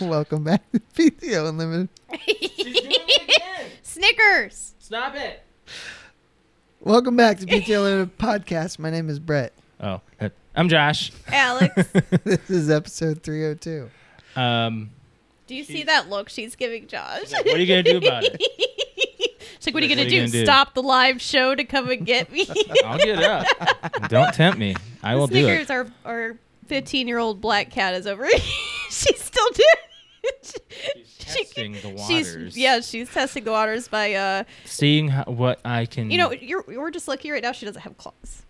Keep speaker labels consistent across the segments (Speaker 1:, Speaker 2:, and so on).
Speaker 1: Welcome back to PTO Unlimited.
Speaker 2: Snickers.
Speaker 3: Stop it.
Speaker 1: Welcome back to PTO Unlimited podcast. My name is Brett.
Speaker 3: Oh, I'm Josh.
Speaker 2: Alex,
Speaker 1: This is episode 302.
Speaker 3: Um,
Speaker 2: do you see that look she's giving Josh?
Speaker 3: what are you going to do about it?
Speaker 2: She's like, what are you
Speaker 3: What
Speaker 2: going
Speaker 3: are
Speaker 2: to
Speaker 3: you
Speaker 2: do?
Speaker 3: gonna do?
Speaker 2: Stop the live show to come and get me?
Speaker 3: I'll get up. Don't tempt me. I will do it.
Speaker 2: Snickers, our, our 15 year old black cat is over here. she's still doing She's
Speaker 3: testing the waters.
Speaker 2: She's, yeah, she's testing the waters by, uh,
Speaker 3: Seeing how, what I can.
Speaker 2: you know, you're, we're just lucky right now she doesn't have claws.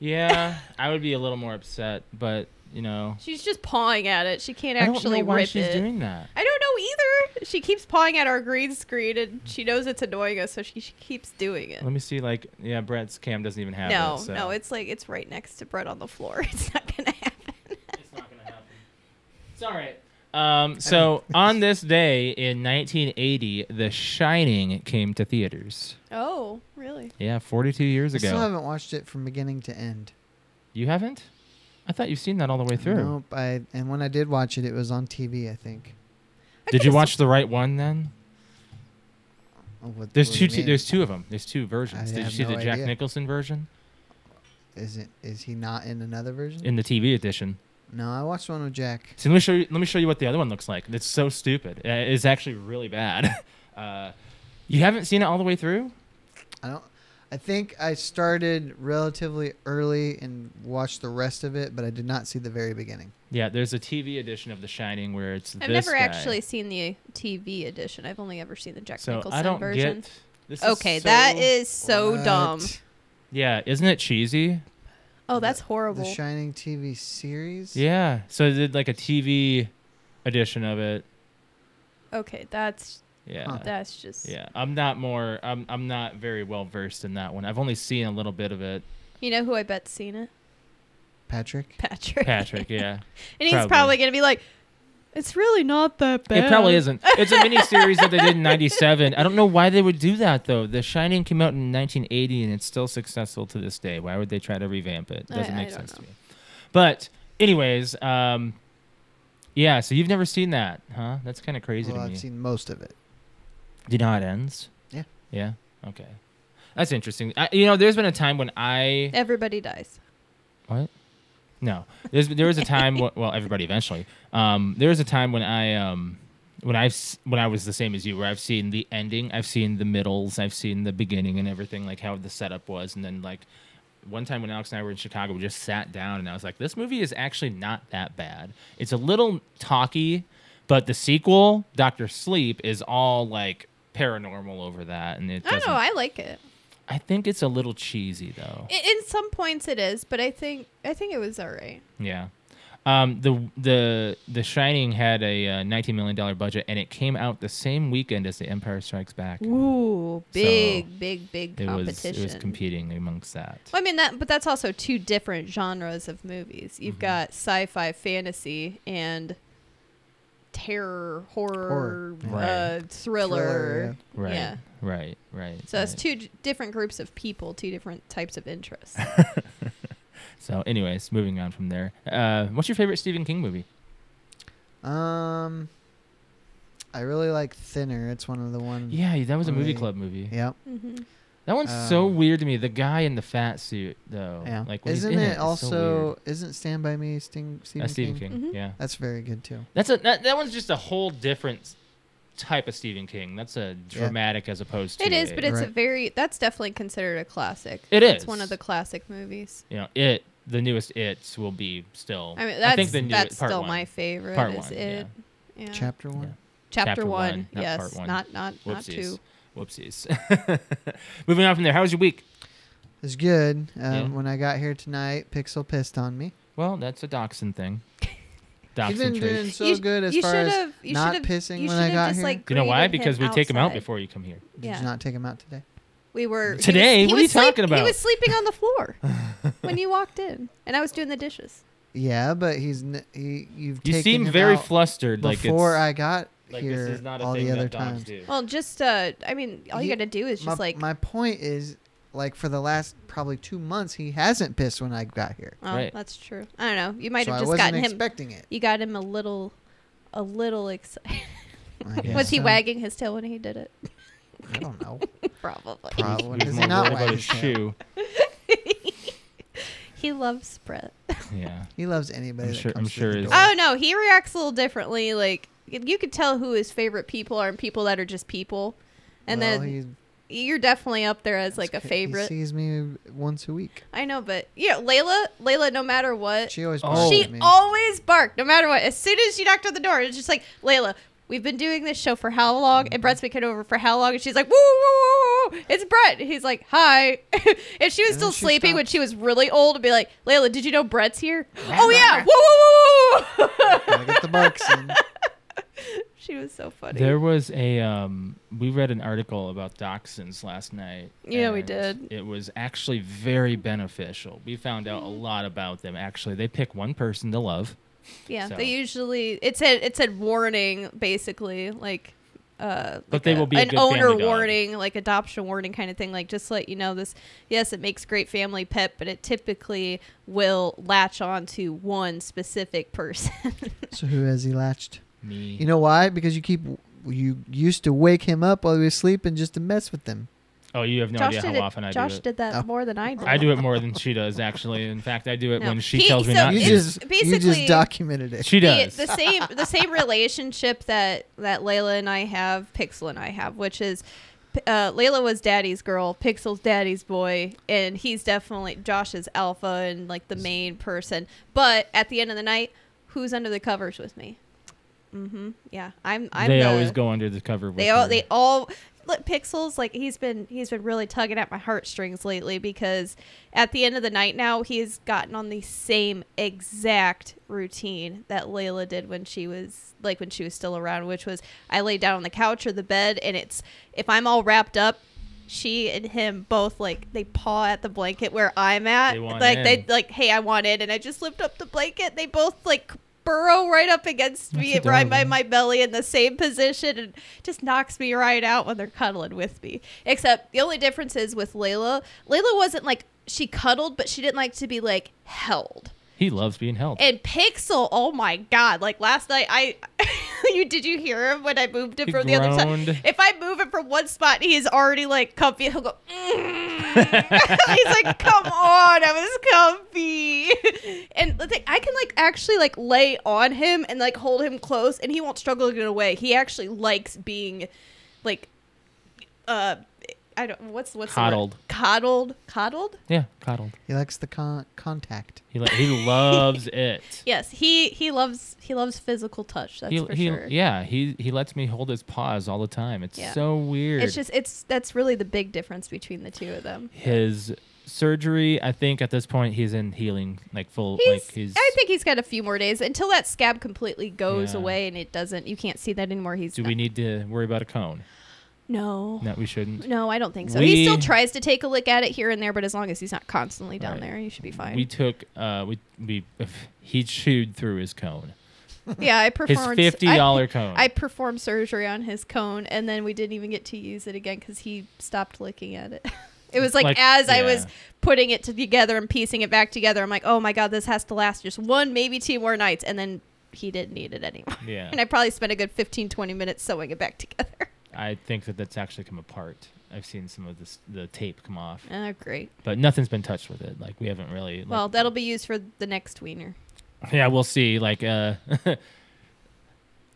Speaker 3: Yeah, I would be a little more upset, but you know,
Speaker 2: She's just pawing at it. She can't
Speaker 3: I don't
Speaker 2: actually
Speaker 3: know why
Speaker 2: rip
Speaker 3: she's
Speaker 2: it.
Speaker 3: doing that.
Speaker 2: I don't know either. She keeps pawing at our green screen, and she knows it's annoying us, so she, she keeps doing it.
Speaker 3: Let me see. Like, yeah, Brett's cam doesn't even have uh,
Speaker 2: No,
Speaker 3: it. so-
Speaker 2: no, it's like it's right next to bread on the floor. It's not gonna happen.
Speaker 3: It's not gonna happen. It's all right. Um, so on this day in 1980, The Shining came to theaters.
Speaker 2: Oh, really?
Speaker 3: Yeah, 42 years
Speaker 1: I still
Speaker 3: ago.
Speaker 1: haven't watched it from beginning to end.
Speaker 3: you haven't? I thought you've seen that all the way through.
Speaker 1: Nope. I and when I did watch it, it was on TV. I think.
Speaker 3: Did you watch the right one then?
Speaker 1: Oh, what-
Speaker 3: There's
Speaker 1: what do
Speaker 3: two.
Speaker 1: you
Speaker 3: T-
Speaker 1: mean?
Speaker 3: there's two of them. There's two versions. Did you
Speaker 1: have
Speaker 3: see
Speaker 1: no
Speaker 3: the Jack
Speaker 1: idea.
Speaker 3: Nicholson version
Speaker 1: Is it? Is he not in another version?
Speaker 3: in the TV edition?
Speaker 1: no, I watched one with Jack.
Speaker 3: So let me show you. Let me show you what the other one looks like. It's so stupid. Uh, It's actually really bad. Uh, you haven't seen it all the way through.
Speaker 1: I don't. I think I started relatively early and watched the rest of it, but I did not see the very beginning.
Speaker 3: Yeah, there's a TV edition of The Shining where it's.
Speaker 2: I've
Speaker 3: this
Speaker 2: never
Speaker 3: guy.
Speaker 2: actually seen the TV edition. I've only ever seen the Jack
Speaker 3: So
Speaker 2: Nicholson
Speaker 3: I don't
Speaker 2: version.
Speaker 3: get. This is
Speaker 2: okay,
Speaker 3: so-
Speaker 2: that is so
Speaker 1: What?
Speaker 2: dumb.
Speaker 3: Yeah, isn't it cheesy?
Speaker 2: Oh, that's
Speaker 1: The
Speaker 2: horrible.
Speaker 1: Shining TV series.
Speaker 3: Yeah. So they did like a TV edition of it.
Speaker 2: okay, that's
Speaker 3: Yeah.
Speaker 1: Huh.
Speaker 2: that's just.
Speaker 3: Yeah. I'm not more. I'm. I'm not very well versed in that one. I've only seen a little bit of it.
Speaker 2: You know who I bet's seen it?
Speaker 1: Patrick.
Speaker 2: Patrick.
Speaker 3: Patrick. Yeah.
Speaker 2: and he's
Speaker 3: probably.
Speaker 2: probably. gonna be like, it's really not that bad.
Speaker 3: It probably isn't. It's a mini series that they did in '97. I don't know why they would do that though. The Shining came out in 1980 and it's still successful to this day. Why would they try to revamp it?
Speaker 2: I-
Speaker 3: Doesn't
Speaker 2: I
Speaker 3: make
Speaker 2: don't
Speaker 3: sense to
Speaker 2: know.
Speaker 3: me. But anyways, um, yeah. So you've never seen that, huh? That's kind of crazy
Speaker 1: Well,
Speaker 3: to me.
Speaker 1: I've seen most of it.
Speaker 3: Do you know how it ends?
Speaker 1: Yeah.
Speaker 3: Yeah. Okay. That's interesting. I, you know, there's been a time when I
Speaker 2: Everybody dies.
Speaker 3: what? No, There's, there was a time. wh- well, everybody eventually. Um, there was a time when I um, when I've s- when I was the same as you, where I've seen the ending, I've seen the middles, I've seen the beginning, and everything like how the setup was, and then like one time when Alex and I were in Chicago, we just sat down and I was like, this movie is actually not that bad. It's a little talky, but the sequel, Doctor Sleep, is all like paranormal over that, and it
Speaker 2: I don't
Speaker 3: doesn't.
Speaker 2: know.
Speaker 3: I,
Speaker 2: I like it.
Speaker 3: think it's a little cheesy though.
Speaker 2: I- In some points it is, but I think I think it was all right.
Speaker 3: Yeah. Um, the the The Shining had a uh, 19 million dollar budget, and it came out the same weekend as The Empire Strikes Back.
Speaker 2: Ooh, big, big, big
Speaker 3: It was
Speaker 2: competition.
Speaker 3: it was competing amongst that.
Speaker 2: well, I mean that, but that's also two different genres of movies.
Speaker 3: Mm-hmm.
Speaker 2: You've got sci-fi, fantasy, and terror, horror,
Speaker 1: Horror,
Speaker 3: yeah.
Speaker 2: uh,
Speaker 3: Right.
Speaker 2: thriller.
Speaker 1: Thriller,
Speaker 3: Right.
Speaker 2: yeah.
Speaker 3: Right. Right.
Speaker 2: So that's
Speaker 3: right.
Speaker 2: two d- different groups of people, two different types of interests.
Speaker 3: So, anyways, moving on from there. Uh, what's your favorite Stephen King movie?
Speaker 1: Um, I really like Thinner. It's one of the ones.
Speaker 3: Yeah, that was a movie
Speaker 1: Really?
Speaker 3: club movie.
Speaker 1: Yep.
Speaker 2: hmm
Speaker 3: That one's so
Speaker 1: Um,
Speaker 3: weird to me. The guy in the fat suit, though.
Speaker 1: Yeah.
Speaker 3: Oh, Like, when he's
Speaker 1: isn't
Speaker 3: in
Speaker 1: it,
Speaker 3: it's so
Speaker 1: also?
Speaker 3: weird.
Speaker 1: isn't Stand by Me Sting, Stephen,
Speaker 3: That's Stephen
Speaker 1: King?
Speaker 3: King.
Speaker 2: Mhm.
Speaker 3: Yeah.
Speaker 1: That's very good too.
Speaker 3: That's a that, that one's just a whole different type of Stephen King. That's a dramatic as opposed to
Speaker 2: It is, but it's a
Speaker 1: Right.
Speaker 2: very that's definitely considered a classic.
Speaker 3: It
Speaker 2: It's
Speaker 3: is.
Speaker 2: one of the classic movies.
Speaker 3: you know it the newest it's will be still.
Speaker 2: I mean, that's
Speaker 3: think the new
Speaker 2: that's
Speaker 3: part
Speaker 2: still
Speaker 3: one,
Speaker 2: my favorite.
Speaker 3: part
Speaker 2: is
Speaker 3: one.
Speaker 2: it?
Speaker 3: Yeah.
Speaker 2: Yeah.
Speaker 1: Chapter one.
Speaker 2: Chapter,
Speaker 3: Chapter
Speaker 2: one,
Speaker 3: one, not
Speaker 2: yes,
Speaker 3: part one.
Speaker 2: not not not
Speaker 3: Whoopsies.
Speaker 2: two.
Speaker 3: Whoopsies. Moving on from there, how was your week?
Speaker 1: It's good. Um,
Speaker 3: Yeah.
Speaker 1: When I got here tonight, Pixel pissed on me.
Speaker 3: Well, that's a dachshund thing.
Speaker 1: He's been
Speaker 3: Dachshund
Speaker 1: doing
Speaker 3: trait.
Speaker 1: so
Speaker 2: you,
Speaker 1: good as
Speaker 2: you
Speaker 1: far as
Speaker 2: should've- you
Speaker 1: not
Speaker 2: should've-
Speaker 1: pissing
Speaker 2: you
Speaker 1: when I
Speaker 2: should've
Speaker 1: got
Speaker 2: just,
Speaker 1: here.
Speaker 2: like,
Speaker 3: You know why?
Speaker 2: greeted him
Speaker 3: Because we take him out
Speaker 2: outside.
Speaker 3: before you come here.
Speaker 1: did
Speaker 2: yeah.
Speaker 1: you not take him out today?
Speaker 2: We were he was-
Speaker 3: Today?
Speaker 2: he
Speaker 3: What
Speaker 2: was
Speaker 3: are you talking
Speaker 2: sleep- He
Speaker 3: about?
Speaker 2: was sleeping on the floor when you walked in, and I was doing the dishes.
Speaker 1: Yeah, but he's n- he. You've
Speaker 3: You
Speaker 1: taken
Speaker 3: seem
Speaker 1: him
Speaker 3: very
Speaker 1: out
Speaker 3: flustered. Like
Speaker 1: before
Speaker 3: it's,
Speaker 1: I got
Speaker 3: like
Speaker 1: here.
Speaker 3: this is not a
Speaker 1: all
Speaker 3: thing
Speaker 1: the other
Speaker 3: that dogs
Speaker 1: times.
Speaker 3: do.
Speaker 2: Well, just uh, I mean, all you,
Speaker 1: He-
Speaker 2: gotta do is
Speaker 1: my,
Speaker 2: just like,
Speaker 1: my point is like for the last probably two months he hasn't pissed when I got here.
Speaker 2: oh,
Speaker 3: Right.
Speaker 2: that's true. I don't know. You might
Speaker 1: so
Speaker 2: have
Speaker 1: I
Speaker 2: just
Speaker 1: wasn't
Speaker 2: gotten him.
Speaker 1: expecting it.
Speaker 2: You got him a little, a little excited.
Speaker 1: I guess
Speaker 2: was he
Speaker 1: so.
Speaker 2: wagging his tail when he did it?
Speaker 1: I don't know.
Speaker 2: Probably.
Speaker 1: Probably.
Speaker 3: He's
Speaker 1: Does he
Speaker 3: more
Speaker 1: not
Speaker 3: worried
Speaker 1: wag
Speaker 3: about his
Speaker 1: his tail?
Speaker 3: shoe.
Speaker 2: He loves Brett.
Speaker 3: Yeah.
Speaker 1: He loves anybody.
Speaker 3: I'm
Speaker 1: that
Speaker 3: sure-
Speaker 1: comes
Speaker 3: I'm
Speaker 1: through
Speaker 3: sure
Speaker 1: the
Speaker 3: his-
Speaker 1: door.
Speaker 2: Oh no, he reacts a little differently. Like you could tell who his favorite people are and people that are just people. And
Speaker 1: Well,
Speaker 2: then
Speaker 1: he's-
Speaker 2: you're definitely up there as like a
Speaker 1: he
Speaker 2: favorite.
Speaker 1: sees me once a week.
Speaker 2: I know, but yeah, Layla, Layla, no matter what, she,
Speaker 1: She always.
Speaker 3: Oh.
Speaker 1: barks at me.
Speaker 2: always barked, no matter what. As soon as you knocked on the door, it's just like Layla. We've been doing this show for how long? And Brett's been coming over for how long? And she's like, "Woo, woo, woo, woo! It's Brett." And he's like, "Hi." if she was
Speaker 1: And
Speaker 2: still
Speaker 1: then she
Speaker 2: sleeping when
Speaker 1: stops.
Speaker 2: she was really old, and be like, "Layla, did you know Brett's here?" oh yeah, woo, woo, woo, woo, woo.
Speaker 1: Gotta get the barks in.
Speaker 2: she was so funny.
Speaker 3: There was a um we read an article about dachshunds last night.
Speaker 2: Yeah, we
Speaker 3: and
Speaker 2: did.
Speaker 3: It was actually very beneficial. We found out a lot about them actually. They pick one person to love.
Speaker 2: yeah,
Speaker 3: so-
Speaker 2: they usually it said it said warning basically like. Uh,
Speaker 3: But
Speaker 2: like
Speaker 3: they
Speaker 2: a-
Speaker 3: will be a
Speaker 2: an
Speaker 3: good
Speaker 2: owner
Speaker 3: family dog.
Speaker 2: warning, like adoption warning kind of thing. Like just let you know this. Yes, it makes great family pet, but it typically will latch on to one specific person.
Speaker 1: So who has he latched?
Speaker 3: Me.
Speaker 1: You know why? Because you keep you used to wake him up while he was sleeping just to mess with him.
Speaker 3: oh, you have no
Speaker 2: Josh
Speaker 3: idea
Speaker 2: did
Speaker 3: how
Speaker 2: it-
Speaker 3: often I
Speaker 2: Josh
Speaker 3: do it.
Speaker 2: did that
Speaker 1: Oh.
Speaker 2: more than I did.
Speaker 3: I do it more than she does actually. In fact, I do it
Speaker 2: No.
Speaker 3: when she
Speaker 2: He-
Speaker 3: tells me
Speaker 2: so
Speaker 3: not
Speaker 1: You
Speaker 3: to.
Speaker 2: it's-
Speaker 1: just you
Speaker 2: basically-
Speaker 1: just documented it.
Speaker 3: she does.
Speaker 2: The, the same the same relationship that that Layla and I have, Pixel and I have, which is uh, Layla was daddy's girl, Pixel's daddy's boy, and he's definitely Josh's alpha and like the main person. But at the end of the night, who's under the covers with me? Mm-hmm. Yeah, I'm. I'm
Speaker 3: they
Speaker 2: the-
Speaker 3: always go under the cover. With
Speaker 2: they all
Speaker 3: her.
Speaker 2: they all look pixels like he's been he's been really tugging at my heartstrings lately because at the end of the night now he's gotten on the same exact routine that Layla did when she was like when she was still around which was I lay down on the couch or the bed and it's if I'm all wrapped up she and him both like they paw at the blanket where I'm at
Speaker 3: They want
Speaker 2: like they
Speaker 3: in.
Speaker 2: like hey I want in and I just lift up the blanket they both like burrow right up against me
Speaker 3: That's
Speaker 2: right by
Speaker 3: adorable.
Speaker 2: my belly in the same position and just knocks me right out when they're cuddling with me. Except the only difference is with Layla, Layla wasn't like she cuddled, but she didn't like to be like held.
Speaker 3: he loves being held.
Speaker 2: And Pixel, oh my god! Like last night, I you did you hear him when I moved him
Speaker 3: He
Speaker 2: from the other side?
Speaker 3: groaned.
Speaker 2: If I move him from one spot, he's already like comfy. He'll go. "Mm." he's like, "Come on, I was comfy." and the thing, I can like actually like lay on him and like hold him close, and he won't struggle to get away. He actually likes being, like, uh, I don't what's what's the word?
Speaker 3: Coddled.
Speaker 2: coddled, coddled.
Speaker 3: yeah, coddled.
Speaker 1: He likes the con- contact.
Speaker 3: He lo- he loves it.
Speaker 2: Yes, he he loves he loves physical touch. That's
Speaker 3: he,
Speaker 2: for
Speaker 3: he,
Speaker 2: sure.
Speaker 3: Yeah, he he lets me hold his paws all the time. It's
Speaker 2: Yeah.
Speaker 3: so weird.
Speaker 2: It's just it's that's really the big difference between the two of them.
Speaker 3: his surgery. I think at this point he's in healing, like full.
Speaker 2: He's,
Speaker 3: like he's.
Speaker 2: I think he's got a few more days until that scab completely goes
Speaker 3: Yeah.
Speaker 2: away and it doesn't. You can't see that anymore. He's
Speaker 3: Do
Speaker 2: not-
Speaker 3: we need to worry about a cone?
Speaker 2: no. no.
Speaker 3: No, we shouldn't.
Speaker 2: I don't think so. he still
Speaker 3: We-
Speaker 2: tries to take a look at it here and there, but as long as he's not constantly down
Speaker 3: Right.
Speaker 2: there, you should be fine.
Speaker 3: We took. Uh, we we. He chewed through his cone.
Speaker 2: yeah, I
Speaker 3: His
Speaker 2: performed
Speaker 3: fifty dollar
Speaker 2: I-
Speaker 3: cone.
Speaker 2: I performed surgery on his cone, and then we didn't even get to use it again because he stopped looking at it. It was like,
Speaker 3: Like,
Speaker 2: as I was
Speaker 3: yeah.
Speaker 2: putting it together and piecing it back together, I'm like, oh my god, this has to last just one, maybe two more nights, and then he didn't need it anymore.
Speaker 3: Yeah.
Speaker 2: and I probably spent a good 15, 20 minutes sewing it back together.
Speaker 3: I think that that's actually come apart. I've seen some of this the tape come off,
Speaker 2: Oh, great.
Speaker 3: but nothing's been touched with it. Like we haven't really. Like,
Speaker 2: Well, that'll be used for the next wiener.
Speaker 3: Yeah, we'll see. Like uh,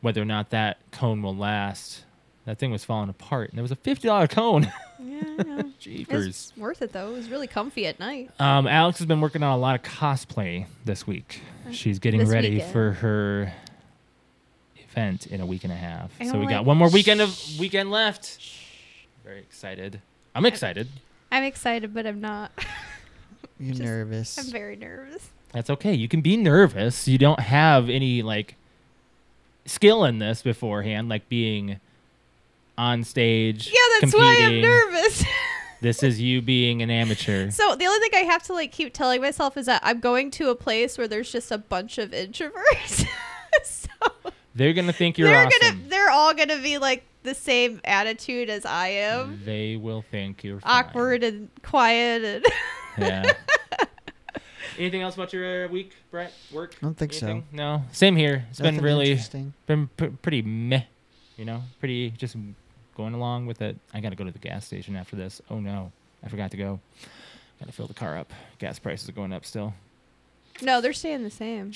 Speaker 3: whether or not that cone will last. That thing was falling apart, and there was a fifty dollar cone.
Speaker 2: Yeah, I know.
Speaker 3: Jeepers.
Speaker 2: it's worth it though. It was really comfy at night.
Speaker 3: Um, Alex has been working on a lot of cosplay this week. She's getting
Speaker 2: Uh, This
Speaker 3: ready
Speaker 2: weekend.
Speaker 3: for her event in a week and a half.
Speaker 2: I
Speaker 3: so
Speaker 2: don't
Speaker 3: we got
Speaker 2: like-
Speaker 3: one more weekend of weekend left. Very excited. I'm excited.
Speaker 2: I'm excited, but I'm not.
Speaker 1: You're
Speaker 2: Just-
Speaker 1: nervous.
Speaker 2: I'm very nervous.
Speaker 3: That's okay. You can be nervous. You don't have any like skill in this beforehand, like being on stage.
Speaker 2: Yeah, that's why I'm
Speaker 3: competing.
Speaker 2: nervous.
Speaker 3: This is you being an amateur.
Speaker 2: so the only thing I have to like keep telling myself is that I'm going to a place where there's just a bunch of introverts. so
Speaker 3: They're gonna think you're
Speaker 2: they're
Speaker 3: awesome.
Speaker 2: gonna they're all gonna be like the same attitude as I am.
Speaker 3: They will think you're Mm, fine.
Speaker 2: Awkward and quiet and
Speaker 3: Yeah. Anything else about your uh, week, Brett? Work?
Speaker 1: I don't think so.
Speaker 3: Anything? No. Same here. It's
Speaker 1: Nothing
Speaker 3: been really
Speaker 1: interesting.
Speaker 3: been p- pretty meh, you know, pretty just going along with it. I gotta go to the gas station after this. Oh no, I forgot to go. Gotta fill the car up. Gas prices are going up still.
Speaker 2: no, they're staying the same.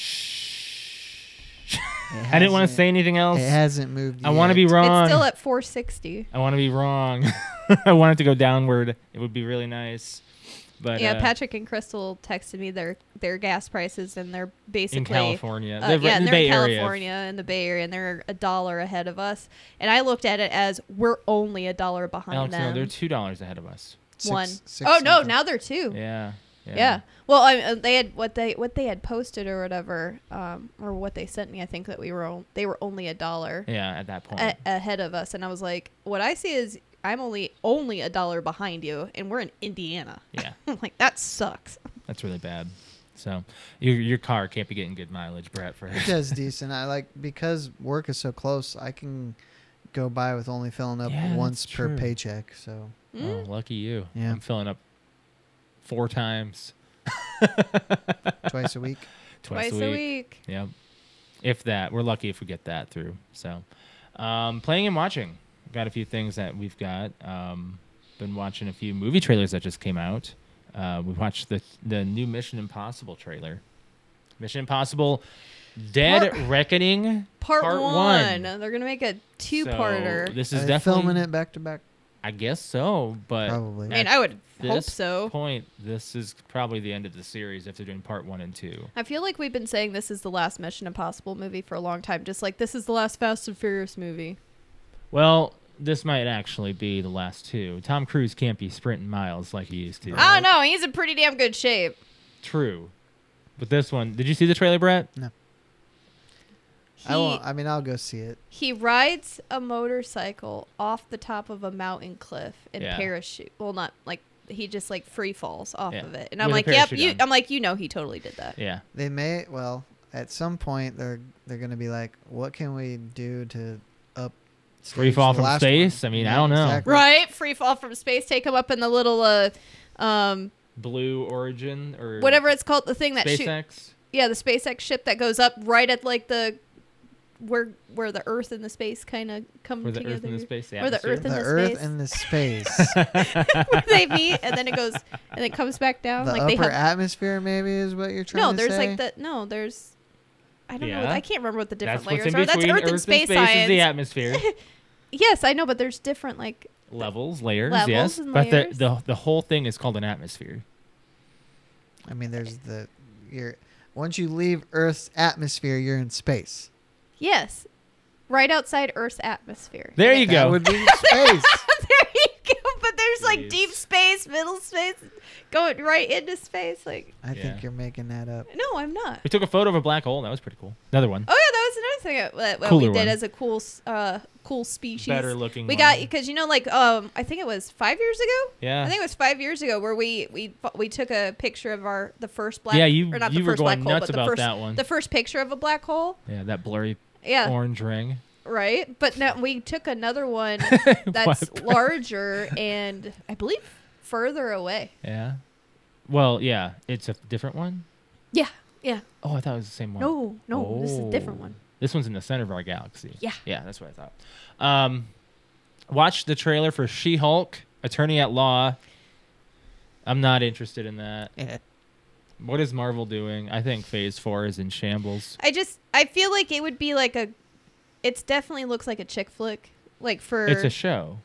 Speaker 3: Shh.
Speaker 1: It
Speaker 3: I didn't want to
Speaker 1: hasn't-
Speaker 3: say anything else.
Speaker 1: It hasn't moved.
Speaker 3: I want to be
Speaker 1: yet.
Speaker 3: wrong.
Speaker 2: It's still at 460.
Speaker 3: I want to be wrong. I want it to go downward. It would be really nice. But
Speaker 2: yeah,
Speaker 3: uh,
Speaker 2: Patrick and Crystal texted me their their gas prices and they're basically
Speaker 3: in California,
Speaker 2: Uh,
Speaker 3: they're,
Speaker 2: yeah,
Speaker 3: in
Speaker 2: and
Speaker 3: the
Speaker 2: they're
Speaker 3: Bay
Speaker 2: in
Speaker 3: Area.
Speaker 2: California in the Bay Area, and they're a dollar ahead of us. And I looked at it as we're only a dollar behind
Speaker 3: Alex, no,
Speaker 2: them.
Speaker 3: they're two dollars ahead of us.
Speaker 1: Six-
Speaker 2: One.
Speaker 1: six
Speaker 2: oh no,
Speaker 1: something.
Speaker 2: now they're two. Yeah.
Speaker 3: Yeah. Yeah.
Speaker 2: Well, I, uh, they had what they what they had posted or whatever, um, or what they sent me. I think that we were on, they were only a dollar
Speaker 3: Yeah, At that point.
Speaker 2: a- ahead of us, and I was like, what I see is I'm only only a dollar behind you, and we're in Indiana.
Speaker 3: yeah.
Speaker 2: I'm like that sucks.
Speaker 3: That's really bad. So your your car can't be getting good mileage, Brett. For
Speaker 1: It does decent. I like because work is so close. I can go by with only filling up
Speaker 3: Yeah,
Speaker 1: once
Speaker 3: that's
Speaker 1: per
Speaker 3: true.
Speaker 1: paycheck. So
Speaker 2: Mm,
Speaker 3: oh, lucky you.
Speaker 1: Yeah.
Speaker 3: I'm filling up four times
Speaker 1: twice a week.
Speaker 3: twice, a week. Yep. If that, we're lucky if we get that through. So, um, playing and watching. Got a few things that we've got. Um, been watching a few movie trailers that just came out. Uh, we watched the the new Mission Impossible trailer. Mission Impossible, Dead
Speaker 2: Part-
Speaker 3: Reckoning
Speaker 2: Part, one.
Speaker 3: one.
Speaker 2: They're gonna make a
Speaker 3: So,
Speaker 2: two-parter.
Speaker 3: this
Speaker 1: Are
Speaker 3: is
Speaker 1: they
Speaker 3: definitely
Speaker 1: filming Uh, it back to back.
Speaker 3: I guess so, but
Speaker 1: Probably. I
Speaker 2: I mean,
Speaker 3: at
Speaker 2: I would hope
Speaker 3: this
Speaker 2: so.
Speaker 3: point, this is probably the end of the series if they're doing part one and two.
Speaker 2: I feel like we've been saying this is the last Mission Impossible movie for a long time, just like this is the last Fast and Furious movie.
Speaker 3: Well, this might actually be the last two. Tom Cruise can't be sprinting miles like he used to.
Speaker 2: I don't know. He's in pretty damn good shape.
Speaker 3: True. But this one, did you see the trailer, Brett?
Speaker 2: He,
Speaker 1: I won't. I mean, I'll go see it.
Speaker 2: he rides a motorcycle off the top of a mountain cliff and
Speaker 3: Yeah.
Speaker 2: parachute. Well, not like he just like free falls off
Speaker 3: Yeah.
Speaker 2: of it. And I'm
Speaker 3: With a
Speaker 2: like, yep,
Speaker 3: parachute
Speaker 2: you.
Speaker 3: on.
Speaker 2: I'm like, you know, he totally did that.
Speaker 3: Yeah.
Speaker 1: They may. Well, at some point they're they're gonna be like, what can we do to up
Speaker 3: Free fall from space? I mean, I don't know.
Speaker 2: Right, free fall from space. Take him up in the little uh, um,
Speaker 3: Blue Origin or
Speaker 2: whatever it's called, the thing that shoots.
Speaker 3: SpaceX.
Speaker 2: yeah the spacex ship that goes up right at like the where where the earth and the space kind of come
Speaker 3: Where the
Speaker 2: together
Speaker 3: Earth and the space.
Speaker 2: Where the
Speaker 3: atmosphere.
Speaker 2: Earth
Speaker 1: The,
Speaker 2: in the
Speaker 1: Earth
Speaker 2: space.
Speaker 1: and the space.
Speaker 2: Where they meet and then it goes and it comes back down
Speaker 1: the
Speaker 2: like they
Speaker 1: upper
Speaker 2: have
Speaker 1: atmosphere, maybe, is what you're trying
Speaker 2: no
Speaker 1: to
Speaker 2: there's
Speaker 1: say.
Speaker 2: like the no there's i don't know
Speaker 3: Yeah.
Speaker 2: i can't remember what the different
Speaker 3: That's what's in
Speaker 2: layers are
Speaker 3: between
Speaker 2: that's earth, and space science
Speaker 3: is the atmosphere.
Speaker 2: yes i know but there's different like
Speaker 3: levels, layers,
Speaker 2: Levels
Speaker 3: yes.
Speaker 2: and
Speaker 3: But
Speaker 2: layers.
Speaker 3: The, the the whole thing is called an atmosphere.
Speaker 1: I mean, there's the you're once you leave Earth's atmosphere, you're in space.
Speaker 2: yes right outside earth's atmosphere
Speaker 3: There you
Speaker 1: that
Speaker 3: go.
Speaker 1: Would be space.
Speaker 2: there you go but there's like
Speaker 3: Jeez.
Speaker 2: deep space middle space going right into space like
Speaker 1: I
Speaker 3: Yeah.
Speaker 1: think you're making that up.
Speaker 2: no i'm not
Speaker 3: We took a photo of a black hole. That was pretty cool. Another one.
Speaker 2: Oh yeah, that was another thing that, that we
Speaker 3: Cooler
Speaker 2: did
Speaker 3: one.
Speaker 2: as a cool, s- uh, cool species.
Speaker 3: Better looking.
Speaker 2: We
Speaker 3: one.
Speaker 2: got because you know, like um, I think it was five years ago.
Speaker 3: Yeah.
Speaker 2: I think it was five years ago where we we fo- we took a picture of our the first black.
Speaker 3: Yeah, you-
Speaker 2: or not
Speaker 3: you
Speaker 2: the
Speaker 3: were
Speaker 2: first
Speaker 3: going
Speaker 2: black hole,
Speaker 3: nuts
Speaker 2: but
Speaker 3: about
Speaker 2: the first,
Speaker 3: that one.
Speaker 2: The first picture of a black hole.
Speaker 3: yeah, that blurry
Speaker 2: Yeah,
Speaker 3: orange ring.
Speaker 2: right. But no, we took another one that's
Speaker 3: What?
Speaker 2: larger and I believe further away.
Speaker 3: Yeah. Well, yeah, it's a different one.
Speaker 2: Yeah, yeah.
Speaker 3: Oh, I thought it was the same one.
Speaker 2: No, no, this is a different
Speaker 3: Oh.
Speaker 2: one.
Speaker 3: This one's in the center of our galaxy.
Speaker 2: Yeah.
Speaker 3: Yeah, that's what I thought. Um, watch the trailer for She-Hulk, Attorney at Law. I'm not interested in that. What is Marvel doing? I think Phase Four is in shambles.
Speaker 2: I just I feel like it would be like a. It's definitely looks like a chick flick. Like for
Speaker 3: It's a show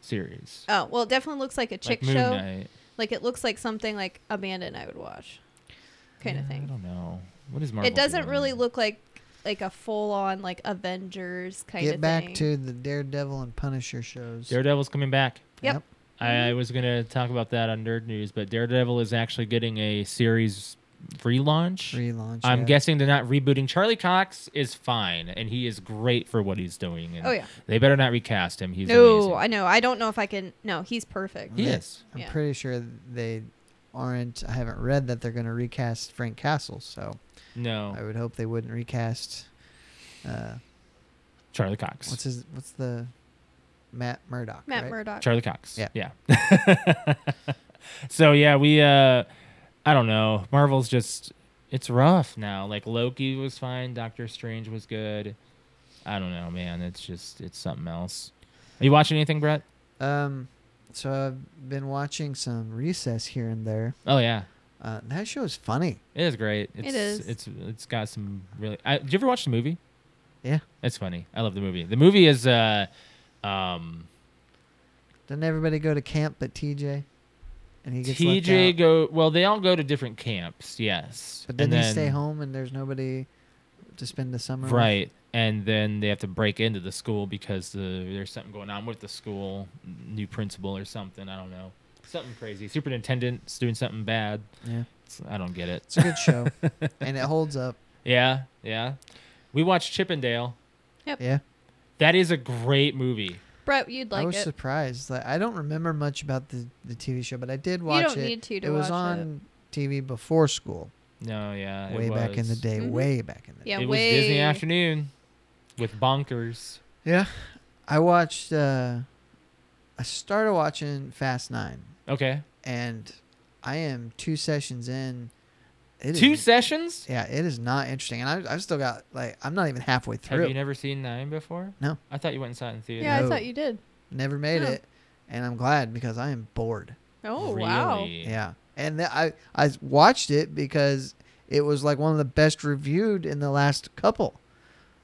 Speaker 3: series.
Speaker 2: Oh well, it definitely looks like a chick
Speaker 3: like Moon
Speaker 2: show.
Speaker 3: Knight.
Speaker 2: Like it looks like something like Amanda and I would watch, kind
Speaker 3: Yeah,
Speaker 2: of
Speaker 3: I
Speaker 2: thing.
Speaker 3: don't know. What is Marvel?
Speaker 2: It doesn't
Speaker 3: doing?
Speaker 2: really look like like a full on like Avengers kind
Speaker 1: Get
Speaker 2: of
Speaker 1: back
Speaker 2: thing.
Speaker 1: to the Daredevil and Punisher shows.
Speaker 3: Daredevil's coming back.
Speaker 2: Yep.
Speaker 3: I, I was going to talk about that on Nerd News, but Daredevil is actually getting a series relaunch.
Speaker 1: Relaunch.
Speaker 3: I'm
Speaker 1: yeah.
Speaker 3: guessing they're not rebooting. Charlie Cox is fine, and he is great for what he's doing. And
Speaker 2: Oh yeah.
Speaker 3: They better not recast him. He's
Speaker 2: no,
Speaker 3: amazing.
Speaker 2: I know. I don't know if I can. No, he's perfect.
Speaker 3: He
Speaker 1: Yeah.
Speaker 3: is.
Speaker 1: I'm
Speaker 2: Yeah.
Speaker 1: pretty sure they aren't. I haven't read that they're going to recast Frank Castle, so
Speaker 3: No,
Speaker 1: I would hope they wouldn't recast. Uh,
Speaker 3: Charlie Cox.
Speaker 1: what's his? What's the Matt Murdock?
Speaker 2: Matt
Speaker 1: right?
Speaker 2: Murdock.
Speaker 3: Charlie Cox.
Speaker 1: Yeah.
Speaker 3: Yeah. so yeah, we uh I don't know. Marvel's just it's rough now. Like Loki was fine, Doctor Strange was good. I don't know, man. It's just it's something else. Are you watching anything, Brett?
Speaker 1: Um, so I've been watching some Recess here and there.
Speaker 3: Oh yeah.
Speaker 1: Uh, that show is funny.
Speaker 3: It is great. It's,
Speaker 2: is.
Speaker 3: It's it's got some really. I, did you ever watch the movie?
Speaker 1: Yeah.
Speaker 3: It's funny. I love the movie. The movie is uh, um,
Speaker 1: Doesn't everybody go to camp but TJ? And he gets left
Speaker 3: TJ
Speaker 1: out.
Speaker 3: go. Well, they all go to different camps. Yes.
Speaker 1: But
Speaker 3: And
Speaker 1: then, he stay home and there's nobody to spend the summer. with?
Speaker 3: Right. And then they have to break into the school because the, there's something going on with the school, new principal or something. I don't know. Something crazy. Superintendent's doing something bad.
Speaker 1: Yeah.
Speaker 3: It's- I don't get it.
Speaker 1: It's a good show, and it holds up.
Speaker 3: Yeah, yeah. We watched Chippendale.
Speaker 1: Yeah.
Speaker 3: That is a great movie.
Speaker 2: Brett, you'd
Speaker 1: I
Speaker 2: like
Speaker 1: was
Speaker 2: it.
Speaker 1: surprised. Like I don't remember much about the, the TV show, but I did
Speaker 2: you
Speaker 1: watch
Speaker 2: don't
Speaker 1: it.
Speaker 2: need to. to
Speaker 1: it was
Speaker 2: watch It.
Speaker 1: on TV before school,
Speaker 3: No, yeah. it
Speaker 1: way back in the
Speaker 3: was.
Speaker 1: day.
Speaker 2: Mhm.
Speaker 1: Way back in the
Speaker 2: Yeah,
Speaker 3: it
Speaker 2: way.
Speaker 3: was Disney Afternoon with bonkers.
Speaker 1: day. Yeah. I watched. Uh, I started watching Fast Nine,
Speaker 3: Okay.
Speaker 1: and I am two sessions in. It
Speaker 3: Two
Speaker 1: is-
Speaker 3: sessions?
Speaker 1: Yeah, it is not interesting, and I, I've still got like I'm not even halfway
Speaker 3: Have
Speaker 1: through.
Speaker 3: you never seen Nine before?
Speaker 1: No.
Speaker 3: I thought you went and saw it in theater.
Speaker 2: Yeah, I
Speaker 1: No.
Speaker 2: thought you did.
Speaker 1: never made
Speaker 2: No.
Speaker 1: it, and I'm glad because I am bored.
Speaker 2: Oh wow.
Speaker 3: Really?
Speaker 1: Yeah, and th- I I watched it because it was like one of the best reviewed in the last couple.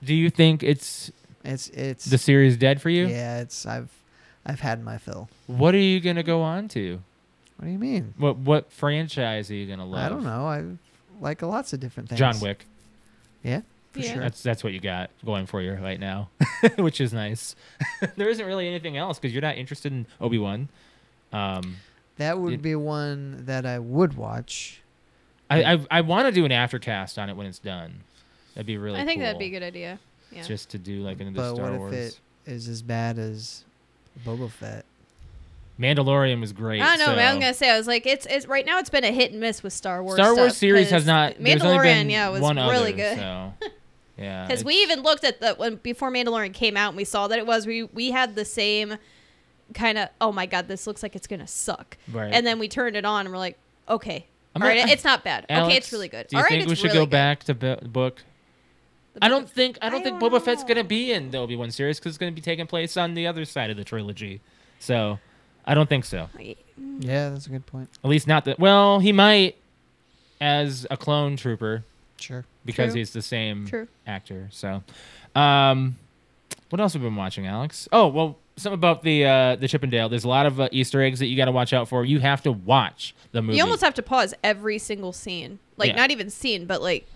Speaker 3: Do you think it's
Speaker 1: It's it's
Speaker 3: the series dead for you?
Speaker 1: yeah, it's I've I've had my fill.
Speaker 3: What are you gonna go on to?
Speaker 1: What do you mean?
Speaker 3: What what franchise are you gonna love?
Speaker 1: I don't know. I like lots of different things.
Speaker 3: John Wick.
Speaker 1: for
Speaker 2: Yeah.
Speaker 1: sure.
Speaker 3: That's that's what you got going for you right now, which is nice. there isn't really anything else because you're not interested in Obi Wan. Um,
Speaker 1: That would
Speaker 3: It-
Speaker 1: be one that I would watch.
Speaker 3: I I, I want to do an aftercast on it when it's done. That'd be really.
Speaker 2: I think that'd
Speaker 3: cool.
Speaker 2: be a good idea. Yeah.
Speaker 3: Just to do like another
Speaker 1: but
Speaker 3: Star
Speaker 1: what if
Speaker 3: Wars.
Speaker 1: it is as bad as Boba Fett?
Speaker 3: Mandalorian was great.
Speaker 2: I don't know,
Speaker 3: so.
Speaker 2: man. I'm gonna say I was like, it's it's right now. It's been a hit and miss with Star Wars.
Speaker 3: Star Wars
Speaker 2: stuff,
Speaker 3: series
Speaker 2: 'cause
Speaker 3: has not. there's only been
Speaker 2: Mandalorian, yeah, was
Speaker 3: one
Speaker 2: really
Speaker 3: other,
Speaker 2: good.
Speaker 3: So, yeah.
Speaker 2: Because we
Speaker 3: it's-
Speaker 2: even looked at the when before Mandalorian came out, and we saw that it was we we had the same kind of oh my god, this looks like it's gonna suck,
Speaker 3: Right.
Speaker 2: and then we turned it on and we're like, okay,
Speaker 3: I'm
Speaker 2: all right,
Speaker 3: not-
Speaker 2: it's not bad. okay,
Speaker 3: Alex,
Speaker 2: it's really good.
Speaker 3: Do you
Speaker 2: all right,
Speaker 3: think
Speaker 2: it's
Speaker 3: we should
Speaker 2: really
Speaker 3: go
Speaker 2: good.
Speaker 3: back to bu- book?
Speaker 2: The
Speaker 3: I
Speaker 2: book
Speaker 3: don't
Speaker 2: is-
Speaker 3: think I don't
Speaker 2: I
Speaker 3: think
Speaker 2: don't
Speaker 3: Boba Fett's gonna
Speaker 2: know.
Speaker 3: be in the Obi Wan series because it's gonna be taking place on the other side of the trilogy. So, I don't think so.
Speaker 1: Yeah, that's a good point.
Speaker 3: At least not that. Well, he might as a clone trooper
Speaker 1: Sure.
Speaker 3: because
Speaker 2: True.
Speaker 3: he's the same
Speaker 2: True.
Speaker 3: actor. So, um, what else have we been watching, Alex? Oh, well, something about the uh, the Chippendale. There's a lot of uh, Easter eggs that you got to watch out for. You have to watch the movie.
Speaker 2: You almost have to pause every single scene, like
Speaker 3: Yeah.
Speaker 2: not even scene, but like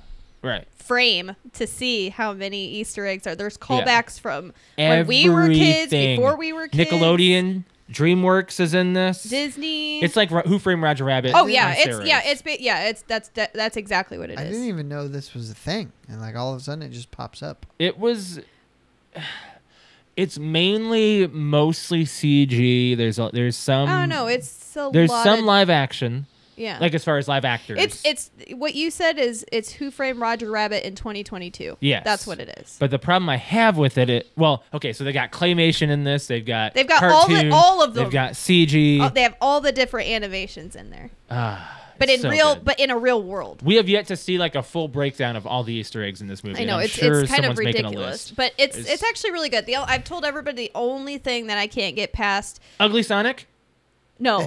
Speaker 3: right.
Speaker 2: frame to see how many Easter eggs are. There's callbacks from when
Speaker 3: Everything.
Speaker 2: we were kids, before we were kids,
Speaker 3: Nickelodeon, DreamWorks is in this.
Speaker 2: Disney.
Speaker 3: It's like Ro- Who Framed Roger Rabbit.
Speaker 2: oh
Speaker 3: on
Speaker 2: yeah, it's yeah,
Speaker 3: steroids.
Speaker 2: it's ba- yeah, it's that's that, that's exactly what it is.
Speaker 1: I didn't even know this was a thing, and like all of a sudden it just pops up.
Speaker 3: it was it's mainly mostly cg there's a, there's some
Speaker 2: I don't know. It's a
Speaker 3: Um, there's
Speaker 2: lot
Speaker 3: some
Speaker 2: of,
Speaker 3: live action
Speaker 2: yeah.
Speaker 3: like as far as live actors
Speaker 2: it's it's what you said is it's Who Framed Roger Rabbit in 2022.
Speaker 3: Yes.
Speaker 2: that's what it is.
Speaker 3: but the problem i have with it, it well okay so they got claymation in this they've got
Speaker 2: They've got all the-
Speaker 3: cartoon,
Speaker 2: all of them.
Speaker 3: they've got cg
Speaker 2: Oh, they have all the different animations in there,
Speaker 3: Ah,
Speaker 2: but in
Speaker 3: it's so
Speaker 2: real,
Speaker 3: good.
Speaker 2: but in a real world.
Speaker 3: we have yet to see like a full breakdown of all the easter eggs in this movie
Speaker 2: I
Speaker 3: and
Speaker 2: know
Speaker 3: I'm
Speaker 2: it's
Speaker 3: sure
Speaker 2: it's kind of
Speaker 3: someone's making a
Speaker 2: ridiculous,
Speaker 3: list.
Speaker 2: but it's, it's
Speaker 3: It's-
Speaker 2: actually really good. The o- I've told everybody the only thing that I can't get past.
Speaker 3: ugly sonic
Speaker 2: No,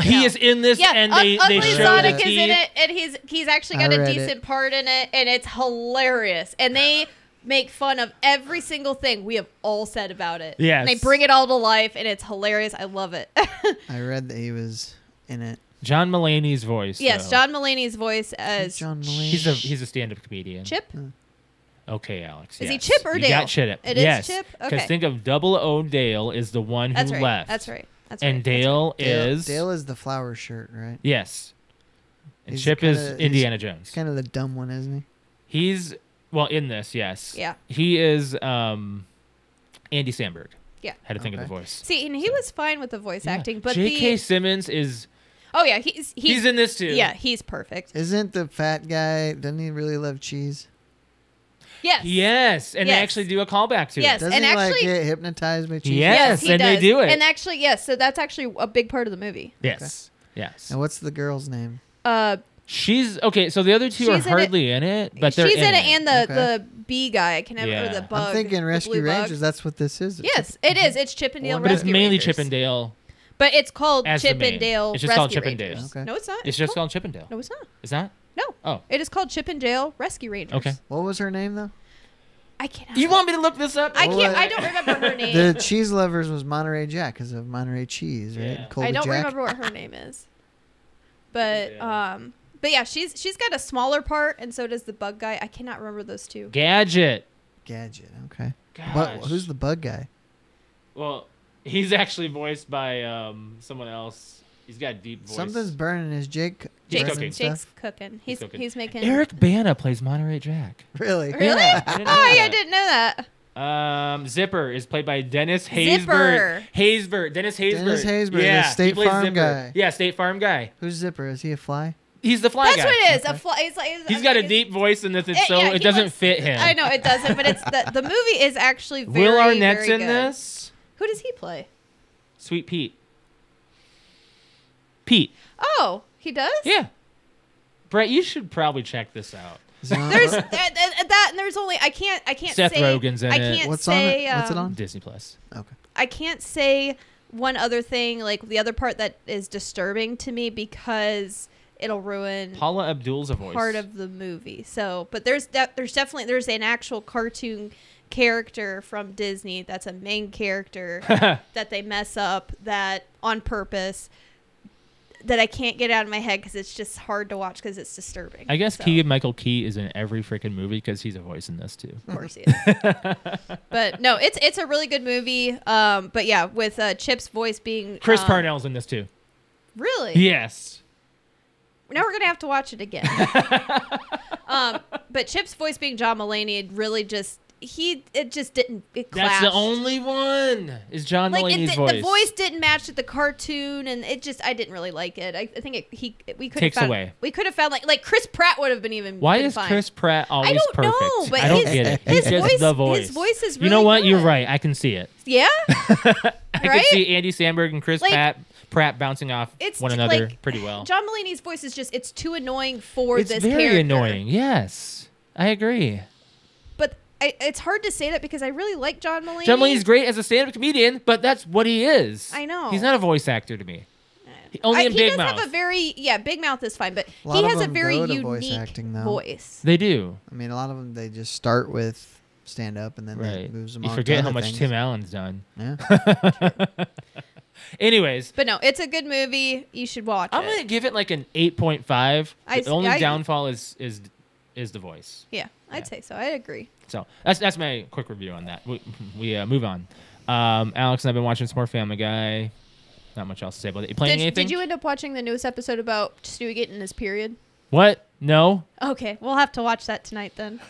Speaker 3: he is in this
Speaker 2: yeah,
Speaker 3: and
Speaker 2: Ug-
Speaker 3: they,
Speaker 2: Ugly
Speaker 3: they show
Speaker 2: Sonic
Speaker 3: the
Speaker 2: is in
Speaker 3: teeth.
Speaker 2: it, and he's he's actually
Speaker 1: I
Speaker 2: got a
Speaker 1: read
Speaker 2: decent part in it, and it's hilarious. And they make fun of every single thing we have all said about it.
Speaker 3: Yes.
Speaker 2: and they bring it all to life, and it's hilarious. I love it.
Speaker 1: I read that he was in it.
Speaker 3: john mulaney's voice
Speaker 2: yes,
Speaker 3: though.
Speaker 2: John Mulaney's voice as
Speaker 1: John Mulaney.
Speaker 3: he's a he's a stand-up comedian
Speaker 2: Chip.
Speaker 3: Okay, Alex.
Speaker 2: Is he
Speaker 3: yes.
Speaker 2: Chip or
Speaker 3: You
Speaker 2: Dale?
Speaker 3: got Chip.
Speaker 2: It is
Speaker 3: yes.
Speaker 2: Chip?
Speaker 3: Because
Speaker 2: Okay.
Speaker 3: think of Double O Dale is the one who
Speaker 2: That's right.
Speaker 3: left.
Speaker 2: That's right. That's right.
Speaker 3: And Dale
Speaker 1: Dale,
Speaker 3: is
Speaker 1: Dale is the flower shirt, right?
Speaker 3: yes. And
Speaker 1: He's
Speaker 3: Chip is
Speaker 1: kinda- he's-
Speaker 3: Indiana Jones.
Speaker 1: He's kind of the dumb one, isn't he?
Speaker 3: He's well in this, yes.
Speaker 2: Yeah.
Speaker 3: He is um Andy Samberg.
Speaker 2: Yeah.
Speaker 3: Had to think of
Speaker 1: Okay.
Speaker 3: the voice.
Speaker 2: See, and he
Speaker 3: So-
Speaker 2: was fine with the voice
Speaker 3: Yeah.
Speaker 2: acting, but
Speaker 3: J.K.
Speaker 2: the
Speaker 3: Simmons is
Speaker 2: oh yeah, he's he's,
Speaker 3: he's, in this too.
Speaker 2: yeah he's perfect.
Speaker 1: Isn't the fat guy? Doesn't he really love cheese?
Speaker 2: Yes.
Speaker 3: Yes, and
Speaker 2: Yes.
Speaker 3: they actually do a callback to
Speaker 2: Yes.
Speaker 3: it.
Speaker 1: Doesn't
Speaker 2: and
Speaker 1: he like
Speaker 2: actually-
Speaker 1: get hypnotized by cheese?
Speaker 3: Yeah. Yes,
Speaker 2: he
Speaker 3: and they
Speaker 2: does.
Speaker 3: do it.
Speaker 2: And actually, yes. So that's actually a big part of the movie.
Speaker 3: Yes. Yes.
Speaker 1: And what's the girl's name?
Speaker 2: Uh,
Speaker 3: She's okay, so the other two
Speaker 2: She's
Speaker 3: are
Speaker 2: in it-
Speaker 3: hardly in it, but they're
Speaker 2: she's in,
Speaker 3: in
Speaker 2: it, and the
Speaker 1: Okay.
Speaker 2: the bee guy. I can never
Speaker 3: Yeah.
Speaker 2: or the
Speaker 3: I'm
Speaker 2: bug.
Speaker 1: I'm thinking
Speaker 2: the
Speaker 1: Rescue
Speaker 2: blue bug.
Speaker 1: Rangers. That's what this is. It's
Speaker 2: Yes, it is. It's Chip and Dale
Speaker 3: But it's
Speaker 2: Rescue
Speaker 3: mainly
Speaker 2: Rangers.
Speaker 3: Chip and Dale.
Speaker 2: But it's called
Speaker 3: as the
Speaker 2: Chip
Speaker 3: main.
Speaker 2: and Dale.
Speaker 3: It's just called
Speaker 2: Rescue
Speaker 3: Chip and Dale.
Speaker 2: Rangers.
Speaker 1: Okay.
Speaker 2: No, it's not.
Speaker 3: It's just
Speaker 2: called.
Speaker 3: called Chip and Dale.
Speaker 2: No, it's not.
Speaker 3: Is that?
Speaker 2: No.
Speaker 3: Oh.
Speaker 2: It is called Chip and Dale Rescue Rangers.
Speaker 3: Okay.
Speaker 1: What was her name though?
Speaker 2: I cannot.
Speaker 3: You want me to look this up?
Speaker 2: I
Speaker 1: Well,
Speaker 2: can't.
Speaker 1: I-
Speaker 2: I don't remember her name.
Speaker 1: The Cheese Lovers was Monterey Jack because of Monterey cheese, right?
Speaker 3: Yeah.
Speaker 1: Colby
Speaker 2: I don't
Speaker 1: Jack.
Speaker 2: remember what her name is. But
Speaker 3: Yeah.
Speaker 2: um but yeah, she's she's got a smaller part and so does the bug guy. I cannot remember those two.
Speaker 3: Gadget.
Speaker 1: Gadget. Okay.
Speaker 3: Gosh.
Speaker 1: But who's the bug guy?
Speaker 3: Well, he's actually voiced by um, someone else. He's got a deep voice.
Speaker 1: Something's burning. Is Jake?
Speaker 3: Jake's
Speaker 1: burning
Speaker 3: cooking.
Speaker 2: Jake's
Speaker 1: stuff?
Speaker 2: cooking. He's
Speaker 3: He's
Speaker 2: he's,
Speaker 3: cooking.
Speaker 2: making
Speaker 3: Eric Bana plays Monterey Jack.
Speaker 1: Really?
Speaker 2: Really?
Speaker 3: Yeah, I didn't know
Speaker 2: oh yeah, I
Speaker 3: that.
Speaker 2: didn't know that.
Speaker 3: Um, Zipper is played by Dennis
Speaker 2: Zipper.
Speaker 3: Haysbert. Haysbert. Dennis Haysbert.
Speaker 1: Dennis Haysbert, the
Speaker 3: Yeah, he
Speaker 1: State
Speaker 3: plays
Speaker 1: Farm
Speaker 3: Zipper.
Speaker 1: guy.
Speaker 3: Yeah, State Farm guy.
Speaker 1: Who's Zipper? Is he a fly?
Speaker 3: He's the fly
Speaker 2: That's
Speaker 3: guy.
Speaker 2: what it is. A
Speaker 1: Okay.
Speaker 2: fly it's like it's-
Speaker 3: He's
Speaker 2: I'm
Speaker 3: got
Speaker 2: like,
Speaker 3: a
Speaker 2: it's-
Speaker 3: deep voice in this, and
Speaker 2: Yeah,
Speaker 3: so
Speaker 2: yeah,
Speaker 3: it
Speaker 2: he
Speaker 3: doesn't
Speaker 2: looks-
Speaker 3: fit him.
Speaker 2: I know it doesn't, but it's the the movie is actually very
Speaker 3: Will Arnett's
Speaker 2: very good.
Speaker 3: in this.
Speaker 2: Who does he play?
Speaker 3: Sweet Pete. Pete.
Speaker 2: Oh, he does?
Speaker 3: Yeah. Brett, you should probably check this out.
Speaker 1: Zon-
Speaker 2: There's that, that, that and there's only I can't I can't
Speaker 3: Seth
Speaker 2: say
Speaker 3: Rogen's in
Speaker 2: I
Speaker 3: it.
Speaker 2: can't
Speaker 1: What's
Speaker 2: say
Speaker 1: on it? What's it
Speaker 2: um,
Speaker 1: on?
Speaker 3: Disney Plus.
Speaker 1: Okay.
Speaker 2: I can't say one other thing, like the other part that is disturbing to me because it'll ruin
Speaker 3: Paula Abdul's a voice.
Speaker 2: part of the movie. So, but there's de- there's definitely there's an actual cartoon character from Disney that's a main character that they mess up that on purpose that I can't get out of my head because it's just hard to watch because it's disturbing.
Speaker 3: I guess
Speaker 2: So,
Speaker 3: Keegan Michael Key is in every freaking movie because he's a voice in this too.
Speaker 2: Of course he is. but no, it's it's a really good movie. Um, but yeah, with uh, Chip's voice being
Speaker 3: Chris
Speaker 2: um,
Speaker 3: Parnell's in this too.
Speaker 2: Really?
Speaker 3: Yes.
Speaker 2: Now we're gonna have to watch it again. um, but Chip's voice being John Mulaney it really just he it just didn't it clashed.
Speaker 3: That's the only one is John
Speaker 2: like it
Speaker 3: Mulaney's
Speaker 2: did,
Speaker 3: voice.
Speaker 2: the voice didn't match with the cartoon, and it just I didn't really like it. I, I think it, he we could
Speaker 3: Takes
Speaker 2: found,
Speaker 3: away.
Speaker 2: We could have found like like Chris Pratt would have been even.
Speaker 3: Why
Speaker 2: been
Speaker 3: is
Speaker 2: fine.
Speaker 3: Chris Pratt always
Speaker 2: I don't
Speaker 3: perfect?
Speaker 2: know, but
Speaker 3: I don't
Speaker 2: his-
Speaker 3: get it.
Speaker 2: his
Speaker 3: He's just
Speaker 2: voice-
Speaker 3: the
Speaker 2: his
Speaker 3: voice.
Speaker 2: voice is
Speaker 3: You know
Speaker 2: really
Speaker 3: what? You're
Speaker 2: good.
Speaker 3: right. I can see it.
Speaker 2: Yeah,
Speaker 3: I can
Speaker 2: Right?
Speaker 3: see Andy Samberg and Chris
Speaker 2: Like,
Speaker 3: Pratt Pratt bouncing off
Speaker 2: it's
Speaker 3: one
Speaker 2: j-
Speaker 3: another
Speaker 2: like,
Speaker 3: pretty well.
Speaker 2: John Mulaney's voice is just it's too annoying for
Speaker 3: it's
Speaker 2: this.
Speaker 3: very
Speaker 2: character.
Speaker 3: annoying. Yes, I agree.
Speaker 2: but I, it's hard to say that because I really like John Mulaney.
Speaker 3: John Mulaney's great as a stand-up comedian, but that's what he is.
Speaker 2: I know.
Speaker 3: He's not a voice actor to me. He- Only
Speaker 2: I-
Speaker 3: in
Speaker 2: he
Speaker 3: Big
Speaker 2: does
Speaker 3: Mouth.
Speaker 2: have a very yeah, Big Mouth is fine, but
Speaker 1: A
Speaker 2: he
Speaker 1: lot of
Speaker 2: has a
Speaker 1: them
Speaker 2: very
Speaker 1: go to
Speaker 2: unique
Speaker 1: voice
Speaker 2: voice.
Speaker 1: acting, though.
Speaker 3: they do.
Speaker 1: I mean, a lot of them they just start with stand up and then
Speaker 3: Right.
Speaker 1: that moves them
Speaker 3: You
Speaker 1: on.
Speaker 3: forget
Speaker 1: to
Speaker 3: how
Speaker 1: other
Speaker 3: much
Speaker 1: things.
Speaker 3: Tim Allen's done.
Speaker 1: Yeah.
Speaker 3: Anyways,
Speaker 2: But no, it's a good movie. You should watch
Speaker 3: I'm
Speaker 2: it.
Speaker 3: gonna give it like an 8.5.
Speaker 2: I
Speaker 3: the only
Speaker 2: s- I-
Speaker 3: downfall is is is the voice.
Speaker 2: yeah, I'd
Speaker 3: Yeah.
Speaker 2: say so. I agree.
Speaker 3: So that's that's my quick review on that. We, we uh, move on. Um, Alex and I've been watching some more Family Guy. Not much else to say about it. You playing
Speaker 2: Did,
Speaker 3: anything?
Speaker 2: did you end up watching the newest episode about Stewie getting his period?
Speaker 3: What? No.
Speaker 2: Okay, we'll have to watch that tonight then.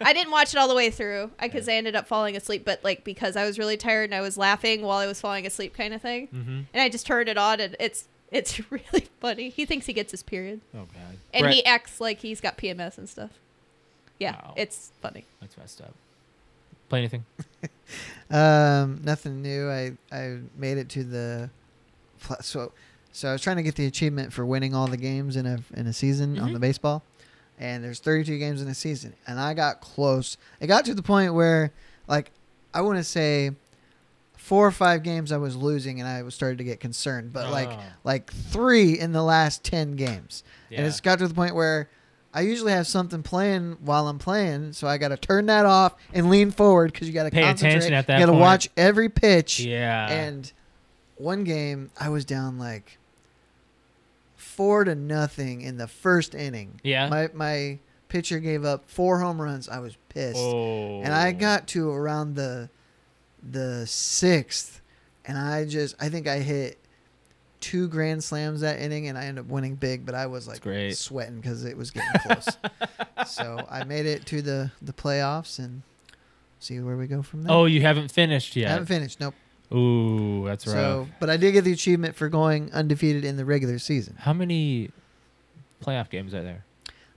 Speaker 2: I didn't watch it all the way through because I ended up falling asleep, but like because I was really tired and I was laughing while I was falling asleep, kind of thing.
Speaker 3: Mm-hmm.
Speaker 2: And I just turned it on, and it's it's really funny. He thinks he gets his period,
Speaker 3: Oh god.
Speaker 2: and
Speaker 3: Brett-
Speaker 2: he acts like he's got PMS and stuff. Yeah,
Speaker 3: Wow.
Speaker 2: it's funny.
Speaker 3: That's messed up. Play anything?
Speaker 1: um, nothing new. I I made it to the pl- so so I was trying to get the achievement for winning all the games in a in a season
Speaker 2: Mm-hmm.
Speaker 1: on the baseball, and there's 32 games in a season, and I got close. It got to the point where like I want to say four or five games I was losing, and I was started to get concerned. But like
Speaker 3: Oh.
Speaker 1: like three in the last 10 games. And it's got to the point where I usually have something playing while I'm playing, so I got to turn that off and lean forward because you got to
Speaker 3: Pay attention
Speaker 1: concentrate.
Speaker 3: at that
Speaker 1: You got to
Speaker 3: point.
Speaker 1: watch every pitch.
Speaker 3: yeah.
Speaker 1: And one game, I was down like four to nothing in the first inning.
Speaker 3: Yeah.
Speaker 1: My my pitcher gave up four home runs. I was pissed,
Speaker 3: Oh.
Speaker 1: and I got to around the the sixth, and I just I think I hit two grand slams that inning, and I ended up winning big. But I was like
Speaker 3: great.
Speaker 1: sweating because it was getting close. so I made it to the the playoffs and see where we go from there.
Speaker 3: Oh, you haven't finished
Speaker 1: I
Speaker 3: yet.
Speaker 1: haven't finished. Nope.
Speaker 3: Ooh, that's
Speaker 1: so,
Speaker 3: right.
Speaker 1: but I did get the achievement for going undefeated in the regular season.
Speaker 3: How many playoff games are there?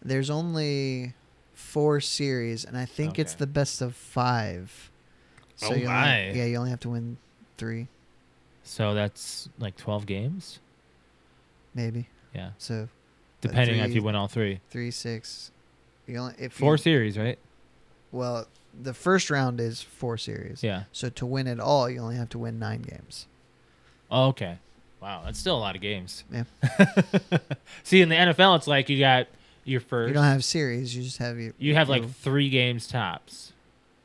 Speaker 1: There's only four series, and I think it's
Speaker 3: Okay.
Speaker 1: the best of five.
Speaker 3: Oh,
Speaker 1: you only-
Speaker 3: my.
Speaker 1: yeah, you only have to win three,
Speaker 3: So that's like 12 games?
Speaker 1: maybe.
Speaker 3: Yeah.
Speaker 1: So
Speaker 3: Depending on if
Speaker 1: three-
Speaker 3: you win all three.
Speaker 1: three, six. You only if you-
Speaker 3: Four series, right?
Speaker 1: well, the first round is four series.
Speaker 3: Yeah.
Speaker 1: So to win it all, you only have to win nine games.
Speaker 3: Oh, okay. Wow, that's still a lot of games.
Speaker 1: Yeah.
Speaker 3: See, in the NFL, it's like you got your first.
Speaker 1: You don't have series. You just have your
Speaker 3: you have like
Speaker 1: your
Speaker 3: three games tops.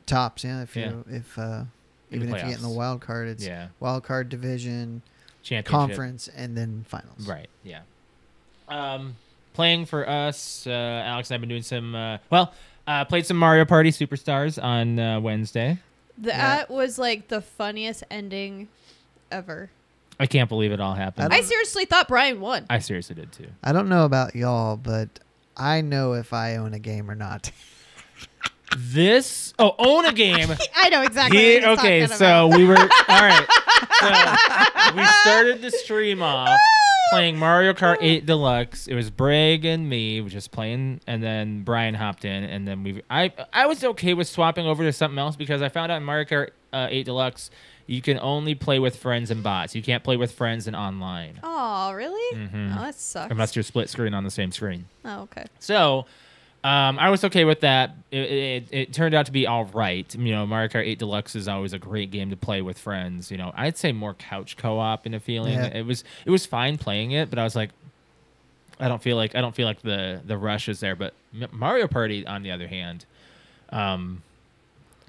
Speaker 1: tops. Yeah, if
Speaker 3: Yeah.
Speaker 1: you if uh,
Speaker 3: In the
Speaker 1: even if you get in the
Speaker 3: playoffs.
Speaker 1: wild card, it's
Speaker 3: Yeah.
Speaker 1: wild card division
Speaker 3: Championship.
Speaker 1: conference and then finals.
Speaker 3: Right. Yeah. Um, playing for us, uh, Alex and I've been doing some. Uh, well, uh, played some Mario Party Superstars on uh, Wednesday.
Speaker 2: That was like the funniest ending ever.
Speaker 3: I can't believe it all happened.
Speaker 1: I
Speaker 2: I,
Speaker 1: don't-
Speaker 2: seriously thought Brian won.
Speaker 3: I seriously did too.
Speaker 1: I don't know about y'all, but I know if I own a game or not.
Speaker 3: This oh, own a game.
Speaker 2: I know exactly. what
Speaker 3: Here-
Speaker 2: he's talking
Speaker 3: okay,
Speaker 2: about.
Speaker 3: so we were all right. So we started the stream off playing Mario Kart 8 Deluxe. It was Bragg and me we were just playing, and then Brian hopped in, and then we. I I was okay with swapping over to something else because I found out in Mario Kart uh, 8 Deluxe you can only play with friends and bots. You can't play with friends and online
Speaker 2: Oh, really?
Speaker 3: Mhm.
Speaker 2: Oh, that sucks.
Speaker 3: unless you're split screen on the same screen.
Speaker 2: oh, okay.
Speaker 3: So, um, I was okay with that. It, it, it turned out to be all right. You know, Mario Kart 8 Deluxe is always a great game to play with friends. You know, I'd say more couch co-op in a feeling.
Speaker 1: Yeah.
Speaker 3: It was it was fine playing it, but I was like, I don't feel like I don't feel like the the rush is there. But M- Mario Party, on the other hand, um,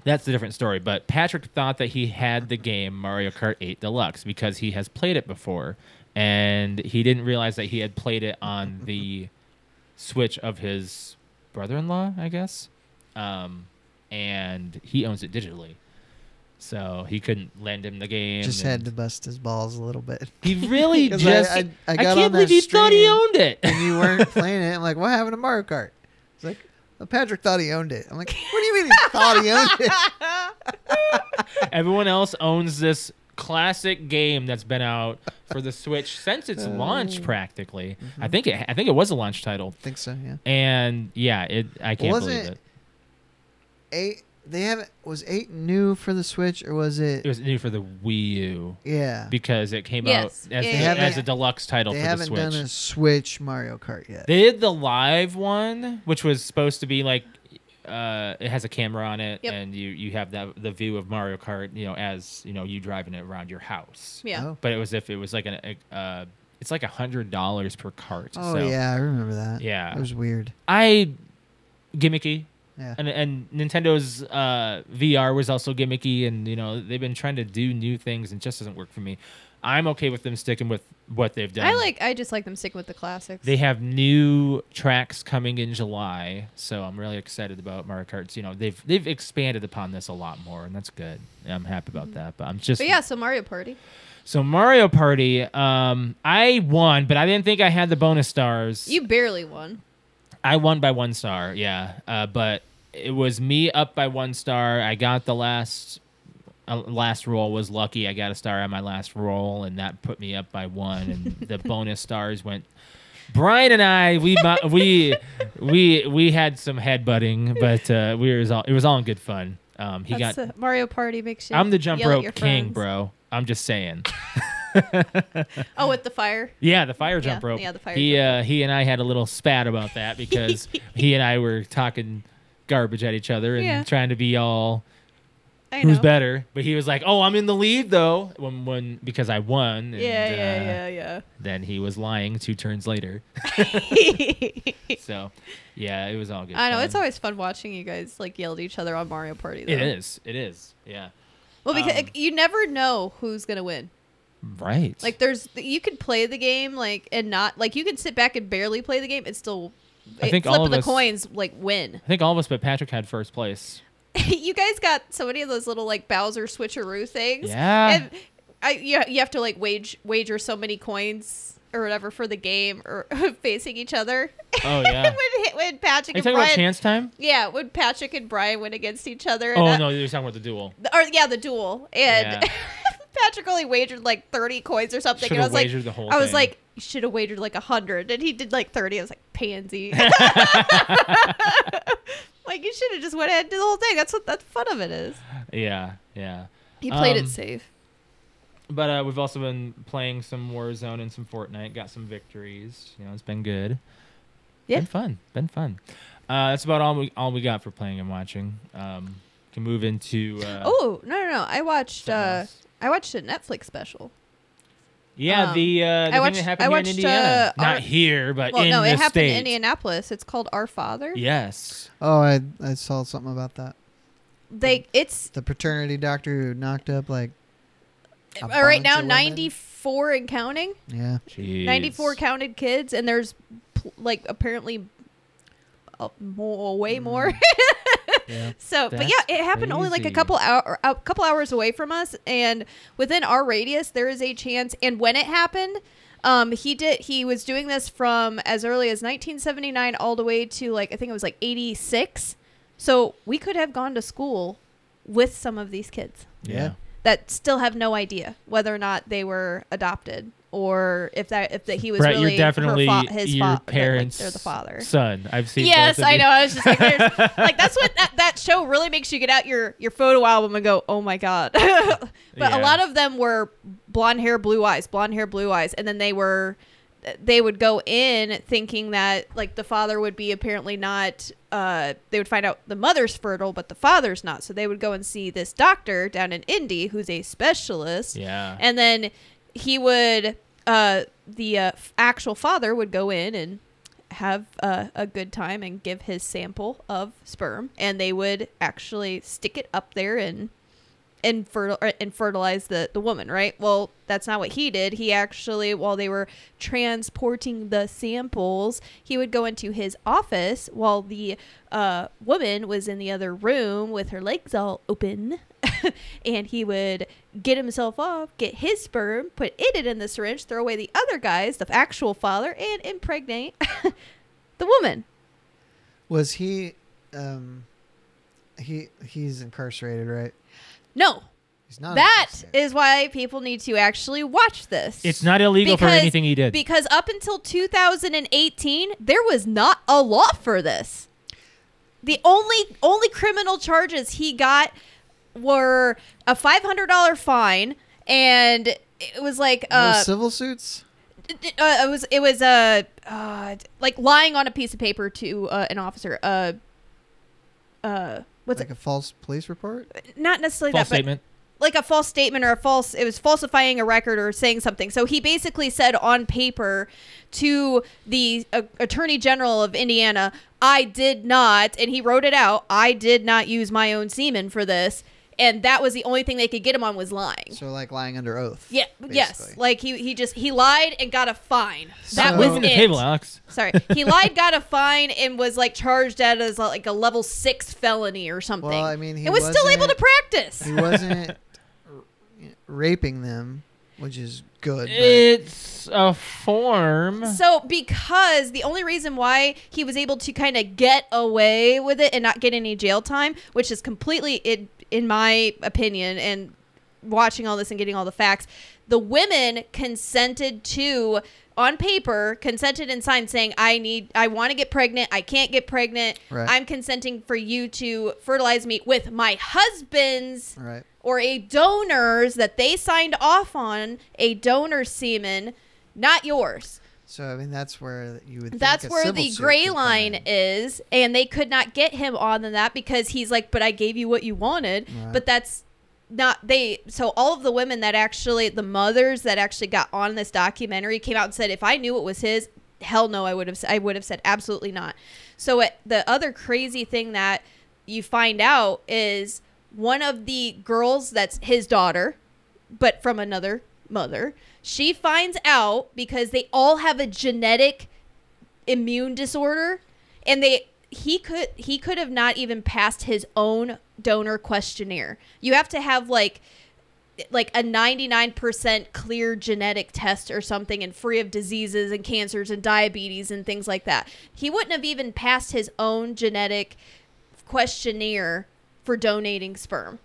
Speaker 3: that's a different story. But Patrick thought that he had the game Mario Kart 8 Deluxe because he has played it before, and he didn't realize that he had played it on the Switch of his brother-in-law, I guess, um, and he owns it digitally, so he couldn't lend him the game.
Speaker 1: just
Speaker 3: and-
Speaker 1: had to bust his balls a little bit.
Speaker 3: He really
Speaker 1: 'Cause
Speaker 3: just.
Speaker 1: I-
Speaker 3: I,
Speaker 1: I- I got on
Speaker 3: can't believe
Speaker 1: that
Speaker 3: he thought he
Speaker 1: stream
Speaker 3: owned it.
Speaker 1: And you weren't playing it. I'm like, what happened to Mario Kart? It's like, well, Patrick thought he owned it. I'm like, what do you mean he thought he owned it?
Speaker 3: Everyone else owns this classic game that's been out for the Switch since
Speaker 1: Uh,
Speaker 3: its launch, practically.
Speaker 1: mm-hmm.
Speaker 3: I think it. I think it was a launch title,
Speaker 1: think so, yeah.
Speaker 3: and yeah, it. I can't
Speaker 1: Wasn't
Speaker 3: believe
Speaker 1: it-
Speaker 3: it.
Speaker 1: Eight. They haven't. Was eight new for the Switch or was it?
Speaker 3: It was new for the Wii U
Speaker 1: yeah.
Speaker 3: because it came
Speaker 2: Yes.
Speaker 3: out as,
Speaker 2: Yeah,
Speaker 3: the-
Speaker 1: yeah, yeah.
Speaker 3: as a deluxe title
Speaker 1: They
Speaker 3: for the
Speaker 1: haven't
Speaker 3: Switch.
Speaker 1: done a Switch Mario Kart yet.
Speaker 3: They did the live one, which was supposed to be like uh, it has a camera on it,
Speaker 2: Yep.
Speaker 3: and you you have that the view of Mario Kart, you know, as you know you driving it around your house.
Speaker 2: Yeah.
Speaker 1: Oh,
Speaker 3: But it was if it was like an uh, it's like a hundred dollars per cart.
Speaker 1: Oh,
Speaker 3: so
Speaker 1: yeah, I remember that.
Speaker 3: Yeah.
Speaker 1: It was weird.
Speaker 3: I gimmicky.
Speaker 1: Yeah.
Speaker 3: And, and Nintendo's uh, VR was also gimmicky, and you know they've been trying to do new things, and it just doesn't work for me. I'm okay with them sticking with what they've done.
Speaker 2: I like. I just like them sticking with the classics.
Speaker 3: They have new tracks coming in July, so I'm really excited about Mario Kart's. You know, they've they've expanded upon this a lot more, and that's good. I'm happy about that. But I'm just
Speaker 2: Mm-hmm. but yeah, so Mario Party.
Speaker 3: So Mario Party, um, I won, but I didn't think I had the bonus stars.
Speaker 2: You barely won.
Speaker 3: I won by one star, yeah. Uh, but it was me up by one star. I got the last uh, last roll was lucky. I got a star on my last roll, and that put me up by one. And the bonus stars went. Brian and I, we bu- we we we had some headbutting, but uh, we was all it was all in good fun. Um, he
Speaker 2: That's
Speaker 3: got.
Speaker 2: the Mario Party makes you.
Speaker 3: I'm the jump
Speaker 2: yell at
Speaker 3: rope
Speaker 2: your
Speaker 3: king,
Speaker 2: friends.
Speaker 3: bro. I'm just saying.
Speaker 2: Oh, with the fire.
Speaker 3: Yeah, the fire jump
Speaker 2: Yeah,
Speaker 3: rope.
Speaker 2: yeah, the fire
Speaker 3: He
Speaker 2: jump
Speaker 3: uh, he and I had a little spat about that because he and I were talking garbage at each other and
Speaker 2: Yeah.
Speaker 3: trying to be all
Speaker 2: I
Speaker 3: who's
Speaker 2: know.
Speaker 3: better. But he was like, "Oh, I'm in the lead though," when when because I won.
Speaker 2: Yeah,
Speaker 3: And, uh,
Speaker 2: yeah, yeah,
Speaker 3: Then he was lying two turns later.
Speaker 2: yeah.
Speaker 3: so, yeah, it was all good.
Speaker 2: I know it's
Speaker 3: fun.
Speaker 2: always fun watching you guys like yell at each other on Mario Party. Though.
Speaker 3: It is. It is. Yeah.
Speaker 2: Well, because
Speaker 3: Um,
Speaker 2: you never know who's gonna win.
Speaker 3: Right.
Speaker 2: Like, there's you could play the game like and not like you could sit back and barely play the game and still eh,
Speaker 3: I think
Speaker 2: flip
Speaker 3: all of
Speaker 2: the
Speaker 3: us-
Speaker 2: coins like win.
Speaker 3: I think all of us but Patrick had first place.
Speaker 2: you guys got so many of those little like Bowser switcheroo things.
Speaker 3: Yeah.
Speaker 2: And I you, you have to like wage wager so many coins or whatever for the game or facing each other.
Speaker 3: Oh, yeah.
Speaker 2: when, hit- when Patrick
Speaker 3: Are you
Speaker 2: and
Speaker 3: talking about
Speaker 2: Brian
Speaker 3: chance time?
Speaker 2: Yeah, when Patrick and Brian went against each other.
Speaker 3: Oh
Speaker 2: and,
Speaker 3: no, you're talking about the duel.
Speaker 2: no. Or yeah, the duel. And
Speaker 3: Yeah.
Speaker 2: Patrick only wagered like 30 coins or something.
Speaker 3: Should
Speaker 2: and I
Speaker 3: have
Speaker 2: was like
Speaker 3: wagered the whole.
Speaker 2: I was
Speaker 3: thing.
Speaker 2: like should have wagered like 100 and he did like 30. I was like pansy. like you should have just went ahead and did the whole thing. That's what that's fun of it is.
Speaker 3: yeah, yeah.
Speaker 2: He played
Speaker 3: Um,
Speaker 2: it safe.
Speaker 3: But uh, we've also been playing some Warzone and some Fortnite. Got some victories. You know, it's been good.
Speaker 2: Yeah.
Speaker 3: Been fun. Been fun. Uh, that's about all we all we got for playing and watching. Um, can move into. Uh,
Speaker 2: Oh no no no! I watched
Speaker 3: something
Speaker 2: uh,
Speaker 3: else.
Speaker 2: I watched a Netflix special.
Speaker 3: Yeah,
Speaker 2: um,
Speaker 3: the, uh, the thing
Speaker 2: watched-
Speaker 3: that
Speaker 2: I
Speaker 3: happened
Speaker 2: watched,
Speaker 3: here in Indiana.
Speaker 2: uh,
Speaker 3: Not
Speaker 2: our-
Speaker 3: here, but
Speaker 2: Well,
Speaker 3: in
Speaker 2: no,
Speaker 3: the
Speaker 2: it happened
Speaker 3: state.
Speaker 2: in Indianapolis. It's called Our Father.
Speaker 3: Yes.
Speaker 1: Oh, I I saw something about that.
Speaker 2: They it's
Speaker 1: The paternity doctor who knocked up like. a
Speaker 2: uh, right
Speaker 1: bunch
Speaker 2: now
Speaker 1: of women.
Speaker 2: ninety four and counting,
Speaker 1: Yeah.
Speaker 3: Jeez.
Speaker 2: ninety four counted kids, and there's pl- like apparently uh, more, way
Speaker 3: Mm.
Speaker 2: more.
Speaker 3: Yeah.
Speaker 2: So, but
Speaker 3: That's
Speaker 2: yeah, it happened only like a
Speaker 3: crazy.
Speaker 2: couple hour, a couple hours away from us, and within our radius, there is a chance. And when it happened, um, he did. He was doing this from as early as 1979 all the way to like I think it was like 86. So we could have gone to school with some of these kids
Speaker 3: Yeah.
Speaker 2: that still have no idea whether or not they were adopted or if that if that he was
Speaker 3: Brett,
Speaker 2: really
Speaker 3: you're
Speaker 2: her
Speaker 3: definitely
Speaker 2: fa- his
Speaker 3: your
Speaker 2: fa- that, like,
Speaker 3: parents'
Speaker 2: they're the father
Speaker 3: son. I've seen.
Speaker 2: yes,
Speaker 3: both of
Speaker 2: I
Speaker 3: you.
Speaker 2: know. I was just like, there's, like that's what that, that show really makes you get out your your photo album and go, oh my god. but
Speaker 3: Yeah.
Speaker 2: a lot of them were blonde hair, blue eyes, blonde hair, blue eyes, and then they were they would go in thinking that like the father would be apparently not uh they would find out the mother's fertile but the father's not so they would go and see this doctor down in indy who's a specialist
Speaker 3: Yeah.
Speaker 2: and then he would uh the uh, f- actual father would go in and have uh, a good time and give his sample of sperm and they would actually stick it up there and and, fertil- or- and fertilize the, the woman right well that's not what he did he actually while they were transporting the samples he would go into his office while the uh, woman was in the other room with her legs all open and he would get himself off, get his sperm, put it in the syringe, throw away the other guy's, the actual father, and impregnate the woman.
Speaker 1: Was he? Um, he he's incarcerated, right?
Speaker 2: No,
Speaker 1: He's not.
Speaker 2: that
Speaker 1: incarcerated.
Speaker 2: is why people need to actually watch this.
Speaker 3: It's not illegal for
Speaker 2: Because-
Speaker 3: anything he did.
Speaker 2: because up until 2018, there was not a law for this. The only only criminal charges he got were a five hundred dollar fine, and it was like
Speaker 1: No
Speaker 2: uh,
Speaker 1: civil suits.
Speaker 2: uh, it was it was uh, uh like lying on a piece of paper to uh, an officer uh uh what's Uh,
Speaker 1: Like a false police report.
Speaker 2: it not necessarily
Speaker 3: False
Speaker 2: that but
Speaker 3: statement.
Speaker 2: like a false statement or a false it was falsifying a record or saying something so he basically said on paper to the uh, attorney general of indiana i did not and he wrote it out i did not use my own semen for this and that was the only thing they could get him on was lying
Speaker 1: So like lying under oath.
Speaker 2: yeah yes
Speaker 1: basically.
Speaker 2: like he he just he lied and got a fine that
Speaker 1: So-
Speaker 2: was
Speaker 3: Moving
Speaker 2: it
Speaker 3: the table, Alex.
Speaker 2: Sorry, he lied, got a fine, and was like charged at as like a level six felony or something.
Speaker 1: Well, I mean, he
Speaker 2: and was still able to
Speaker 1: wasn't-
Speaker 2: practice.
Speaker 1: he wasn't r- raping them, which is good. but-
Speaker 2: Eh,
Speaker 3: It's a form.
Speaker 2: So, because the only reason why he was able to kind of get away with it and not get any jail time, which is completely, in, in my opinion, and watching all this and getting all the facts, the women consented to, on paper, consented and signed saying, I need, I want to get pregnant. I can't get pregnant.
Speaker 1: Right.
Speaker 2: I'm consenting for you to fertilize me with my husband's
Speaker 1: All right.
Speaker 2: or a donor's that they signed off on, a donor semen, not yours.
Speaker 1: So I mean, that's where you would. think
Speaker 2: That's
Speaker 1: a
Speaker 2: where
Speaker 1: civil
Speaker 2: the
Speaker 1: suit
Speaker 2: gray
Speaker 1: could come
Speaker 2: line
Speaker 1: in.
Speaker 2: is, and they could not get him on than that because he's like, "But I gave you what you wanted."
Speaker 1: Right.
Speaker 2: But that's not they. So all of the women that actually, the mothers that actually got on this documentary came out and said, "If I knew it was his, hell no, I would have. I would have said absolutely not." So it, the other crazy thing that you find out is one of the girls that's his daughter but from another mother. She finds out because they all have a genetic immune disorder and they he could he could have not even passed his own donor questionnaire. You have to have like like a 99% clear genetic test or something and free of diseases and cancers and diabetes and things like that. He wouldn't have even passed his own genetic questionnaire for donating sperm.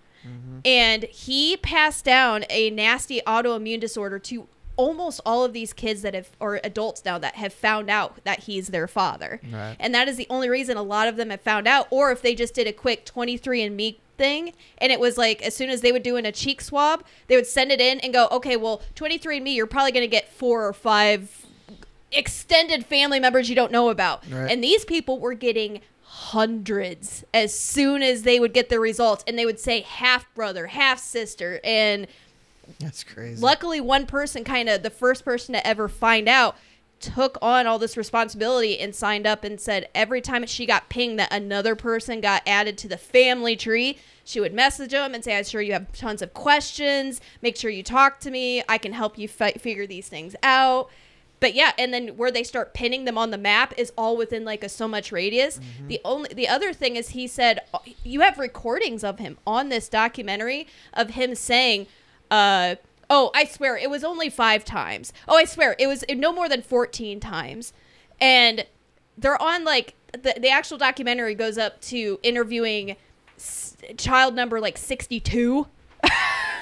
Speaker 2: And he passed down a nasty autoimmune disorder to almost all of these kids that have or adults now that have found out that he's their father.
Speaker 1: Right.
Speaker 2: And that is the only reason a lot of them have found out, or if they just did a quick 23andMe thing. And it was like, as soon as they would do in a cheek swab, they would send it in and go, okay, well, 23andMe, you're probably going to get four or five extended family members you don't know about.
Speaker 1: Right.
Speaker 2: And these people were getting hundreds as soon as they would get the results. And they would say half brother, half sister. And
Speaker 1: That's crazy.
Speaker 2: luckily one person kind of the first person to ever find out took on all this responsibility and signed up and said every time she got pinged that another person got added to the family tree she would message them and say i'm sure you have tons of questions make sure you talk to me i can help you fi- figure these things out but yeah and then where they start pinning them on the map is all within like a so much radius the only the other thing is he said "Oh, you have recordings of him on this documentary of him saying uh oh i swear it was only five times oh i swear it was no more than 14 times and they're on like the, the actual documentary goes up to interviewing s- child number like 62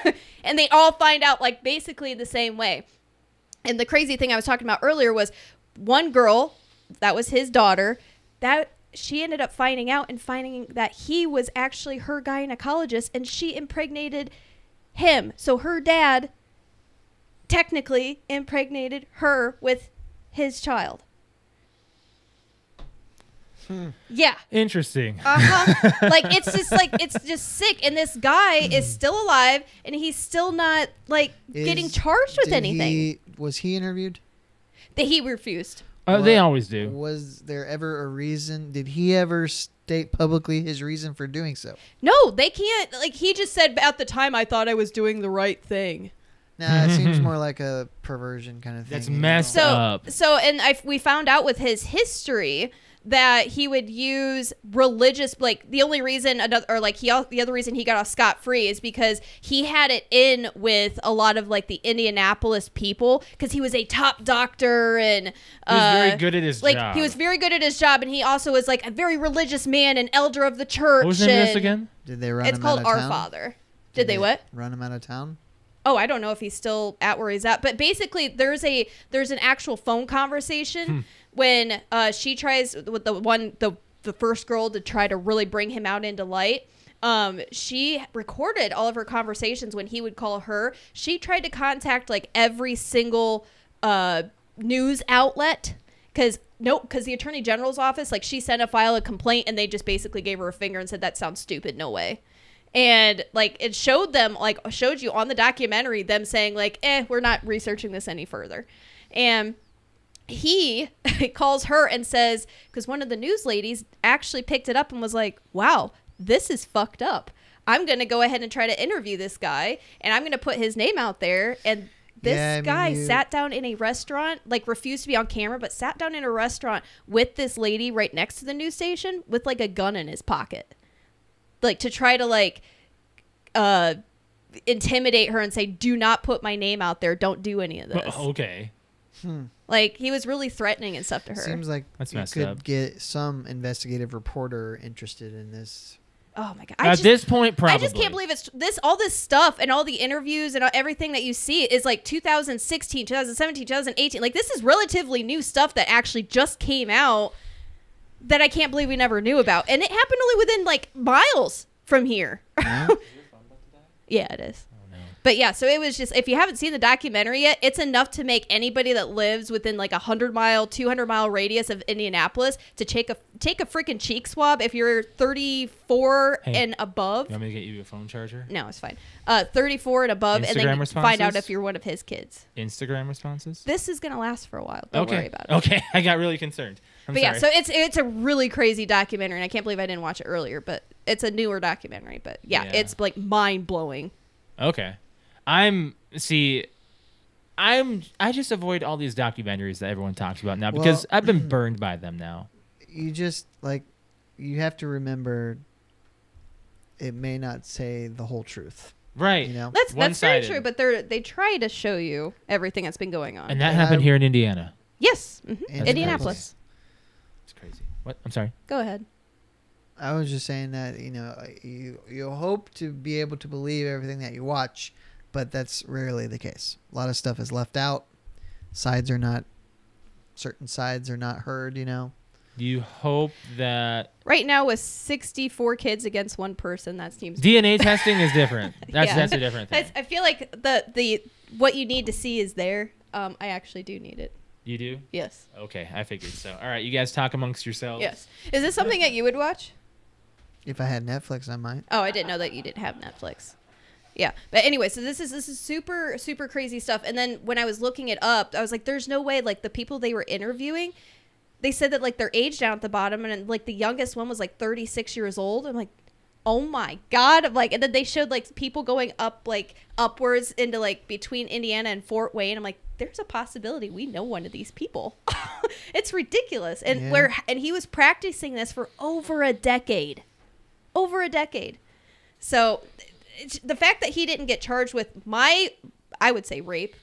Speaker 2: and they all find out like basically the same way and the crazy thing I was talking about earlier was one girl that was his daughter that she ended up finding out and finding that he was actually her gynecologist and she impregnated him. So her dad technically impregnated her with his child.
Speaker 1: Hmm.
Speaker 2: Yeah.
Speaker 3: Interesting.
Speaker 2: Uh-huh. like it's just like it's just sick and this guy is still alive and he's still not like getting
Speaker 1: Is-
Speaker 2: charged with
Speaker 1: did
Speaker 2: anything
Speaker 1: he- was he interviewed?
Speaker 2: that he refused.
Speaker 3: Uh, they
Speaker 1: What-
Speaker 3: always do.
Speaker 1: Was there ever a reason? Did he ever state publicly his reason for doing so?
Speaker 2: No, they can't. Like he just said at the time, I thought I was doing the right thing.
Speaker 1: Nah, it seems more like a perversion kind of thing.
Speaker 3: That's
Speaker 1: you know?
Speaker 3: messed
Speaker 2: So,
Speaker 3: Up.
Speaker 2: so, and I we found out with his history that he would use religious like the only reason another or like he al- the other reason he got off scot free is because he had it in with a lot of like the Indianapolis people because he was a top doctor and
Speaker 3: He was
Speaker 2: uh,
Speaker 3: very good at his
Speaker 2: like
Speaker 3: job.
Speaker 2: he was very good at his job and he also was like a very religious man and elder of the church.
Speaker 3: What was the name of this
Speaker 2: and-
Speaker 3: again?
Speaker 1: Did they run
Speaker 2: It's
Speaker 1: him
Speaker 2: called
Speaker 1: out of
Speaker 2: Our
Speaker 1: town?
Speaker 2: Father. Did they what?
Speaker 1: Run him out of town?
Speaker 2: oh i don't know if he's still at where he's at but basically there's a there's an actual phone conversation when uh, she tries with the one the the first girl to try to really bring him out into light um, she recorded all of her conversations when he would call her she tried to contact like every single uh, news outlet because nope because the attorney general's office like she sent a file a complaint and they just basically gave her a finger and said that sounds stupid no way and like it showed them like showed you on the documentary them saying like eh we're not researching this any further and he calls her and says because one of the news ladies actually picked it up and was like wow this is fucked up i'm gonna go ahead and try to interview this guy and i'm gonna put his name out there and this
Speaker 1: Yeah, I mean,
Speaker 2: guy
Speaker 1: you-
Speaker 2: sat down in a restaurant like refused to be on camera but sat down in a restaurant with this lady right next to the news station with like a gun in his pocket like to try to like uh intimidate her and say do not put my name out there don't do any of this
Speaker 3: Oh, okay.
Speaker 2: like he was really threatening and stuff to her
Speaker 1: Seems like
Speaker 3: That's
Speaker 1: you
Speaker 3: messed
Speaker 1: could
Speaker 3: up.
Speaker 1: get some investigative reporter interested in this.
Speaker 2: oh my god
Speaker 3: At
Speaker 2: I just,
Speaker 3: this point, probably.
Speaker 2: I just can't believe it's this all this stuff and all the interviews and everything that you see is like 2016 2017 2018 like this is relatively new stuff that actually just came out that I can't believe we never knew about and it happened only within like miles from here
Speaker 1: Yeah.
Speaker 2: Yeah, it is.
Speaker 1: Oh,
Speaker 2: But yeah, so it was just if you haven't seen the documentary yet, it's enough to make anybody that lives within like a hundred mile, two hundred mile radius of Indianapolis to take a take a freaking cheek swab if you're thirty four
Speaker 3: Hey.
Speaker 2: and above.
Speaker 3: You want me to get you a phone charger?
Speaker 2: No, it's fine. Uh, thirty four and above, and then
Speaker 3: Instagram
Speaker 2: find out
Speaker 3: responses?
Speaker 2: if you're one of his kids.
Speaker 3: Instagram responses?
Speaker 2: This is gonna last for a while. Don't
Speaker 3: okay.
Speaker 2: worry about it.
Speaker 3: Okay. I got really concerned. I'm
Speaker 2: But
Speaker 3: sorry.
Speaker 2: yeah, so it's it's a really crazy documentary, and I can't believe I didn't watch it earlier. But it's a newer documentary, but yeah.
Speaker 3: Yeah.
Speaker 2: it's like mind blowing.
Speaker 3: Okay. I'm see I'm I just avoid all these documentaries that everyone talks about now because I've been burned by them now.
Speaker 1: you just like you have to remember it may not say the whole truth.
Speaker 3: right.
Speaker 1: You know.
Speaker 2: That's that's very
Speaker 3: One-sided.
Speaker 2: true, but they're they try to show you everything that's been going on.
Speaker 3: And that
Speaker 1: And
Speaker 3: happened
Speaker 1: I-
Speaker 3: here in Indiana.
Speaker 2: yes, mhm.
Speaker 1: Indianapolis.
Speaker 2: Indianapolis.
Speaker 3: It's crazy. What? I'm sorry.
Speaker 2: Go ahead.
Speaker 1: I was just saying that you know like, you you hope to be able to believe everything that you watch, but that's rarely the case. A lot of stuff is left out. Sides are not certain sides are not heard. You know.
Speaker 3: You hope that
Speaker 2: Right now, with sixty-four kids against one person, that seems.
Speaker 3: DNA testing is different. That's
Speaker 2: Yeah.
Speaker 3: that's a different thing.
Speaker 2: That's, I feel like the the what you need to see is there. Um, I actually do need it.
Speaker 3: You do?
Speaker 2: Yes.
Speaker 3: Okay, I figured so. All right, you guys talk amongst yourselves.
Speaker 2: Yes. Is this something that you would watch?
Speaker 1: If I had Netflix, I might.
Speaker 2: Oh, I didn't know that you didn't have Netflix. Yeah, but anyway, so this is this is super super crazy stuff. And then when I was looking it up, I was like, "There's no way!" Like the people they were interviewing, they said that like their age down at the bottom, and like the youngest one was like 36 years old. I'm like, "Oh my god!" I'm like, and then they showed like people going up like upwards into like between Indiana and Fort Wayne. I'm like, "There's a possibility we know one of these people." it's ridiculous, and
Speaker 1: Yeah.
Speaker 2: where and he was practicing this for over a decade, over a decade. So it's- the fact that he didn't get charged with my, I would say rape,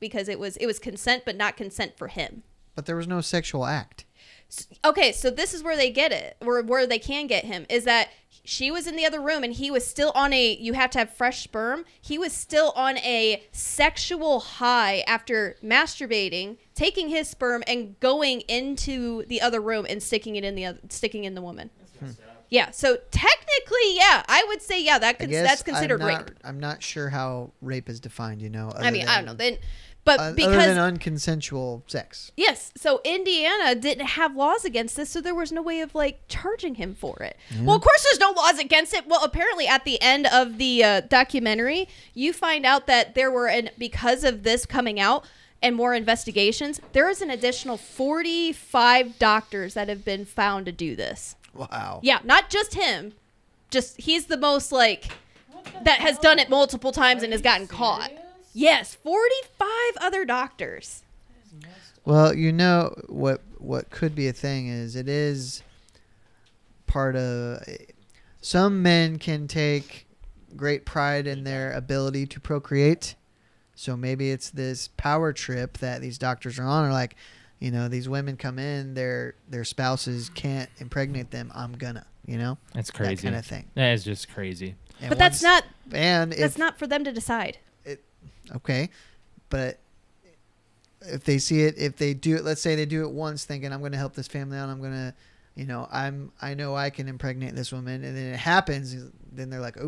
Speaker 2: because it was it was consent, but not consent for him.
Speaker 1: But there was no sexual act.
Speaker 2: S- Okay, so this is where they get it, or where they can get him, is that she was in the other room and he was still on a. You have to have fresh sperm. He was still on a sexual high after masturbating, taking his sperm and going into the other room and sticking it in the other, sticking in the woman. Yeah, so technically, yeah, I would say yeah, that
Speaker 1: I
Speaker 2: cons-
Speaker 1: guess
Speaker 2: that's considered
Speaker 1: I'm not,
Speaker 2: rape.
Speaker 1: I'm not sure how rape is defined. You know.
Speaker 2: I
Speaker 1: other
Speaker 2: mean, I don't
Speaker 1: than-
Speaker 2: know. Then, but
Speaker 1: Uh,
Speaker 2: because
Speaker 1: other than unconsensual sex.
Speaker 2: yes, so Indiana didn't have laws against this, so there was no way of like charging him for it. Well, of course, there's no laws against it. Well, apparently, at the end of the uh, documentary, you find out that there were an because of this coming out and more investigations, there is an additional 45 doctors that have been found to do this.
Speaker 1: Wow.
Speaker 2: Yeah, not just him. Just he's the most like that has done it multiple times and has gotten caught. Yes, 45 other doctors.
Speaker 1: Well, you know what what could be a thing is it is part of some men can take great pride in their ability to procreate. So maybe it's this power trip that these doctors are on are like, you know, these women come in, their their spouses can't impregnate them. I'm gonna, you know,
Speaker 3: That's crazy.
Speaker 1: that kind of thing.
Speaker 3: That is just crazy.
Speaker 1: And
Speaker 2: But that's not
Speaker 1: once- And if
Speaker 2: that's not for them to decide.
Speaker 1: Okay, but if they see it, if they do it, let's say they do it once, thinking I'm going to help this family out, I'm going to, you know, I'm I know I can impregnate this woman, and then it happens, then they're like, oh.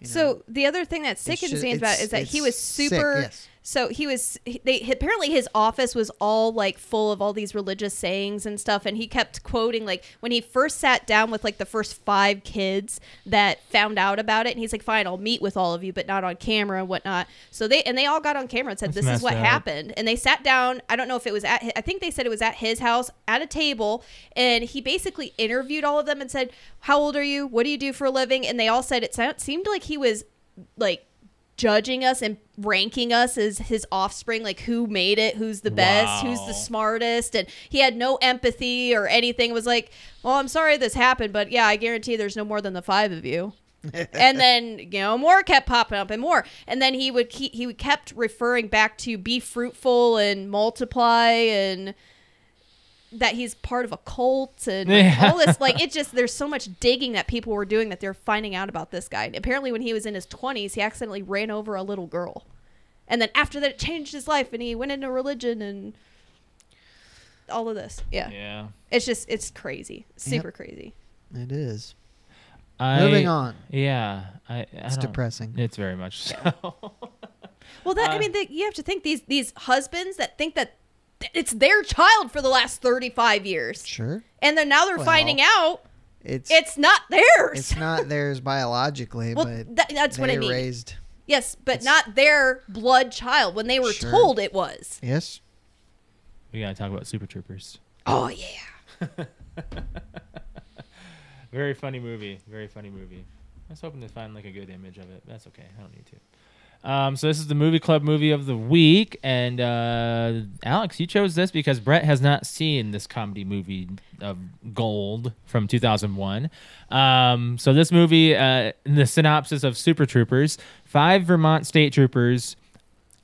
Speaker 1: you know,
Speaker 2: So the other thing that
Speaker 1: it's
Speaker 2: sickens
Speaker 1: just-
Speaker 2: me about
Speaker 1: it's-
Speaker 2: is that he
Speaker 1: it's
Speaker 2: was
Speaker 1: sick,
Speaker 2: super
Speaker 1: yes.
Speaker 2: So he was he- they apparently his office was all like full of all these religious sayings and stuff and he kept quoting like when he first sat down with like the first 5 kids that found out about it and he's like fine I'll meet with all of you but not on camera and whatnot. So they and they all got on camera and said
Speaker 3: That's
Speaker 2: this is what
Speaker 3: messed up.
Speaker 2: happened and they sat down I don't know if it was at hi- I think they said it was at his house at a table and he basically interviewed all of them and said how old are you what do you do for a living and they all said it sound- seemed like he was like judging us and ranking us as his offspring like who made it who's the best who's
Speaker 3: Wow.
Speaker 2: the smartest and he had no empathy or anything It was like well i'm sorry this happened but yeah i guarantee there's no more than the five of you and then you know more kept popping up and more and then he would keep he kept referring back to be fruitful and multiply and that he's part of a cult and like,
Speaker 3: Yeah.
Speaker 2: all this like it just there's so much digging that people were doing that they're finding out about this guy and apparently when he was in his 20s he accidentally ran over a little girl and then after that it changed his life and he went into religion and all of this yeah,
Speaker 3: Yeah.
Speaker 2: it's just it's crazy super crazy
Speaker 1: It is.
Speaker 3: I,
Speaker 1: Moving on.
Speaker 3: Yeah. I, I
Speaker 1: It's
Speaker 3: don't-
Speaker 1: depressing.
Speaker 3: It's very much so.
Speaker 2: Well, that I
Speaker 3: Uh,
Speaker 2: mean, that you have to think these these husbands that think that th- it's their child for the last thirty five years,
Speaker 1: Sure.
Speaker 2: and then now they're
Speaker 1: Well,
Speaker 2: finding out
Speaker 1: It's it's,
Speaker 2: it's not theirs.
Speaker 1: not theirs biologically,
Speaker 2: well,
Speaker 1: but
Speaker 2: tha- that's what
Speaker 1: they
Speaker 2: I mean.
Speaker 1: raised.
Speaker 2: yes, but
Speaker 1: it's-
Speaker 2: not their blood child when they were
Speaker 1: Sure.
Speaker 2: told it was.
Speaker 1: Yes.
Speaker 3: we got to talk about Super Troopers.
Speaker 2: Oh yeah.
Speaker 3: Very funny movie. Very funny movie. I was hoping to find like a good image of it. That's okay. I don't need to. Um, so this is the movie club movie of the week, and uh, Alex, you chose this because Brett has not seen this comedy movie of Gold from 2001. Um, so this movie, uh, the synopsis of Super Troopers: five Vermont state troopers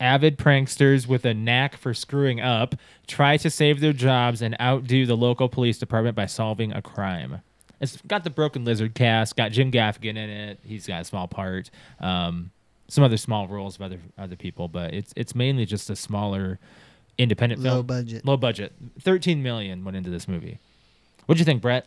Speaker 3: avid pranksters with a knack for screwing up try to save their jobs and outdo the local police department by solving a crime. It's got the Broken Lizard cast, got Jim Gaffigan in it. He's got a small part. Um, some other small roles of other other people, but it's it's mainly just a smaller independent
Speaker 1: Low
Speaker 3: film.
Speaker 1: budget.
Speaker 3: Low budget. 13 million went into this movie. What'd you think, Brett?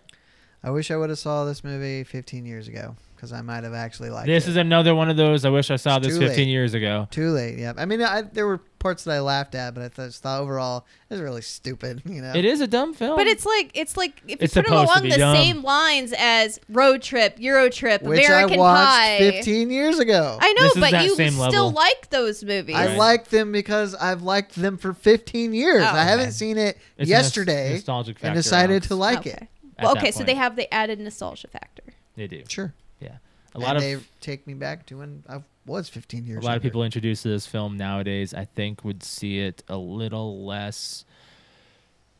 Speaker 1: I wish I would have saw this movie 15 years ago because I might have actually liked
Speaker 3: this
Speaker 1: it.
Speaker 3: is another one of those I wish I saw
Speaker 1: It's
Speaker 3: this
Speaker 1: too
Speaker 3: 15
Speaker 1: late.
Speaker 3: years ago.
Speaker 1: Too late. Yeah. I mean, I, there were parts that I laughed at, but I thought, just thought overall it was really stupid. You know.
Speaker 3: It is a dumb film.
Speaker 2: But it's like it's like if you
Speaker 3: It's
Speaker 2: put it
Speaker 3: supposed to
Speaker 2: along
Speaker 3: be
Speaker 2: the
Speaker 3: dumb.
Speaker 2: same lines as Road Trip, Euro Trip,
Speaker 1: Which
Speaker 2: American
Speaker 1: I watched
Speaker 2: Pie.
Speaker 1: 15 years ago.
Speaker 2: I know,
Speaker 3: This is
Speaker 2: but
Speaker 3: that
Speaker 2: you
Speaker 3: same
Speaker 2: still
Speaker 3: level.
Speaker 2: like those movies.
Speaker 1: I
Speaker 3: Right.
Speaker 1: like them because I've liked them for 15 years.
Speaker 2: Oh.
Speaker 1: I haven't
Speaker 3: Okay.
Speaker 1: seen
Speaker 3: It's
Speaker 1: it
Speaker 3: a nos-
Speaker 1: yesterday
Speaker 3: nostalgic
Speaker 1: and
Speaker 3: factor,
Speaker 1: decided
Speaker 3: Alex.
Speaker 1: to like
Speaker 2: okay.
Speaker 1: it.
Speaker 3: At
Speaker 2: Well,
Speaker 3: that
Speaker 2: okay, so they
Speaker 3: point.
Speaker 2: have the added nostalgia factor.
Speaker 3: They do.
Speaker 1: Sure.
Speaker 3: Yeah. A
Speaker 1: And
Speaker 3: lot of
Speaker 1: they take me back to when I was 15 years.
Speaker 3: a lot of
Speaker 1: younger.
Speaker 3: people introduced to this film nowadays i think would see it a little less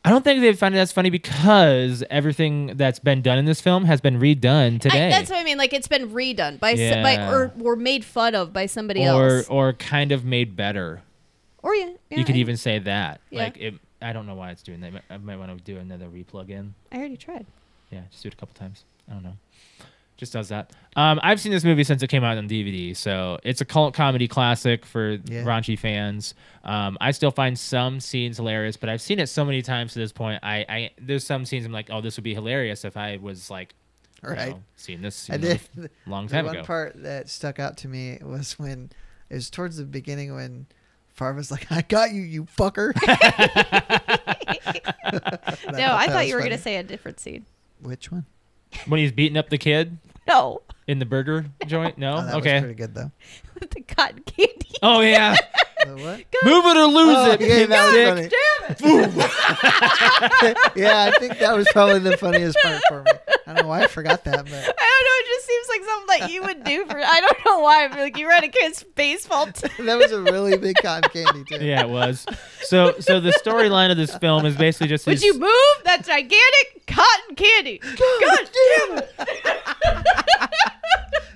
Speaker 3: i don't think they'd find it as funny because everything that's been done in this film has been redone today
Speaker 2: I, that's what I mean. Like it's been redone by, s by
Speaker 3: Yeah.
Speaker 2: or or made fun of by somebody
Speaker 3: or
Speaker 2: else.
Speaker 3: or kind of made better
Speaker 2: Or yeah, yeah,
Speaker 3: you could
Speaker 2: I-
Speaker 3: even say that
Speaker 2: Yeah.
Speaker 3: like it i don't know why it's doing that i might want to do another replug in
Speaker 2: I already tried.
Speaker 3: yeah just do it a couple times i don't know just does that. Um, I've seen this movie since it came out on DVD, so it's a cult comedy classic for
Speaker 1: Yeah.
Speaker 3: raunchy fans. Um, I still find some scenes hilarious, but I've seen it so many times to this point. I, I there's some scenes I'm like, oh, this would be hilarious if I was like, you
Speaker 1: Right.
Speaker 3: know, seeing this
Speaker 1: I
Speaker 3: you know,
Speaker 1: did.
Speaker 3: a long
Speaker 1: The
Speaker 3: time
Speaker 1: one
Speaker 3: ago.
Speaker 1: part that stuck out to me was when it was towards the beginning when Favre was like, "I got you, you fucker." no,
Speaker 2: no, I thought you were gonna say a different scene.
Speaker 1: which one?
Speaker 3: when he's beating up the kid
Speaker 2: No,
Speaker 3: in the burger joint. No,
Speaker 1: Oh, that
Speaker 3: okay.
Speaker 1: was pretty good though.
Speaker 2: with the cotton candy.
Speaker 3: oh yeah,
Speaker 1: The what?
Speaker 3: move it or lose
Speaker 1: Oh,
Speaker 3: it.
Speaker 1: yeah, that was
Speaker 3: dick.
Speaker 1: funny. yeah, I think that was probably the funniest part for me. I don't know why I forgot that, but
Speaker 2: I don't know. It just seems like something that you would do for. I don't know why. I'm like you were at a kid's baseball team.
Speaker 1: that was a really big cotton candy too.
Speaker 3: yeah, it was. So, so the storyline of this film is basically just
Speaker 2: Would
Speaker 3: these-
Speaker 2: you move that gigantic cotton candy? God damn it!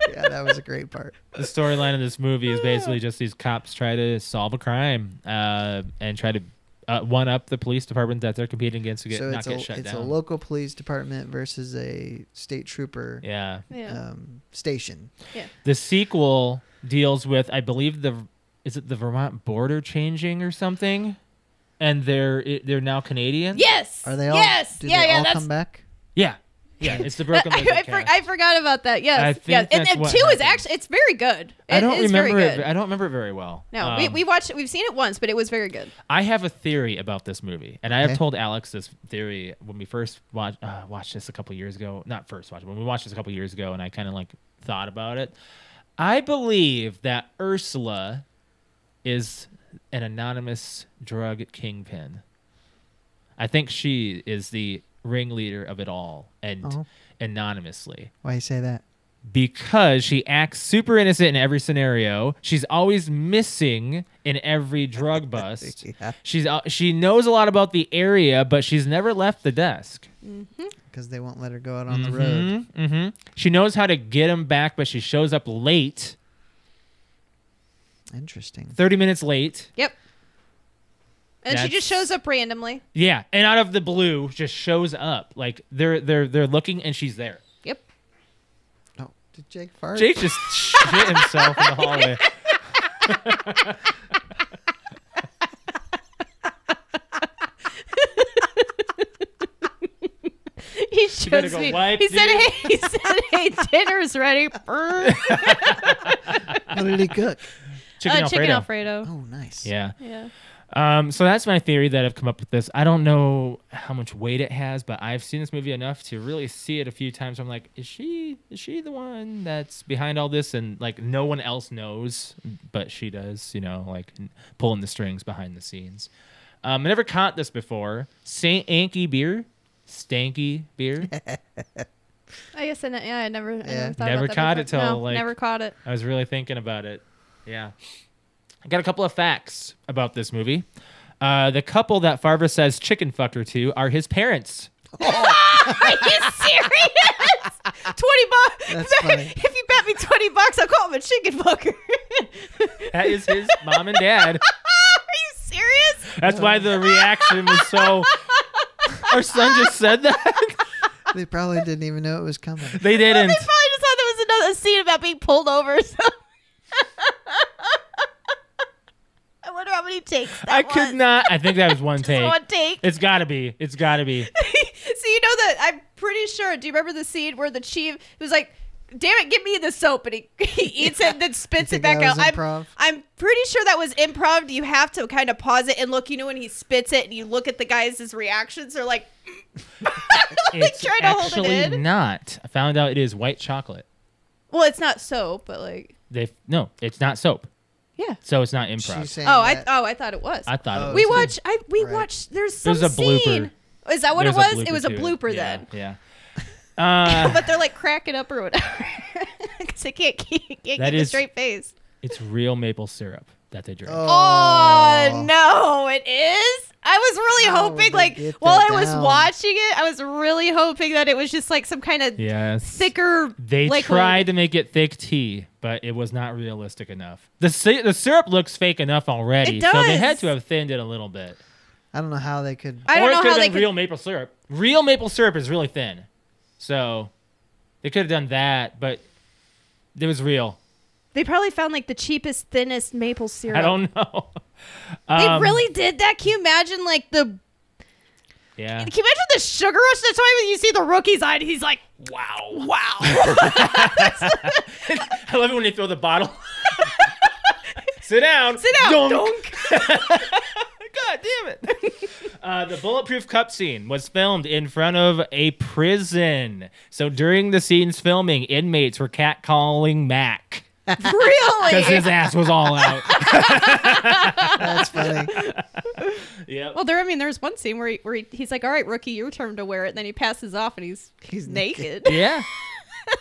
Speaker 1: yeah, that was a great part.
Speaker 3: the storyline of this movie is basically just these cops try to solve a crime uh, and try to uh, one up the police department that they're competing against to get
Speaker 1: so
Speaker 3: not
Speaker 1: it's
Speaker 3: get
Speaker 1: a
Speaker 3: shut
Speaker 1: it's
Speaker 3: down.
Speaker 1: a local police department versus a state trooper
Speaker 3: yeah,
Speaker 2: Yeah.
Speaker 1: um, station.
Speaker 3: the sequel deals with I believe the is it the Vermont border changing or something, and they're it, they're now Canadian.
Speaker 2: yes.
Speaker 1: Are they all?
Speaker 2: Yes.
Speaker 1: Do
Speaker 2: yeah.
Speaker 1: they
Speaker 2: yeah.
Speaker 1: all
Speaker 2: that's.
Speaker 1: come back?
Speaker 3: yeah, yeah. It's the
Speaker 2: I,
Speaker 3: broken.
Speaker 2: I,
Speaker 3: Lizard
Speaker 2: I, for,
Speaker 3: cast.
Speaker 2: I forgot about that. Yes.
Speaker 3: I think
Speaker 2: yes. And,
Speaker 3: that's
Speaker 2: and
Speaker 3: what
Speaker 2: two is
Speaker 3: happened.
Speaker 2: actually it's very good.
Speaker 3: I
Speaker 2: It
Speaker 3: don't
Speaker 2: is
Speaker 3: remember
Speaker 2: very
Speaker 3: it.
Speaker 2: good.
Speaker 3: I don't remember it very well.
Speaker 2: no,
Speaker 3: Um,
Speaker 2: we, we watched it. We've seen it once, but it was very good.
Speaker 3: I have a theory about this movie, and I have
Speaker 1: Okay.
Speaker 3: told Alex this theory when we first watched uh, watched this a couple years ago. Not first watched, when we watched this a couple years ago, and I kind of like thought about it. I believe that Ursula is an anonymous drug kingpin. I think she is the ringleader of it all, and
Speaker 1: Oh.
Speaker 3: anonymously
Speaker 1: Why you say that?
Speaker 3: because she acts super innocent in every scenario. She's always missing in every drug bust.
Speaker 1: Yeah.
Speaker 3: She's uh, she knows a lot about the area, but she's never left the desk.
Speaker 1: Because they won't let her go out on the road.
Speaker 3: hmm She knows how to get him back, but she shows up late,
Speaker 1: Interesting.
Speaker 3: thirty minutes late.
Speaker 2: Yep. And she just
Speaker 3: That's-
Speaker 2: shows up randomly.
Speaker 3: Yeah, and out of the blue, just shows up. Like they're they're they're looking, and she's there.
Speaker 2: Yep.
Speaker 1: Oh, did Jake fart?
Speaker 3: Jake just shit himself in the hallway.
Speaker 2: He
Speaker 3: better
Speaker 2: shows
Speaker 3: go
Speaker 2: me.
Speaker 3: wipe,
Speaker 2: he said,
Speaker 3: dude.
Speaker 2: "Hey, he said, hey, dinner's ready." Brr.
Speaker 1: What did he cook?
Speaker 3: Chicken,
Speaker 2: uh,
Speaker 3: Alfredo.
Speaker 2: chicken Alfredo.
Speaker 1: Oh, nice.
Speaker 3: Yeah.
Speaker 2: Yeah.
Speaker 3: Um, so that's my theory that I've come up with this. I don't know how much weight it has, but I've seen this movie enough to really see it a few times. I'm like, is she is she the one that's behind all this? And like no one else knows, but she does, you know, like n- pulling the strings behind the scenes. Um, I never caught this before. Saint Anky beer, stanky beer.
Speaker 2: I guess I, ne- yeah, I never, I
Speaker 1: Yeah.
Speaker 2: never thought
Speaker 3: Never
Speaker 2: about that
Speaker 3: caught
Speaker 2: before.
Speaker 3: it till,
Speaker 2: no,
Speaker 3: like-
Speaker 2: never caught it.
Speaker 3: I was really thinking about it. Yeah. I got a couple of facts about this movie. Uh, the couple that Farva says chicken fucker to are his parents.
Speaker 2: Are you serious? twenty bucks.
Speaker 1: That's funny.
Speaker 2: If you bet me twenty bucks, I'll call him a chicken fucker. Are
Speaker 3: That is his mom and dad.
Speaker 2: you serious?
Speaker 3: That's why the reaction was so. Our son just said that.
Speaker 1: They probably didn't even know it was coming.
Speaker 2: They
Speaker 3: They didn't.
Speaker 2: probably just thought there was another scene about being pulled over. or something. I wonder how many takes. That
Speaker 3: I could
Speaker 2: was.
Speaker 3: not. I think that was one
Speaker 2: Just
Speaker 3: take.
Speaker 2: One take.
Speaker 3: It's gotta be. It's gotta be.
Speaker 2: so you know that I'm pretty sure. Do you remember the scene where the chief was like, "Damn it, give me the soap," and he, he eats it and then spits
Speaker 1: You
Speaker 2: it
Speaker 1: think
Speaker 2: back
Speaker 1: that
Speaker 2: out.
Speaker 1: was
Speaker 2: I'm,
Speaker 1: improv?
Speaker 2: I'm pretty sure that was improv. You have to kind of pause it and look. You know when he spits it and you look at the guys' his reactions. They're like, like
Speaker 3: It's
Speaker 2: trying to hold it
Speaker 3: actually
Speaker 2: in.
Speaker 3: not. I found out it is white chocolate.
Speaker 2: Well, it's not soap, but like,
Speaker 3: They no, it's not soap.
Speaker 2: yeah.
Speaker 3: So it's not
Speaker 1: She's
Speaker 3: improv.
Speaker 1: saying
Speaker 2: Oh, I
Speaker 1: that-
Speaker 2: oh I thought it was.
Speaker 3: I thought
Speaker 1: Oh,
Speaker 3: it was.
Speaker 2: we
Speaker 1: it's-
Speaker 2: watch. I we
Speaker 1: Right.
Speaker 2: watch. There's some
Speaker 3: There's a blooper.
Speaker 2: scene. Is that what
Speaker 3: There's
Speaker 2: it was?
Speaker 3: blooper
Speaker 2: It was a
Speaker 3: to
Speaker 2: blooper
Speaker 3: Yeah,
Speaker 2: then. Oh,
Speaker 3: Yeah. Uh,
Speaker 2: But they're like cracking up or whatever because they can't keep, can't
Speaker 3: That
Speaker 2: keep a
Speaker 3: is-
Speaker 2: straight face.
Speaker 3: it's real maple syrup that they drink.
Speaker 1: Oh.
Speaker 2: Oh, no, it is. I was really
Speaker 1: How
Speaker 2: hoping,
Speaker 1: did Oh, they
Speaker 2: like,
Speaker 1: get
Speaker 2: while I
Speaker 1: that
Speaker 2: was
Speaker 1: down?
Speaker 2: watching it, I was really hoping that it was just like some kind of
Speaker 3: Yes.
Speaker 2: thicker.
Speaker 3: They
Speaker 2: liquid.
Speaker 3: tried to make it thick tea, but it was not realistic enough. The sy- the syrup looks fake enough already,
Speaker 2: It
Speaker 3: so they
Speaker 2: does.
Speaker 3: had to have thinned it a little bit.
Speaker 1: I don't know how they could.
Speaker 2: I
Speaker 3: or
Speaker 2: don't
Speaker 3: it
Speaker 2: know
Speaker 3: could
Speaker 2: how
Speaker 3: have
Speaker 2: they
Speaker 3: been
Speaker 2: could.
Speaker 3: real maple syrup. Real maple syrup is really thin, so they could have done that, but it was real.
Speaker 2: They probably found like the cheapest, thinnest maple syrup.
Speaker 3: I don't know.
Speaker 2: They
Speaker 3: Um,
Speaker 2: really did that. Can you imagine, like the? Can
Speaker 3: Yeah.
Speaker 2: you imagine the sugar rush? That's why when you see the rookie's eye, he's like,
Speaker 3: Wow.
Speaker 2: "Wow."
Speaker 3: I love it when they throw the bottle. Sit down.
Speaker 2: Sit down,
Speaker 3: Dunk.
Speaker 2: dunk.
Speaker 3: God damn it. uh, the bulletproof cup scene was filmed in front of a prison. So during the scene's filming, inmates were catcalling Mac because
Speaker 2: really?
Speaker 3: his ass was all out.
Speaker 1: That's funny.
Speaker 3: yep.
Speaker 2: Well, there. I mean, there's one scene where, he, where he, he's like, "All right, rookie, your turn to wear it," and then he passes off, and he's he's naked.
Speaker 3: Yeah.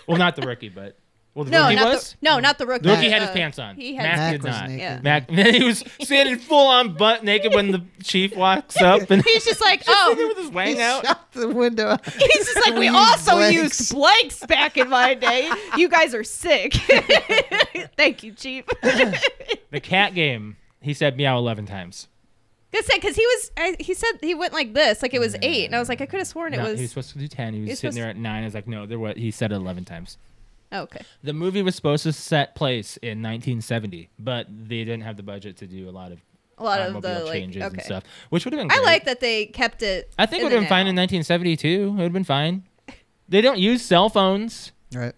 Speaker 3: Well, not the rookie, but well, the
Speaker 2: No,
Speaker 3: rookie
Speaker 2: not
Speaker 3: was.
Speaker 2: the, no, not the rookie.
Speaker 3: The rookie had
Speaker 2: Uh,
Speaker 3: his pants on.
Speaker 2: He had
Speaker 3: Mac,
Speaker 1: Mac
Speaker 3: did
Speaker 1: was
Speaker 3: not.
Speaker 1: naked.
Speaker 2: Yeah.
Speaker 3: Mac, he was standing full on butt naked when the chief walks up and
Speaker 2: He's just like,
Speaker 3: sitting
Speaker 2: oh,
Speaker 3: with his
Speaker 1: He
Speaker 3: wang out.
Speaker 1: shot the window.
Speaker 2: he's just like, we
Speaker 1: We
Speaker 2: also
Speaker 1: used
Speaker 2: used blanks back in my day. You guys are sick. Thank you, Chief. That's
Speaker 3: The cat game. He said meow eleven times.
Speaker 2: it, because he was, I, he said he went like this, like it was eight, and I was like, I could have sworn it
Speaker 3: No,
Speaker 2: was.
Speaker 3: he was supposed to do ten. He was,
Speaker 2: was
Speaker 3: sitting
Speaker 2: supposed-
Speaker 3: there at nine. I was like, no, there was. He said it eleven times.
Speaker 2: oh, okay.
Speaker 3: The movie was supposed to set place in 1970, but they didn't have the budget to do a lot of
Speaker 2: A lot of
Speaker 3: automobile
Speaker 2: the like,
Speaker 3: changes and
Speaker 2: okay.
Speaker 3: stuff, which would have been.
Speaker 2: I
Speaker 3: great.
Speaker 2: like that they kept it.
Speaker 3: I think it
Speaker 2: in
Speaker 3: would have
Speaker 2: the
Speaker 3: been fine
Speaker 2: now.
Speaker 3: in 1972. It would have been fine. They don't use cell phones,
Speaker 1: Right.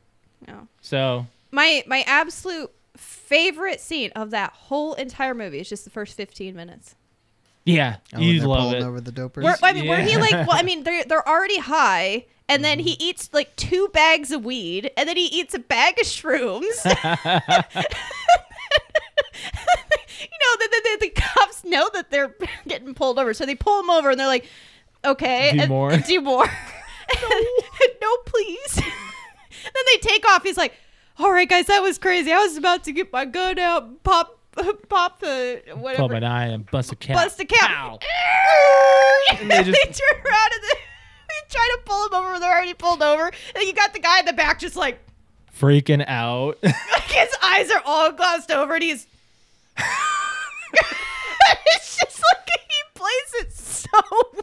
Speaker 1: Oh,
Speaker 2: No.
Speaker 3: so
Speaker 2: My my absolute favorite scene of that whole entire movie is just the first 15 minutes.
Speaker 3: yeah,
Speaker 1: Oh, when
Speaker 3: you
Speaker 1: they're
Speaker 3: love
Speaker 1: pulling
Speaker 3: it.
Speaker 1: over the dopers.
Speaker 2: Where, I mean, where he
Speaker 3: Yeah. Mm-hmm.
Speaker 2: like, well, I mean, they're they're already high, and then he eats like two bags of weed, and then he eats a bag of shrooms. you know, the, the, the, the cops know that they're getting pulled over, so they pull him over, and they're like, "Okay,
Speaker 3: Do
Speaker 2: and-
Speaker 3: more.
Speaker 2: and do more." no. please. then they take off. He's like, "All right, guys, that was crazy. I was about to get my gun out, and pop, pop the whatever."
Speaker 3: Pull up an eye and bust a cat.
Speaker 2: bust a cap.
Speaker 3: Ow.
Speaker 2: And
Speaker 3: And
Speaker 2: they,
Speaker 3: they just-
Speaker 2: turn around and they, they try to pull him over. when They're already pulled over. And you got the guy in the back just like,
Speaker 3: Freaking out.
Speaker 2: like his eyes are all glossed over and he's. it's just like he plays it so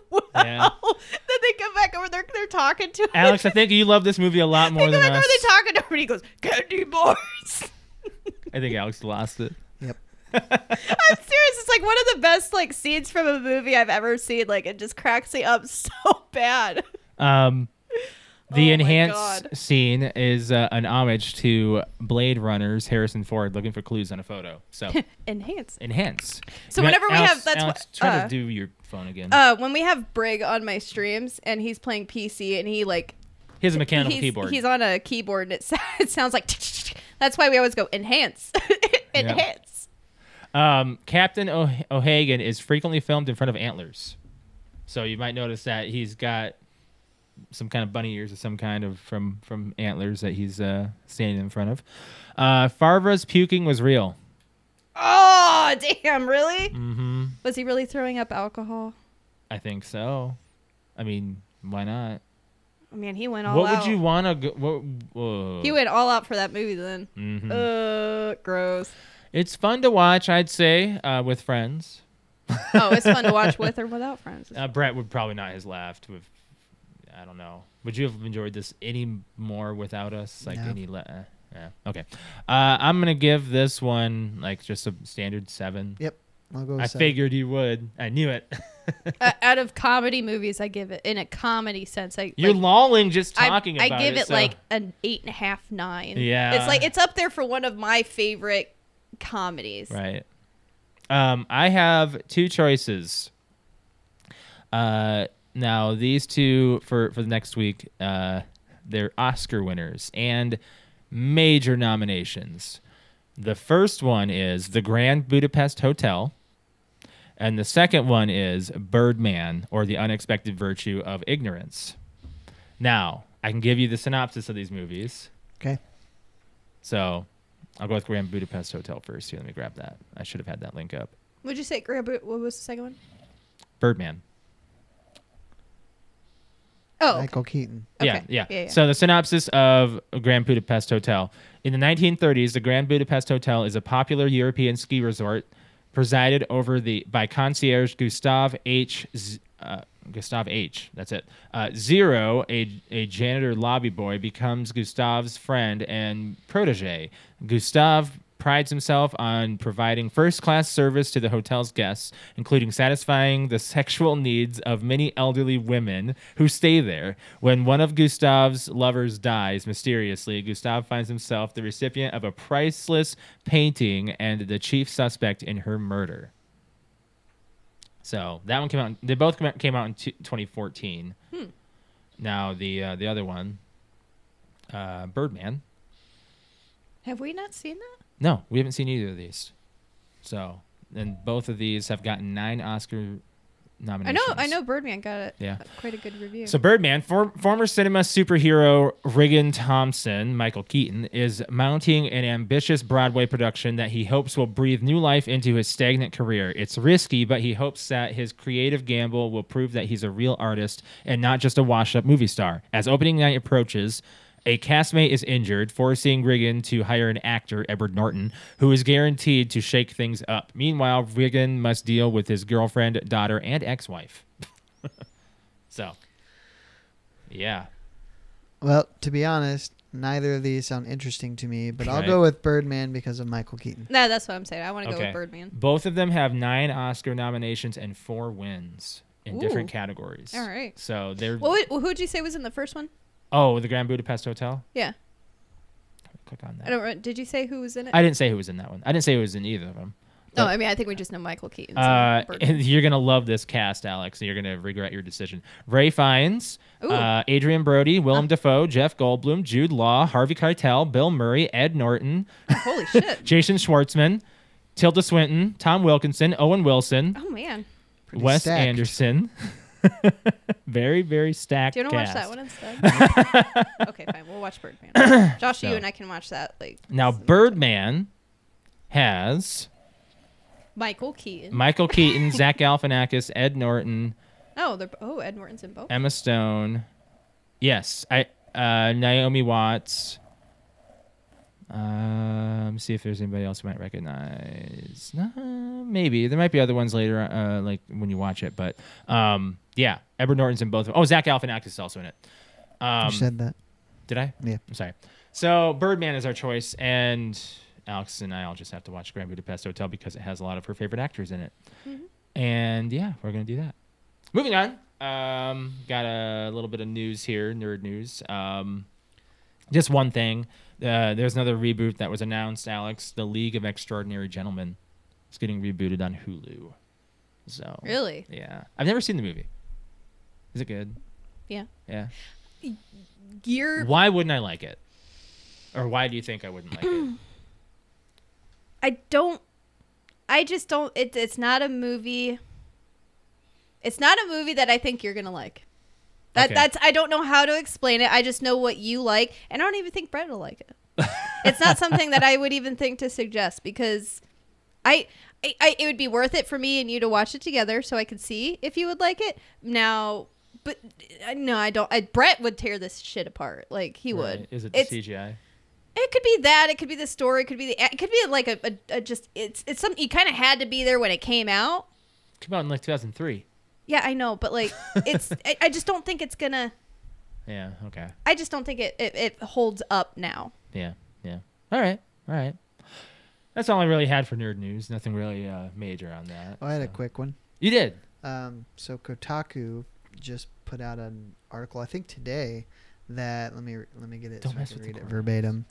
Speaker 2: well.
Speaker 3: Yeah.
Speaker 2: Then they come back over. They're, they're talking to him.
Speaker 3: Alex, I think you love this movie a lot
Speaker 2: they
Speaker 3: more
Speaker 2: come
Speaker 3: than
Speaker 2: back over.
Speaker 3: us.
Speaker 2: They're talking to him and he goes, Candy bars.
Speaker 3: I think Alex lost it.
Speaker 1: Yep.
Speaker 2: I'm serious. It's like one of the best like scenes from a movie I've ever seen. Like it just cracks me up so bad.
Speaker 3: Um, the
Speaker 2: Oh my
Speaker 3: enhanced
Speaker 2: God.
Speaker 3: scene is uh, an homage to Blade Runner's Harrison Ford looking for clues on a photo. So
Speaker 2: Enhance.
Speaker 3: enhance.
Speaker 2: So
Speaker 3: You know,
Speaker 2: whenever we
Speaker 3: Alex-
Speaker 2: have- that's
Speaker 3: Alex,
Speaker 2: what-
Speaker 3: Try
Speaker 2: uh,
Speaker 3: to do your phone again.
Speaker 2: Uh, when we have Brig on my streams and he's playing PC and he like
Speaker 3: he has a mechanical
Speaker 2: he's,
Speaker 3: keyboard.
Speaker 2: he's on a keyboard and it, sa- it sounds like that's why we always go enhance, enhance.
Speaker 3: um, Captain o- O'Hagan is frequently filmed in front of antlers, so you might notice that he's got some kind of bunny ears of some kind of from from antlers that he's uh, standing in front of. Uh, Farva's puking was real.
Speaker 2: Oh, damn, really?
Speaker 3: Mm-hmm.
Speaker 2: Was he really throwing up alcohol?
Speaker 3: I think so. I mean, why not?
Speaker 2: I mean, he went all
Speaker 3: what
Speaker 2: out.
Speaker 3: would you want to go? What, whoa.
Speaker 2: He went all out for that movie then.
Speaker 3: Mhm.
Speaker 2: Uh, gross.
Speaker 3: It's fun to watch, I'd say, uh, with friends.
Speaker 2: Oh, it's fun to watch with or without friends.
Speaker 3: Uh, Brett would probably not have laughed with. I don't know. Would you have enjoyed this any more without us? Like
Speaker 1: No.
Speaker 3: any le- uh, yeah. Okay. Uh, I'm gonna give this one like just a standard seven.
Speaker 1: Yep. I'll go. With
Speaker 3: I
Speaker 1: seven.
Speaker 3: figured you would. I knew it.
Speaker 2: Uh, out of comedy movies, I give it in a comedy sense. I
Speaker 3: You're
Speaker 2: like,
Speaker 3: lolling just
Speaker 2: I-
Speaker 3: talking
Speaker 2: I,
Speaker 3: about
Speaker 2: give
Speaker 3: it.
Speaker 2: it,
Speaker 3: so-
Speaker 2: like an eight and a half, nine.
Speaker 3: Yeah.
Speaker 2: it's like it's up there for one of my favorite comedies.
Speaker 3: Right. Um, I have two choices. Uh, now these two for for the next week, uh, they're Oscar winners and major nominations. The first one is The Grand Budapest Hotel, and the second one is Birdman or The Unexpected Virtue of Ignorance. Now, I can give you the synopsis of these movies.
Speaker 1: Okay.
Speaker 3: So I'll go with Grand Budapest Hotel first. Here, let me grab that. I should have had that link up.
Speaker 2: Would you say Grand? Bu- What was the second one?
Speaker 3: Birdman.
Speaker 2: Oh,
Speaker 1: Michael Keaton.
Speaker 3: Yeah,
Speaker 2: Okay.
Speaker 3: yeah,
Speaker 2: Yeah, yeah.
Speaker 3: So the synopsis of Grand Budapest Hotel. In the 1930s, the Grand Budapest Hotel is a popular European ski resort presided over the by concierge Gustav H. Z, uh, Gustav H. That's it. Uh, Zero, a, a janitor lobby boy, becomes Gustav's friend and protege. Gustav prides himself on providing first class service to the hotel's guests, including satisfying the sexual needs of many elderly women who stay there. When one of Gustav's lovers dies mysteriously, Gustav finds himself the recipient of a priceless painting and the chief suspect in her murder. So that one came out. They both come out, came out in t- 2014. Now the uh, the other one, uh, Birdman,
Speaker 2: have we not seen that?
Speaker 3: no, we haven't seen either of these. So, and both of these have gotten nine Oscar
Speaker 2: I
Speaker 3: nominations.
Speaker 2: know, I know. Birdman got it.
Speaker 3: Yeah.
Speaker 2: quite a good review.
Speaker 3: So, Birdman, for, former cinema superhero Regan Thompson, Michael Keaton, is mounting an ambitious Broadway production that he hopes will breathe new life into his stagnant career. It's risky, but he hopes that his creative gamble will prove that he's a real artist and not just a washed up movie star. As opening night approaches, a castmate is injured, forcing Riggin to hire an actor, Edward Norton, who is guaranteed to shake things up. Meanwhile, Riggin must deal with his girlfriend, daughter, and ex wife. so, yeah.
Speaker 1: Well, to be honest, neither of these sound interesting to me, but I'll
Speaker 3: Right.
Speaker 1: go with Birdman because of Michael Keaton.
Speaker 2: no, that's what I'm saying. I want to go with Birdman.
Speaker 3: Both of them have nine Oscar nominations and four wins in different
Speaker 2: Ooh.
Speaker 3: categories.
Speaker 2: All right.
Speaker 3: So they're.
Speaker 2: What would, who'd you say was in the first one?
Speaker 3: oh, the Grand Budapest Hotel?
Speaker 2: Yeah,
Speaker 3: Click on that.
Speaker 2: I don't. re- Did you say who was in it?
Speaker 3: I didn't say who was in that one. I didn't say who was in either of them.
Speaker 2: no, I mean I think we just know Michael Keaton. so
Speaker 3: Uh,
Speaker 2: Birdman.
Speaker 3: you're gonna love this cast, Alex. and You're gonna regret your decision. Ray Fiennes,
Speaker 2: Ooh.
Speaker 3: uh, Adrian Brody, Willem Dafoe, Jeff Goldblum, Jude Law, Harvey Keitel, Bill Murray, Ed Norton,
Speaker 2: Holy shit!
Speaker 3: Jason Schwartzman, Tilda Swinton, Tom Wilkinson, Owen Wilson,
Speaker 2: Oh man,
Speaker 1: Pretty
Speaker 3: Wes
Speaker 1: stacked.
Speaker 3: Anderson. very very stacked.
Speaker 2: do you want to watch
Speaker 3: cast.
Speaker 2: that one instead? okay, fine. We'll watch Birdman. Josh,
Speaker 3: So.
Speaker 2: you and I can watch that. Like
Speaker 3: Now
Speaker 2: some-
Speaker 3: Birdman has
Speaker 2: Michael Keaton.
Speaker 3: Michael Keaton, Zach Galifianakis, Ed Norton,
Speaker 2: oh, they're oh Ed Norton's in both.
Speaker 3: Emma Stone. Yes, I uh, Naomi Watts. Um, see if there's anybody else we might recognize. Nah, maybe there might be other ones later, uh, like when you watch it. But um, yeah, Edward Norton's in both. Of Oh, Zach Galifianakis is also in it. Um,
Speaker 1: you said that.
Speaker 3: did I?
Speaker 1: Yeah.
Speaker 3: I'm sorry. So Birdman is our choice, and Alex and I will just have to watch Grand Budapest Hotel because it has a lot of her favorite actors in it. And yeah, we're gonna do that. Moving on. Um, got a little bit of news here, nerd news. Um, just one thing. Uh, there's another reboot that was announced, Alex. The League of Extraordinary Gentlemen is getting rebooted on Hulu. So
Speaker 2: Really?
Speaker 3: yeah, I've never seen the movie. Is it good?
Speaker 2: Yeah.
Speaker 3: Yeah.
Speaker 2: You're.
Speaker 3: Why wouldn't I like it? Or why do you think I wouldn't like it?
Speaker 2: I don't. I just don't. It, it's not a movie. It's not a movie that I think you're gonna like. That
Speaker 3: Okay.
Speaker 2: that's. I don't know how to explain it. I just know what you like, and I don't even think Brett will like it. it's not something that I would even think to suggest because I, I, I it would be worth it for me and you to watch it together so I could see if you would like it. Now, but uh, no, I don't. I, Brett would tear this shit apart. Like he would.
Speaker 3: Right. Is it the
Speaker 2: It's-
Speaker 3: CGI?
Speaker 2: It could be that. It could be the story. It could be the. It could be like a, a, a just. It's it's something you kind of had to be there when it came out.
Speaker 3: Come out in like 2003.
Speaker 2: Yeah, I know, but like it's. I, I just don't think it's gonna.
Speaker 3: Yeah. Okay.
Speaker 2: I just don't think it, it, it holds up now.
Speaker 3: Yeah. Yeah. All right. All right. That's all I really had for nerd news. Nothing really uh, major on that.
Speaker 1: Oh, I had a
Speaker 3: so.
Speaker 1: quick one.
Speaker 3: You did.
Speaker 1: Um, so Kotaku just put out an article, I think today, that let me let me get it
Speaker 3: Don't
Speaker 1: so I
Speaker 3: mess
Speaker 1: can
Speaker 3: with the
Speaker 1: read it
Speaker 3: corners.
Speaker 1: verbatim.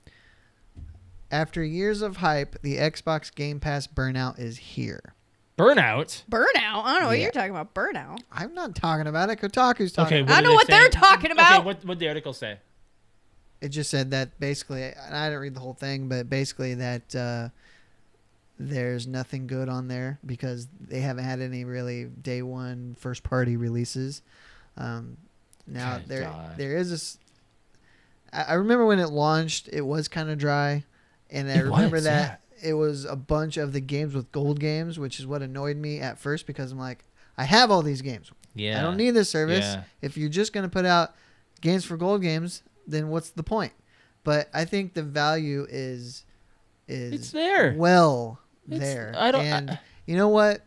Speaker 1: After years of hype, the Xbox Game Pass burnout is here.
Speaker 3: Burnout.
Speaker 2: Burnout. I don't know what
Speaker 1: Yeah.
Speaker 2: you're talking about. Burnout.
Speaker 1: I'm not talking about it. Kotaku's talking.
Speaker 3: Okay.
Speaker 1: about
Speaker 3: What
Speaker 2: I
Speaker 3: do
Speaker 2: know
Speaker 3: they
Speaker 2: what
Speaker 3: say?
Speaker 2: they're talking
Speaker 3: Okay.
Speaker 2: about.
Speaker 3: What What the article say?
Speaker 1: it. It just said that basically, and I didn't read the whole thing, but basically that uh, there's nothing good on there because they haven't had any really day one first party releases. Um, now
Speaker 3: Thank
Speaker 1: there
Speaker 3: God.
Speaker 1: there is a s I I remember when it launched, it was kind of dry, and I
Speaker 3: It
Speaker 1: remember
Speaker 3: was,
Speaker 1: that it was a bunch of the games with gold games, which is what annoyed me at first because I'm like, I have all these games.
Speaker 3: Yeah.
Speaker 1: I don't need this service.
Speaker 3: Yeah.
Speaker 1: If you're just going to put out games for gold games, then what's the point? But I think the value is is
Speaker 3: It's there.
Speaker 1: well
Speaker 3: It's-
Speaker 1: there.
Speaker 3: I don't-
Speaker 1: and
Speaker 3: I-
Speaker 1: you know what,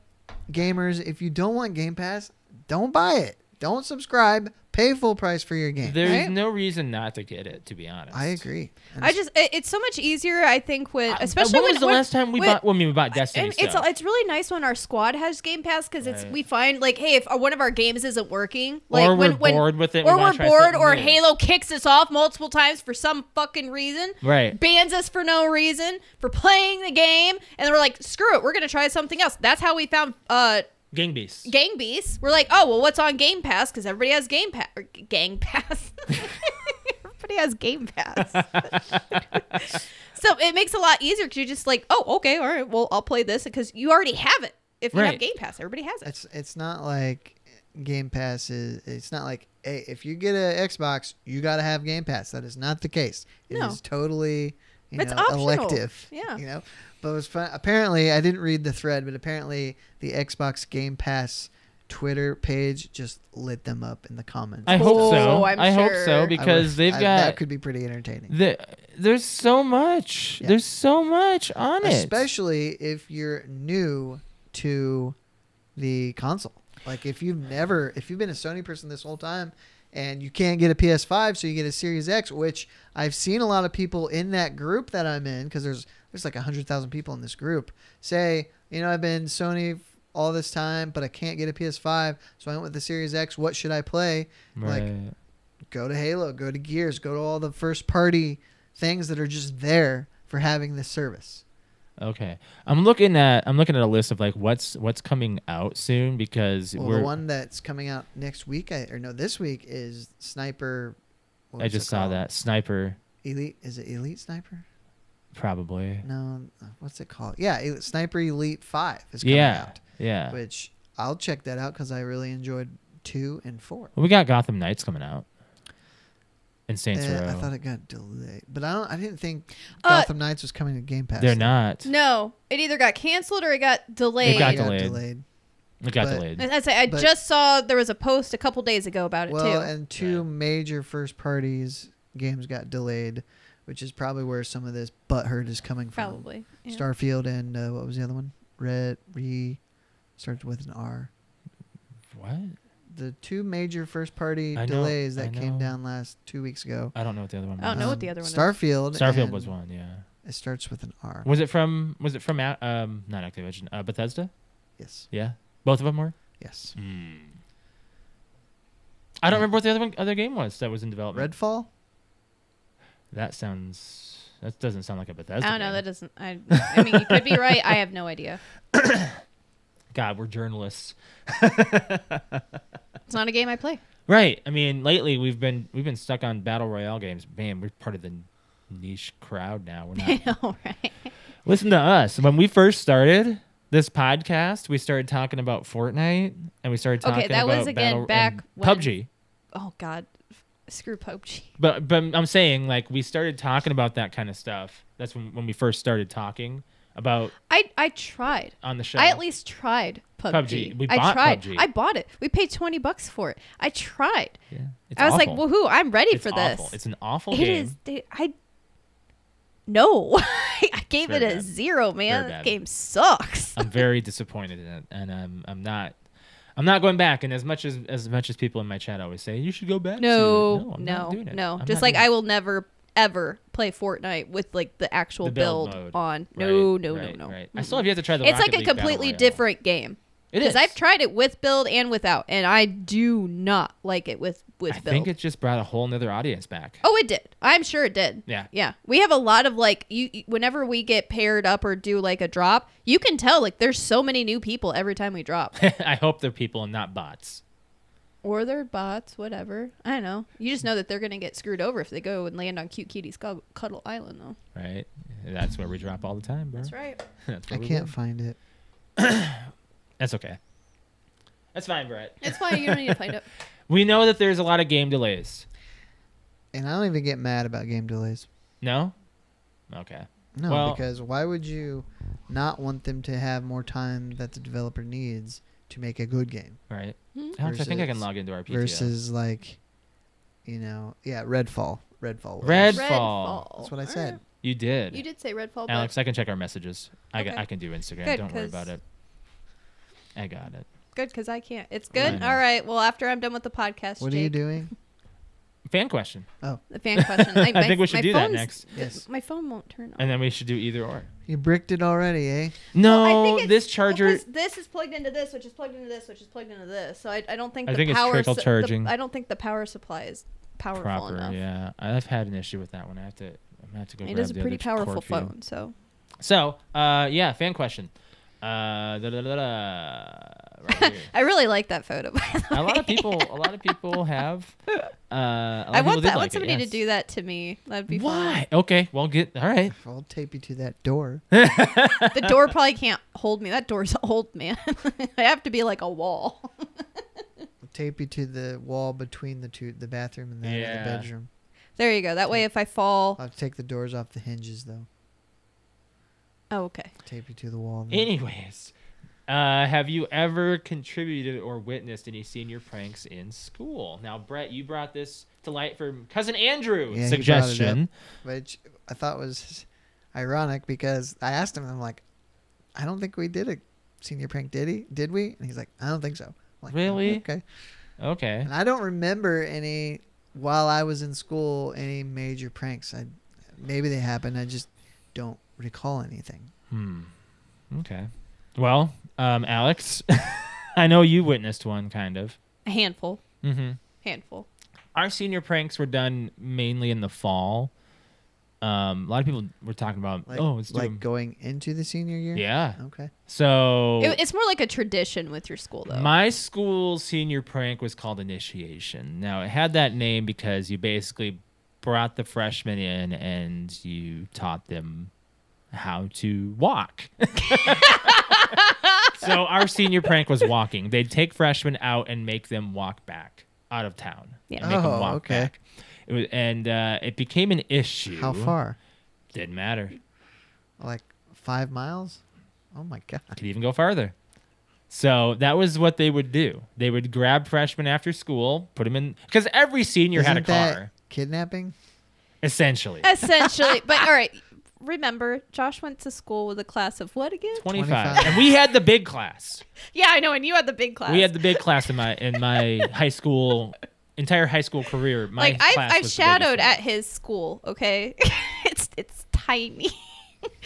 Speaker 1: gamers, if you don't want Game Pass, don't buy it. Don't subscribe. Pay full price for your game.
Speaker 3: There's
Speaker 2: Right?
Speaker 3: no reason not to get it. To be honest.
Speaker 1: I agree. And
Speaker 2: I just it, it's so much easier. I think when
Speaker 3: I-
Speaker 2: Uh, especially
Speaker 3: Uh, when
Speaker 2: when
Speaker 3: was the
Speaker 2: when-
Speaker 3: last time we
Speaker 2: when-
Speaker 3: bought? Well, I mean, we bought Destiny
Speaker 2: And
Speaker 3: stuff.
Speaker 2: it's it's really nice when our squad has Game Pass because it's
Speaker 3: Right.
Speaker 2: we find like hey if one of our games isn't working like
Speaker 3: or
Speaker 2: when,
Speaker 3: we're
Speaker 2: when
Speaker 3: bored with it. we
Speaker 2: or
Speaker 3: wanna
Speaker 2: we're
Speaker 3: try
Speaker 2: bored
Speaker 3: something
Speaker 2: or
Speaker 3: new.
Speaker 2: Halo kicks us off multiple times for some fucking reason
Speaker 3: Right.
Speaker 2: bans us for no reason for playing the game and we're like screw it we're gonna try something else that's how we found uh
Speaker 3: Gang Beasts.
Speaker 2: Gang Beasts we're like oh well what's on Game Pass because everybody has Game Pass or G- Gang Pass everybody has Game Pass so it makes it a lot easier because you're just like, oh, okay, all right, well, I'll play this because you already have it. If you
Speaker 3: Right.
Speaker 2: have Game Pass, everybody has it.
Speaker 1: it's it's not like Game Pass is. It's not like hey, if you get an Xbox, you got to have Game Pass. That is not the case. It is
Speaker 2: No.
Speaker 1: totally you
Speaker 2: It's
Speaker 1: know
Speaker 2: optional.
Speaker 1: elective.
Speaker 2: Yeah.
Speaker 1: you know. But it was fun. Apparently, I didn't read the thread, but apparently the Xbox Game Pass Twitter page just lit them up in the comments.
Speaker 3: I hope so.
Speaker 2: Oh, I'm
Speaker 3: I hope
Speaker 2: sure.
Speaker 3: so
Speaker 2: I
Speaker 1: I
Speaker 3: because
Speaker 1: wish-
Speaker 3: they've
Speaker 1: I- that
Speaker 3: got
Speaker 1: could be pretty entertaining.
Speaker 3: the, there's so much.
Speaker 1: Yeah.
Speaker 3: There's so much on it.
Speaker 1: Especially if you're new to the console. Like if you've never, if you've been a Sony person this whole time, and you can't get a PS5, so you get a Series X, which I've seen a lot of people in that group that I'm in, because there's there's like hundred thousand people in this group say, you know, I've been Sony all this time, but I can't get a PS5, so I went with the Series X. What should I play? like,
Speaker 3: Right.
Speaker 1: go to Halo, go to Gears, go to all the first party things that are just there for having this service.
Speaker 3: Okay, I'm looking at I'm looking at a list of like what's what's coming out soon because
Speaker 1: Well,
Speaker 3: we're
Speaker 1: the one that's coming out next week, I, or no, this week is Sniper. what
Speaker 3: I
Speaker 1: was
Speaker 3: just
Speaker 1: it
Speaker 3: saw
Speaker 1: called?
Speaker 3: that sniper
Speaker 1: Elite is it Elite Sniper?
Speaker 3: probably
Speaker 1: No, uh, what's it called? Yeah, El- Sniper Elite Five is coming
Speaker 3: yeah
Speaker 1: out,
Speaker 3: yeah well,
Speaker 1: which I'll check that out because I really enjoyed two and four.
Speaker 3: we got Gotham Knights coming out and Saints
Speaker 1: Eh,
Speaker 3: Row
Speaker 1: I thought it got delayed, but I don't. I didn't think
Speaker 2: Uh,
Speaker 1: Gotham Knights was coming to Game Pass.
Speaker 3: they're not
Speaker 2: No, it either got canceled or it got
Speaker 3: It
Speaker 2: delayed.
Speaker 3: got
Speaker 1: They
Speaker 3: delayed. it got
Speaker 1: but-
Speaker 3: delayed
Speaker 2: And that's- I
Speaker 1: But-
Speaker 2: just saw there was a post a couple days ago about it too.
Speaker 1: Well, and two
Speaker 3: Yeah.
Speaker 1: major first parties games got delayed, which is probably where some of this butthurt is coming from.
Speaker 2: Probably. Yeah.
Speaker 1: Starfield and uh, what was the other one? Red Re starts with an R.
Speaker 3: what
Speaker 1: The two major first party
Speaker 3: I know,
Speaker 1: delays
Speaker 3: I
Speaker 1: that came
Speaker 3: know.
Speaker 1: down last two weeks ago. um,
Speaker 3: I don't know what the other
Speaker 1: Oh,
Speaker 3: one
Speaker 2: I don't
Speaker 3: was
Speaker 2: know what the other one is.
Speaker 1: Starfield.
Speaker 3: Starfield
Speaker 1: and
Speaker 3: was one yeah
Speaker 1: It starts with an R.
Speaker 3: was it from was it from a- um not Activision uh, Bethesda
Speaker 1: Yes.
Speaker 3: yeah both of them were
Speaker 1: Yes.
Speaker 3: Mm. I don't remember what the other one, other game was that was in development
Speaker 1: Redfall.
Speaker 3: that sounds that doesn't sound like a
Speaker 2: I
Speaker 3: Bethesda
Speaker 2: don't know.
Speaker 3: game.
Speaker 2: That doesn't. I, I mean, you could be right. I have no idea.
Speaker 3: God we're journalists
Speaker 2: It's not a game I play.
Speaker 3: Right. I mean, lately we've been we've been stuck on battle royale games. Man, we're part of the niche crowd now. We're not.
Speaker 2: I know, right?
Speaker 3: Listen to us. When we first started this podcast, we started talking about Fortnite and we started talking
Speaker 2: Okay, that was
Speaker 3: about
Speaker 2: again
Speaker 3: battle-
Speaker 2: back
Speaker 3: and
Speaker 2: when-
Speaker 3: PUBG.
Speaker 2: Oh God, F- screw PUBG.
Speaker 3: But but I'm saying like we started talking about that kind of stuff. That's when when we first started talking about
Speaker 2: I I tried.
Speaker 3: on the show.
Speaker 2: I at least tried PUBG.
Speaker 3: PUBG. We
Speaker 2: I
Speaker 3: bought
Speaker 2: tried.
Speaker 3: PUBG.
Speaker 2: I bought it. We paid twenty bucks for it. I tried.
Speaker 3: Yeah. It's
Speaker 2: I was
Speaker 3: awful.
Speaker 2: like, woohoo! I'm ready
Speaker 3: it's
Speaker 2: for this.
Speaker 3: awful. It's an awful
Speaker 2: It
Speaker 3: game.
Speaker 2: is. Dude, I no. I gave it
Speaker 3: very
Speaker 2: a
Speaker 3: bad.
Speaker 2: zero, man. This
Speaker 3: bad.
Speaker 2: game sucks.
Speaker 3: I'm very disappointed in it, and I'm I'm not I'm not going back. And as much as as much as people in my chat always say, you should go back. to it.
Speaker 2: No,
Speaker 3: no, I'm
Speaker 2: no,
Speaker 3: not doing it.
Speaker 2: no.
Speaker 3: I'm
Speaker 2: Just
Speaker 3: not
Speaker 2: like
Speaker 3: doing
Speaker 2: I
Speaker 3: it.
Speaker 2: will never ever play Fortnite with like the actual
Speaker 3: The build mode.
Speaker 2: on. No,
Speaker 3: Right,
Speaker 2: no,
Speaker 3: right,
Speaker 2: no, no.
Speaker 3: right. I still have yet to try the.
Speaker 2: It's
Speaker 3: Rocket
Speaker 2: like a
Speaker 3: League Battle
Speaker 2: completely
Speaker 3: Royale.
Speaker 2: different game.
Speaker 3: It
Speaker 2: Because
Speaker 3: is.
Speaker 2: I've tried it with build and without, and I do not like it with with
Speaker 3: I
Speaker 2: build.
Speaker 3: think it just brought a whole nother audience back.
Speaker 2: Oh, it did. I'm sure it did.
Speaker 3: Yeah.
Speaker 2: Yeah. We have a lot of like you you- whenever we get paired up or do like a drop, you can tell like there's so many new people every time we drop.
Speaker 3: I hope they're people and not bots.
Speaker 2: or they're bots, whatever. I don't know. You just know that they're going to get screwed over if they go and land on Cute Kitty's Cud- Cuddle Island though.
Speaker 3: Right. That's where we drop all the time, bro.
Speaker 2: That's right.
Speaker 3: That's
Speaker 1: I
Speaker 3: where we
Speaker 1: can't
Speaker 3: live.
Speaker 1: find it.
Speaker 3: That's okay. That's fine, Brett.
Speaker 2: That's why you don't need to find it.
Speaker 3: We know that there's a lot of game delays.
Speaker 1: And I don't even get mad about game delays.
Speaker 3: No. Okay.
Speaker 1: No,
Speaker 3: Well-
Speaker 1: because why would you not want them to have more time that the developer needs to make a good game
Speaker 3: All right.
Speaker 2: Mhm.
Speaker 3: Alex, I think I can
Speaker 1: Versus-
Speaker 3: log into our PTO.
Speaker 1: versus like, you know, yeah, Redfall. Redfall. was-
Speaker 3: Red-
Speaker 2: Redfall.
Speaker 3: Redfall.
Speaker 1: That's what I
Speaker 2: All
Speaker 1: said.
Speaker 2: right.
Speaker 3: You did.
Speaker 2: You did say Redfall, but
Speaker 3: Alex, I can check our messages. I, ca-
Speaker 2: Okay.
Speaker 3: I can do Instagram.
Speaker 2: Good,
Speaker 3: Don't worry
Speaker 2: 'cause-
Speaker 3: about it. I got it.
Speaker 2: good because I can't. It's good.
Speaker 3: Right.
Speaker 2: All right. Well, after I'm done with the podcast,
Speaker 1: What are
Speaker 2: Jake,
Speaker 1: you doing?
Speaker 3: Fan question.
Speaker 2: The fan question.
Speaker 3: I think we should
Speaker 2: my
Speaker 3: do that
Speaker 2: phone's-
Speaker 3: next.
Speaker 1: Yes.
Speaker 2: My phone won't turn on.
Speaker 3: And then we should do either or.
Speaker 1: You bricked it already, eh?
Speaker 3: No,
Speaker 2: Well, I think it's-
Speaker 3: this
Speaker 2: well,
Speaker 3: charger.
Speaker 2: 'cause this is plugged into this, which is plugged into this, which is plugged into this. So I, I don't think
Speaker 3: I
Speaker 2: the
Speaker 3: think it's
Speaker 2: power.
Speaker 3: trickle
Speaker 2: su- the-
Speaker 3: charging.
Speaker 2: I don't think the power supply is powerful
Speaker 3: proper.
Speaker 2: enough.
Speaker 3: Yeah, I've had an issue with that one. I have to. I'm gonna have to go.
Speaker 2: It
Speaker 3: grab
Speaker 2: is a
Speaker 3: the
Speaker 2: pretty
Speaker 3: other cord
Speaker 2: powerful
Speaker 3: feed.
Speaker 2: phone. So
Speaker 3: So, uh, yeah, fan question. Uh, da, da, da, da, right here.
Speaker 2: I really like that photo. By the
Speaker 3: a lot of
Speaker 2: way.
Speaker 3: people. A lot of people have. Uh, a lot
Speaker 2: I want
Speaker 3: of
Speaker 2: that.
Speaker 3: people did
Speaker 2: I want
Speaker 3: like it,
Speaker 2: somebody to
Speaker 3: yes.
Speaker 2: do that to me. That'd be
Speaker 3: Why? Okay. Well, get all right.
Speaker 1: I'll tape you to that door.
Speaker 2: fun. The door probably can't hold me. That door's old, man. I have to be like a wall.
Speaker 1: tape you to the wall between the two, the bathroom and the, other
Speaker 3: Yeah.
Speaker 1: bedroom.
Speaker 2: There you go. That way, if I fall,
Speaker 1: I'll have to take the doors off the hinges though.
Speaker 2: oh okay.
Speaker 1: Tape you to the wall. then.
Speaker 3: Anyways, uh, have you ever contributed or witnessed any senior pranks in school? Now, Brett, you brought this to light from cousin Andrew's
Speaker 1: Yeah, he
Speaker 3: suggestion.
Speaker 1: which I thought was ironic because I asked him, and I'm like, I don't think we did a senior prank, did he? Did we? And he's like, I don't think so. I'm like, "Oh,
Speaker 3: Really?
Speaker 1: Okay.
Speaker 3: Okay.
Speaker 1: And I don't remember any while I was in school any major pranks. I maybe they happened. I just don't recall anything.
Speaker 3: Hmm. Okay. Well, um, Alex, I know you witnessed one kind of.
Speaker 2: A handful,
Speaker 3: Mm-hmm.
Speaker 2: handful.
Speaker 3: Our senior pranks were done mainly in the fall. Um, a lot of people were talking about,
Speaker 1: Like,
Speaker 3: oh, it's
Speaker 1: like
Speaker 3: like,
Speaker 1: going into the senior year.
Speaker 3: yeah.
Speaker 1: Okay.
Speaker 3: So
Speaker 2: It, it's more like a tradition with your school, though.
Speaker 3: Oh. My school senior prank was called initiation. Now it had that name because you basically brought the freshmen in and you taught them how to walk. so our senior prank was walking. They'd take freshmen out and make them walk back out of town.
Speaker 2: Yeah.
Speaker 3: And make them
Speaker 1: Oh,
Speaker 3: walk
Speaker 1: okay.
Speaker 3: back. It was, and uh, it became an issue.
Speaker 1: How far?
Speaker 3: Didn't matter.
Speaker 1: Like five miles? Oh my god.
Speaker 3: could even go farther. So that was what they would do. They would grab freshmen after school, put them in because every senior had a
Speaker 1: Isn't that
Speaker 3: car,
Speaker 1: Kidnapping?
Speaker 3: essentially.
Speaker 2: essentially. But all right, remember Josh went to school with a class of what again?
Speaker 3: 25.
Speaker 1: 25.
Speaker 3: and we had the big class.
Speaker 2: Yeah, I know, and you had the big class.
Speaker 3: We had the big class in my in my high school entire high school career. My
Speaker 2: like I've,
Speaker 3: class
Speaker 2: I've
Speaker 3: was the biggest
Speaker 2: shadowed
Speaker 3: one.
Speaker 2: at his school. Okay, it's it's tiny.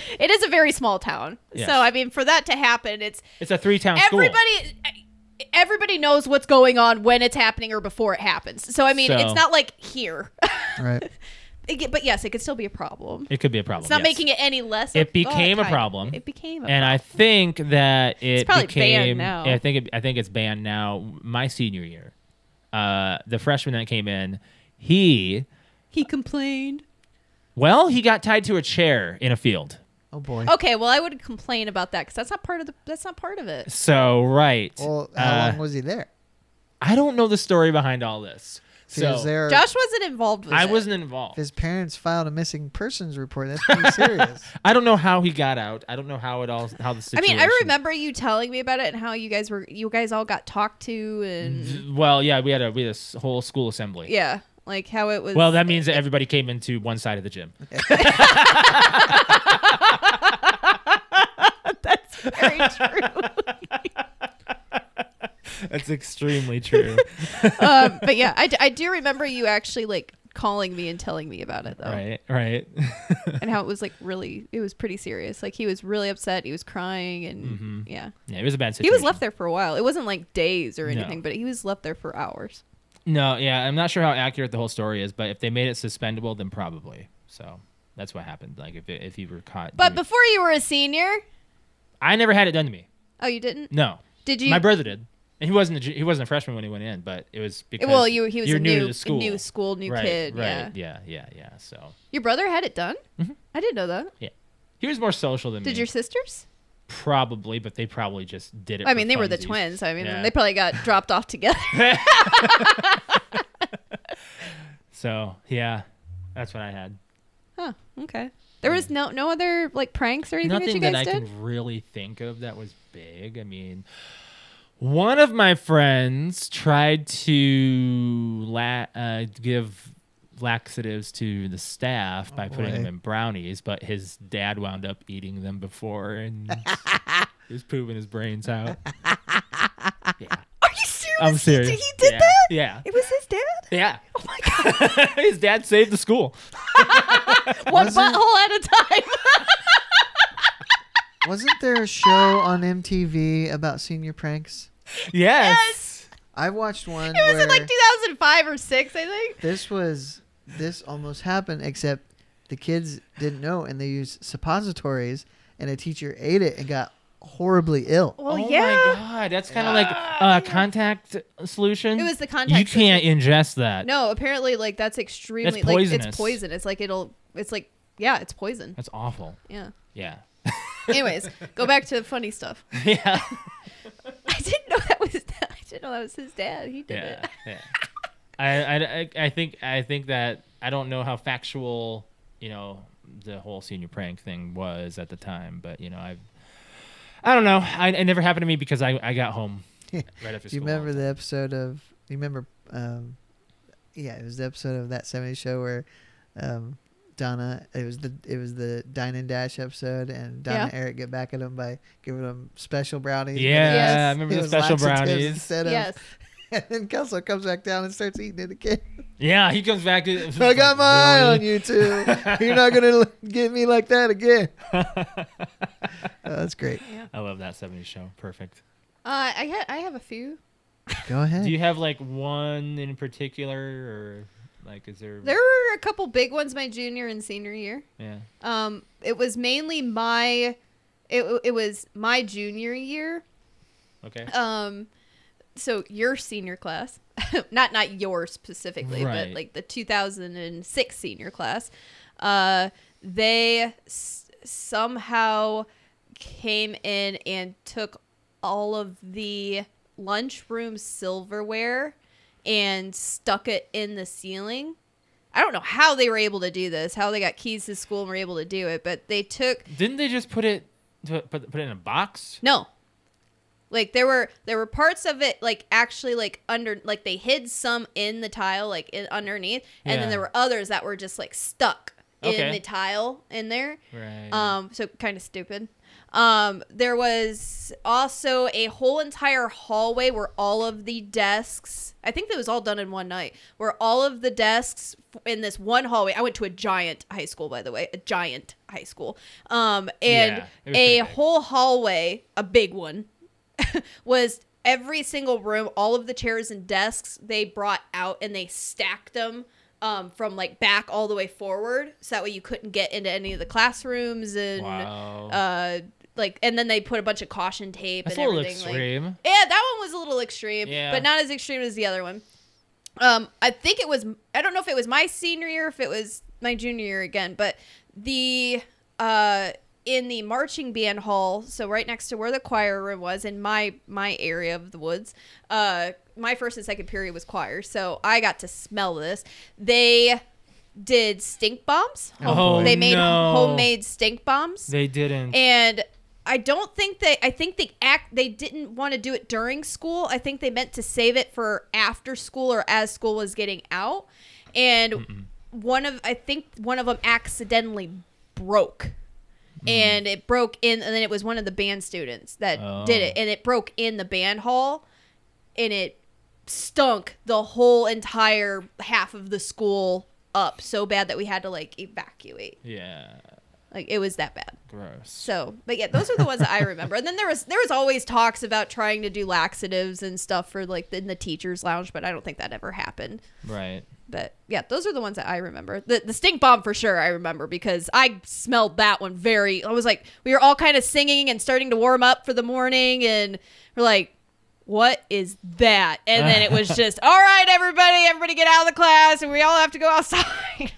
Speaker 2: it is a very small town.
Speaker 3: Yes.
Speaker 2: So I mean, for that to happen, it's
Speaker 3: It's a three town school.
Speaker 2: everybody. Everybody knows what's going on when it's happening or before it happens. So I mean,
Speaker 3: So-
Speaker 2: it's not like here.
Speaker 1: Right.
Speaker 2: It get- but yes, it could still be a problem.
Speaker 3: It could be a problem.
Speaker 2: It's not
Speaker 3: yes.
Speaker 2: making it any less.
Speaker 3: It
Speaker 2: of- oh,
Speaker 3: became a
Speaker 2: kind of-
Speaker 3: problem.
Speaker 2: It became a
Speaker 3: And I think that it
Speaker 2: probably banned
Speaker 3: became.
Speaker 2: now.
Speaker 3: I think it, I think it's banned now. My senior year, uh, the freshman that came in, he
Speaker 2: He complained.
Speaker 3: Well, he got tied to a chair in a field.
Speaker 1: Oh boy.
Speaker 2: Okay, well, I would complain about that because that's not part of the. That's not part of it.
Speaker 3: So right.
Speaker 1: Well,
Speaker 3: Uh,
Speaker 1: how long was he there?
Speaker 3: I don't know the story behind all this.
Speaker 1: See, is
Speaker 3: So-
Speaker 1: there-
Speaker 2: Josh wasn't involved with
Speaker 3: I
Speaker 2: it.
Speaker 3: wasn't
Speaker 1: if
Speaker 3: involved.
Speaker 1: his parents filed a missing persons report, that's pretty serious.
Speaker 3: I don't know how he got out. I don't know how it all how the
Speaker 2: I
Speaker 3: situation.
Speaker 2: mean, I remember you telling me about it and how you guys were you guys all got talked to
Speaker 3: Mm-hmm.
Speaker 2: and
Speaker 3: Well, yeah, we had a we had a s- whole school assembly.
Speaker 2: yeah, like how it was.
Speaker 3: Well, that means that everybody came into one side of the gym.
Speaker 2: that's very true.
Speaker 3: That's extremely true.
Speaker 2: um, but yeah, I, d- I do remember you actually like calling me and telling me about it though,
Speaker 3: right, right.
Speaker 2: and how it was like really it was pretty serious. Like he was really upset, he was crying, and
Speaker 3: Mhm.
Speaker 2: yeah,
Speaker 3: Yeah, it was a bad situation.
Speaker 2: he was left there for a while. It wasn't like days or
Speaker 3: No.
Speaker 2: anything, but he was left there for hours.
Speaker 3: No, yeah, I'm not sure how accurate the whole story is, but if they made it suspendable, then probably. So that's what happened. Like if it, if you were caught.
Speaker 2: But
Speaker 3: doing-
Speaker 2: before you were a senior,
Speaker 3: I never had it done to me.
Speaker 2: oh, you didn't?
Speaker 3: No,
Speaker 2: Did you?
Speaker 3: Mm. my brother did, and he wasn't a, ju- he wasn't a freshman when he went in, but it was because
Speaker 2: well, you he was
Speaker 3: you're
Speaker 2: a
Speaker 3: new,
Speaker 2: new
Speaker 3: to the school,
Speaker 2: new school, new
Speaker 3: right, Mm-hmm.
Speaker 2: kid. Yeah.
Speaker 3: right, yeah, yeah, yeah. So
Speaker 2: Your brother had it done? I didn't know that.
Speaker 3: he was more social than
Speaker 2: Did
Speaker 3: me.
Speaker 2: your sisters?
Speaker 3: Probably, but they probably just did it.
Speaker 2: I
Speaker 3: for
Speaker 2: mean, they were the
Speaker 3: funsies.
Speaker 2: twins. I mean,
Speaker 3: Yeah.
Speaker 2: they probably got dropped off together.
Speaker 3: So yeah, that's what I had.
Speaker 2: huh. Okay. There was no no other like pranks or anything that you
Speaker 3: Nothing
Speaker 2: guys
Speaker 3: that, I
Speaker 2: did.
Speaker 3: can really think of that was big. I mean, one of my friends tried to la- uh, give laxatives to the staff
Speaker 2: Oh,
Speaker 3: by putting them
Speaker 1: boy.
Speaker 3: in brownies, but his dad wound up eating them before and he was pooping his brains out. yeah,
Speaker 2: Are you serious?
Speaker 3: I'm
Speaker 2: He-
Speaker 3: serious.
Speaker 2: He, did
Speaker 3: yeah.
Speaker 2: that?
Speaker 3: Yeah.
Speaker 2: It was his dad.
Speaker 3: Yeah.
Speaker 2: Oh my god!
Speaker 3: his dad saved the school.
Speaker 2: One
Speaker 1: Was it-
Speaker 2: butthole at a time.
Speaker 1: Wasn't there a show on MTV about senior pranks?
Speaker 3: Yes.
Speaker 1: I watched one
Speaker 2: it was
Speaker 1: where
Speaker 2: in like 2005 or six, I think.
Speaker 1: this was this almost happened, except the kids didn't know and they used suppositories, and a teacher ate it and got horribly ill.
Speaker 2: Well,
Speaker 3: oh
Speaker 2: yeah.
Speaker 3: my god, that's kind of like uh, contact solution.
Speaker 2: It was the contact.
Speaker 3: You
Speaker 2: solution.
Speaker 3: can't ingest that.
Speaker 2: No, apparently, like that's extremely
Speaker 3: It's
Speaker 2: like
Speaker 3: poisonous.
Speaker 2: it's poison. It's like it'll. It's like yeah, it's poison.
Speaker 3: That's awful.
Speaker 2: Yeah.
Speaker 3: Yeah.
Speaker 2: Anyways, go back to funny stuff.
Speaker 3: yeah.
Speaker 2: I didn't know that was. I didn't know that was his dad. He did
Speaker 3: Yeah.
Speaker 2: it.
Speaker 3: yeah. I, I, I- I think I think that I don't know how factual you know the whole senior prank thing was at the time, but you know I I don't know. I, it never happened to me because I, I got home right after
Speaker 1: Do
Speaker 3: school.
Speaker 1: you remember the episode of? You remember? Um, yeah, it was the episode of that '70s show where um, Donna. It was the it was the dine and dash episode, and Donna and Eric get back at him by giving them special brownies. but
Speaker 3: Yeah,
Speaker 2: Yes.
Speaker 3: I
Speaker 1: it
Speaker 3: remember the
Speaker 1: was
Speaker 3: special
Speaker 1: laxatives
Speaker 3: brownies.
Speaker 1: Instead of,
Speaker 2: Yes.
Speaker 1: And then Kelso comes back down and starts eating it again.
Speaker 3: Yeah, he comes back. I
Speaker 1: I got my eye on you too. You're not gonna get me like that again. Oh, that's great.
Speaker 3: I love that '70s show. Perfect.
Speaker 2: Uh, I had. I have a few.
Speaker 1: Go ahead.
Speaker 3: Do you have like one in particular, or like is there?
Speaker 2: There were a couple big ones my junior and senior year.
Speaker 3: yeah.
Speaker 2: Um, it was mainly my. It, it was my junior year.
Speaker 3: Okay.
Speaker 2: Um, so your senior class, not not your specifically,
Speaker 3: Right.
Speaker 2: but like the 2006 senior class, uh, they s- somehow came in and took all of the lunchroom silverware and stuck it in the ceiling. I don't know how they were able to do this, how they got keys to school and were able to do it, but they took
Speaker 3: Didn't they just put it to, put, put it in a box?
Speaker 2: No. Like there were there were parts of it like actually like under like they hid some in the tile like in, underneath and
Speaker 3: Yeah.
Speaker 2: then there were others that were just like stuck
Speaker 3: Okay.
Speaker 2: in the tile in there.
Speaker 3: Right.
Speaker 2: Um so kind of stupid. Um there was also a whole entire hallway where all of the desks I think that was all done in one night where all of the desks f- in this one hallway I went to a giant high school by the way, a giant high school. Um and
Speaker 3: Yeah, it was
Speaker 2: a
Speaker 3: pretty big.
Speaker 2: whole hallway, a big one, was every single room, all of the chairs and desks they brought out and they stacked them um, from like back all the way forward, so that way you couldn't get into any of the classrooms and
Speaker 3: wow.
Speaker 2: uh, like, and then they put a bunch of caution tape
Speaker 3: That's a
Speaker 2: and
Speaker 3: little
Speaker 2: everything. like-
Speaker 3: extreme.
Speaker 2: yeah, that one was a little extreme,
Speaker 3: Yeah.
Speaker 2: but not as extreme as the other one. Um, I think it was. I don't know if it was my senior year, if it was my junior year again, but the uh in the marching band hall, so right next to where the choir room was in my my area of the woods, uh, my first and second period was choir, so I got to smell this. They did stink bombs.
Speaker 3: Oh,
Speaker 2: they made
Speaker 3: no.
Speaker 2: homemade stink bombs.
Speaker 3: They didn't.
Speaker 2: and I don't think they. I think they act. They didn't want to do it during school. I think they meant to save it for after school or as school was getting out. And one of I think one of them accidentally broke, and it broke in. And then it was one of the band students that did it,
Speaker 3: Oh.
Speaker 2: and it broke in the band hall, and it stunk the whole entire half of the school up so bad that we had to like evacuate.
Speaker 3: yeah,
Speaker 2: Like it was that bad.
Speaker 3: gross.
Speaker 2: So, but yeah, those are the ones that I remember. And then there was there was always talks about trying to do laxatives and stuff for like in the teachers' lounge, but I don't think that ever happened.
Speaker 3: Right.
Speaker 2: But yeah, those are the ones that I remember. The the stink bomb for sure I remember because I smelled that one very. I was like, we were all kind of singing and starting to warm up for the morning, and we're like. What is that? And then it was just, all right, everybody, everybody get out of the class, and we all have to go outside.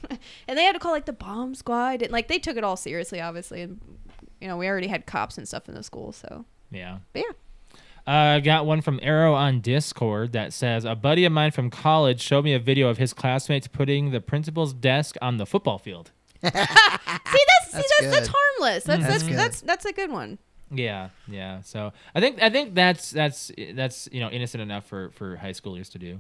Speaker 2: and they had to call like the bomb squad, and like they took it all seriously, obviously. And you know, we already had cops and stuff in the school, so
Speaker 3: Yeah.
Speaker 2: but yeah.
Speaker 3: Uh, I got one from Arrow on Discord that says a buddy of mine from college showed me a video of his classmates putting the principal's desk on the football field.
Speaker 2: See, that's see, that's
Speaker 1: Ah, That's
Speaker 2: that's
Speaker 1: good. Mm-hmm.
Speaker 2: harmless. That's
Speaker 1: That's
Speaker 2: that's
Speaker 1: good.
Speaker 2: that's, that's a good one.
Speaker 3: Yeah, yeah. So I think I think that's that's that's you know innocent enough for for high schoolers to do.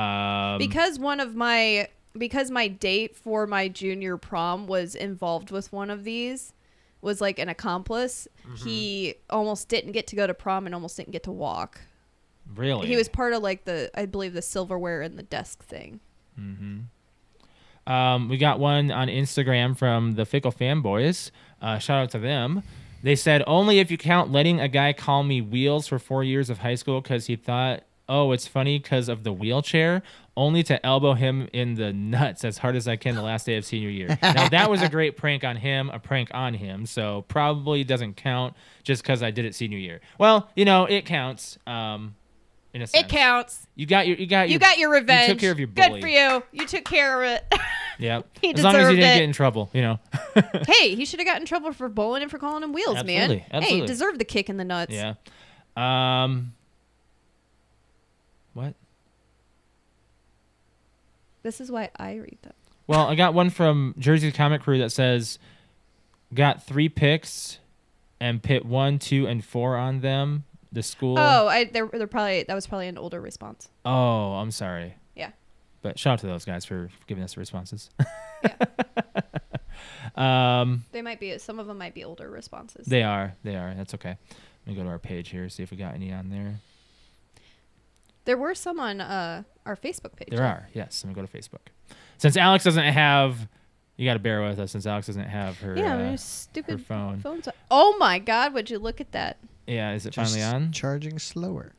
Speaker 3: Um,
Speaker 2: because one of my because my date for my junior prom was involved with one of these was like an accomplice
Speaker 3: Mm-hmm.
Speaker 2: he almost didn't get to go to prom and almost didn't get to walk
Speaker 3: really,
Speaker 2: he was part of like the i believe the silverware and the desk thing
Speaker 3: Um, we got one on Instagram from the Fickle Fanboys. Uh, shout out to them. They said only if you count letting a guy call me wheels for four years of high school because he thought, oh, it's funny because of the wheelchair, only to elbow him in the nuts as hard as I can the last day of senior year. now that was a great prank on him, a prank on him, so probably doesn't count just because I did it senior year. Well, you know it counts. Um, in a sense,
Speaker 2: it counts
Speaker 3: You got your, you got
Speaker 2: you
Speaker 3: your,
Speaker 2: got your revenge
Speaker 3: You took care of your bully.
Speaker 2: good for you you took care of it
Speaker 3: Yep.
Speaker 2: He
Speaker 3: as long as
Speaker 2: deserved
Speaker 3: you didn't
Speaker 2: it.
Speaker 3: get in trouble, you know.
Speaker 2: hey he should have got in trouble for bowling and for calling him wheels man
Speaker 3: Absolutely,
Speaker 2: hey
Speaker 3: absolutely.
Speaker 2: deserved the kick in the nuts
Speaker 3: Yeah. Um. What?
Speaker 2: this is why i read them
Speaker 3: Well, I got one from Jersey Comic Crew that says, "Got three picks, and pit one, two, and four on them." The school.
Speaker 2: oh i they're, they're probably that was probably an older response
Speaker 3: Oh, I'm sorry.
Speaker 2: Yeah.
Speaker 3: But shout out to those guys for giving us the responses. um.
Speaker 2: They might be. Some of them might be older responses.
Speaker 3: They are. They are. That's okay. Let me go to our page here. See if we got any on there.
Speaker 2: there were some on uh, our Facebook page.
Speaker 3: There are. Yes. Let me go to Facebook. Since Alex doesn't have, you got to bear with us. Since Alex doesn't have her.
Speaker 2: Yeah,
Speaker 3: uh,
Speaker 2: there's stupid
Speaker 3: her phone.
Speaker 2: phones. Oh my God! Would you look at that?
Speaker 3: Yeah, is it
Speaker 1: Just
Speaker 3: finally on?
Speaker 1: Charging slower.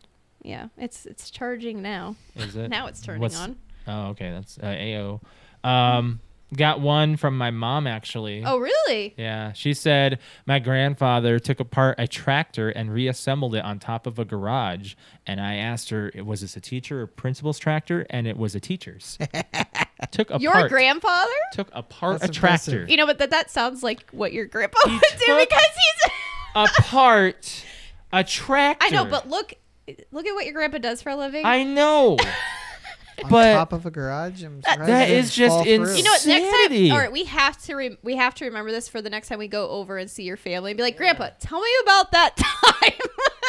Speaker 2: Yeah, it's it's charging now.
Speaker 3: Is it?
Speaker 2: Now it's turning
Speaker 3: Uh, What's-
Speaker 2: on.
Speaker 3: Oh, okay, that's uh, AO. Um, got one from my mom actually.
Speaker 2: Oh really?
Speaker 3: Yeah, she said my grandfather took apart a tractor and reassembled it on top of a garage, and I asked her, "Was this a teacher or principal's tractor?" And it was a teacher's. took apart.
Speaker 2: Your grandfather?
Speaker 3: took apart
Speaker 1: That's
Speaker 3: a tractor.
Speaker 2: You know, but that that sounds like what your grandpa would do
Speaker 3: took-
Speaker 2: because he's.
Speaker 3: apart a tractor.
Speaker 2: I know, but look, look at what your grandpa does for a living.
Speaker 3: I know.
Speaker 1: On
Speaker 3: But-
Speaker 1: top of a garage. I'm surprised
Speaker 3: that
Speaker 1: it didn't
Speaker 3: is just
Speaker 1: fall through.
Speaker 3: ins-
Speaker 2: you know what? Next
Speaker 3: Insanity.
Speaker 2: time, all right, we have to re- we have to remember this for the next time we go over and see your family. And be like, Grandpa, tell me about that time.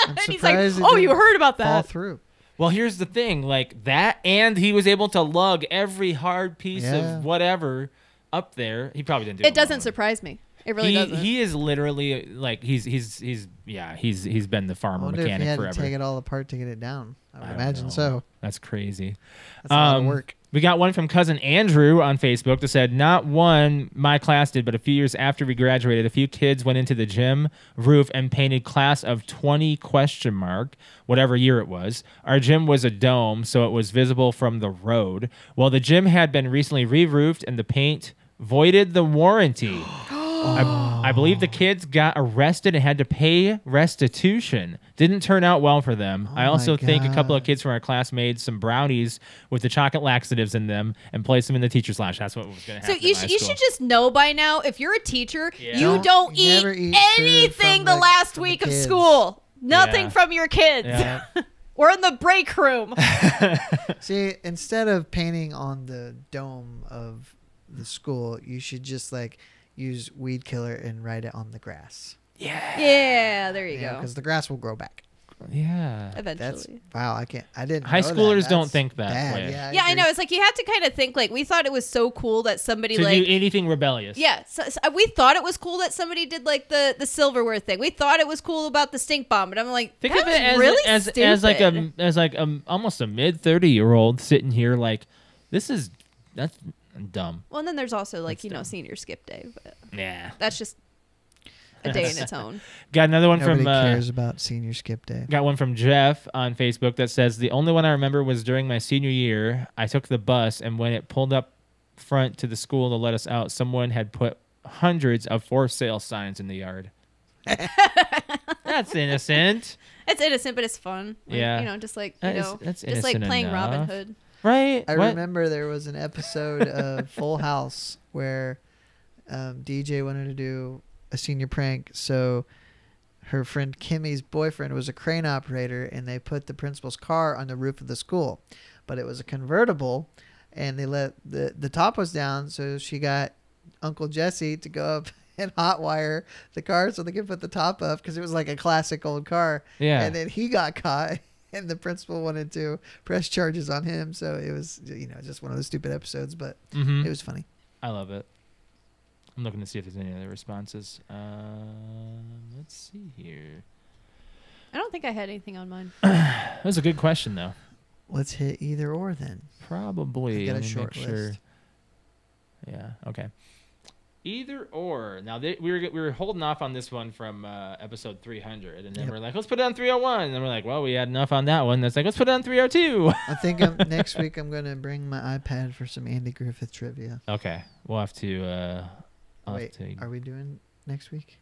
Speaker 2: and he's like,
Speaker 1: surprised it
Speaker 2: Oh, you
Speaker 1: didn't
Speaker 2: heard about
Speaker 1: Fall
Speaker 2: that?
Speaker 1: through.
Speaker 3: Well, here's the thing, like that, and he was able to lug every hard piece
Speaker 1: Yeah.
Speaker 3: of whatever up there. He probably didn't do it.
Speaker 2: It doesn't
Speaker 3: alone.
Speaker 2: surprise me. It really
Speaker 3: he,
Speaker 2: doesn't.
Speaker 3: He is literally like he's he's he's yeah he's he's been the
Speaker 1: I
Speaker 3: farmer
Speaker 1: wonder if he
Speaker 3: mechanic
Speaker 1: had
Speaker 3: forever.
Speaker 1: to take it all apart to get it down. I would
Speaker 3: I don't
Speaker 1: imagine
Speaker 3: know.
Speaker 1: so.
Speaker 3: That's crazy.
Speaker 1: That's a lot of
Speaker 3: Um,
Speaker 1: work.
Speaker 3: We got one from cousin Andrew on Facebook that said, "Not one my class did, but a few years after we graduated, a few kids went into the gym roof and painted class of 20 question mark whatever year it was. Our gym was a dome, so it was visible from the road. Well, the gym had been recently re-roofed, and the paint voided the warranty." I, I believe the kids got arrested and had to pay restitution. Didn't turn out well for them. I
Speaker 1: Oh my
Speaker 3: also think a couple of
Speaker 1: God.
Speaker 3: kids from our class made some brownies with the chocolate laxatives in them and placed them in the teacher's lounge. That's what was going to
Speaker 2: so
Speaker 3: happen.
Speaker 2: you,
Speaker 3: in
Speaker 2: sh-
Speaker 3: my
Speaker 2: you
Speaker 3: school.
Speaker 2: should just know by now if you're a teacher,
Speaker 3: Yeah.
Speaker 2: you
Speaker 1: Don't-
Speaker 2: don't, eat,
Speaker 1: never eat food
Speaker 2: anything
Speaker 1: from
Speaker 2: the
Speaker 1: the-
Speaker 2: last
Speaker 1: from the
Speaker 2: week of
Speaker 1: kids.
Speaker 2: school. Nothing
Speaker 3: Yeah.
Speaker 2: from your kids.
Speaker 3: Yeah.
Speaker 2: We're in the break room.
Speaker 1: See, instead of painting on the dome of the school, you should just like use weed killer and write it on the grass.
Speaker 3: Yeah.
Speaker 2: yeah, there you go.
Speaker 1: Because the grass will grow back.
Speaker 3: Yeah.
Speaker 1: That's
Speaker 2: Eventually.
Speaker 1: wow. I can't. I didn't.
Speaker 3: High
Speaker 1: know that.
Speaker 3: schoolers don't
Speaker 1: That's
Speaker 3: think that
Speaker 1: bad.
Speaker 3: way.
Speaker 1: Yeah,
Speaker 2: yeah, I
Speaker 1: agree.
Speaker 2: know. It's like you have to kind of think like we thought it was so cool that somebody
Speaker 3: To
Speaker 2: like
Speaker 3: do anything rebellious.
Speaker 2: Yeah, so, so uh, we thought it was cool that somebody did like the the silverware thing. We thought it was cool about the stink bomb, but I'm like,
Speaker 3: Think
Speaker 2: that
Speaker 3: of it
Speaker 2: was
Speaker 3: as
Speaker 2: really
Speaker 3: as, as like a
Speaker 2: stupid.
Speaker 3: as like a almost a mid thirty year old sitting here like, this is that's dumb.
Speaker 2: Well, and then there's also like
Speaker 3: That's
Speaker 2: you know
Speaker 3: dumb.
Speaker 2: senior skip day, but
Speaker 3: Nah.
Speaker 2: that's just a day in its own.
Speaker 3: Got another one
Speaker 1: Nobody
Speaker 3: from uh,
Speaker 1: cares about senior skip day.
Speaker 3: Got one from Jeff on Facebook that says the only one I remember was during my senior year. I took the bus, and when it pulled up front to the school to let us out, someone had put hundreds of for sale signs in the yard. That's innocent,
Speaker 2: It's innocent, but it's fun. Like,
Speaker 3: Yeah. Uh,
Speaker 2: you know, just like you
Speaker 3: That is-
Speaker 2: know,
Speaker 3: that's
Speaker 2: just like
Speaker 3: innocent
Speaker 2: playing Robin
Speaker 3: enough.
Speaker 2: Hood.
Speaker 3: right?
Speaker 1: I
Speaker 3: What?
Speaker 1: remember there was an episode of Full House where um, DJ wanted to do a senior prank, so her friend Kimmy's boyfriend was a crane operator, and they put the principal's car on the roof of the school, but it was a convertible, and they let the the top was down, so she got Uncle Jesse to go up. And hotwire the car so they could put the top up because it was like a classic old car.
Speaker 3: Yeah.
Speaker 1: And then he got caught, and the principal wanted to press charges on him. So it was, you know, just one of those stupid episodes, but
Speaker 3: Mhm.
Speaker 1: it was funny.
Speaker 3: I love it. I'm looking to see if there's any other responses. Um, let's see here.
Speaker 2: I don't think I had anything on mine.
Speaker 3: That was a good question, though.
Speaker 1: Let's hit either or then.
Speaker 3: Probably.
Speaker 1: I get
Speaker 3: Let
Speaker 1: a
Speaker 3: me
Speaker 1: short
Speaker 3: make sure.
Speaker 1: list.
Speaker 3: Yeah. Okay. Either or. Now they, we were we were holding off on this one from uh, episode 300, and then
Speaker 1: Yep.
Speaker 3: we're like, let's put it on 301, and then we're like, well, we had enough on that one. That's like, let's put it on 302.
Speaker 1: I think I'm, next week I'm going to bring my iPad for some Andy Griffith trivia.
Speaker 3: okay, we'll have to. Uh, I'll have
Speaker 1: Wait,
Speaker 3: to-
Speaker 1: are we doing next week?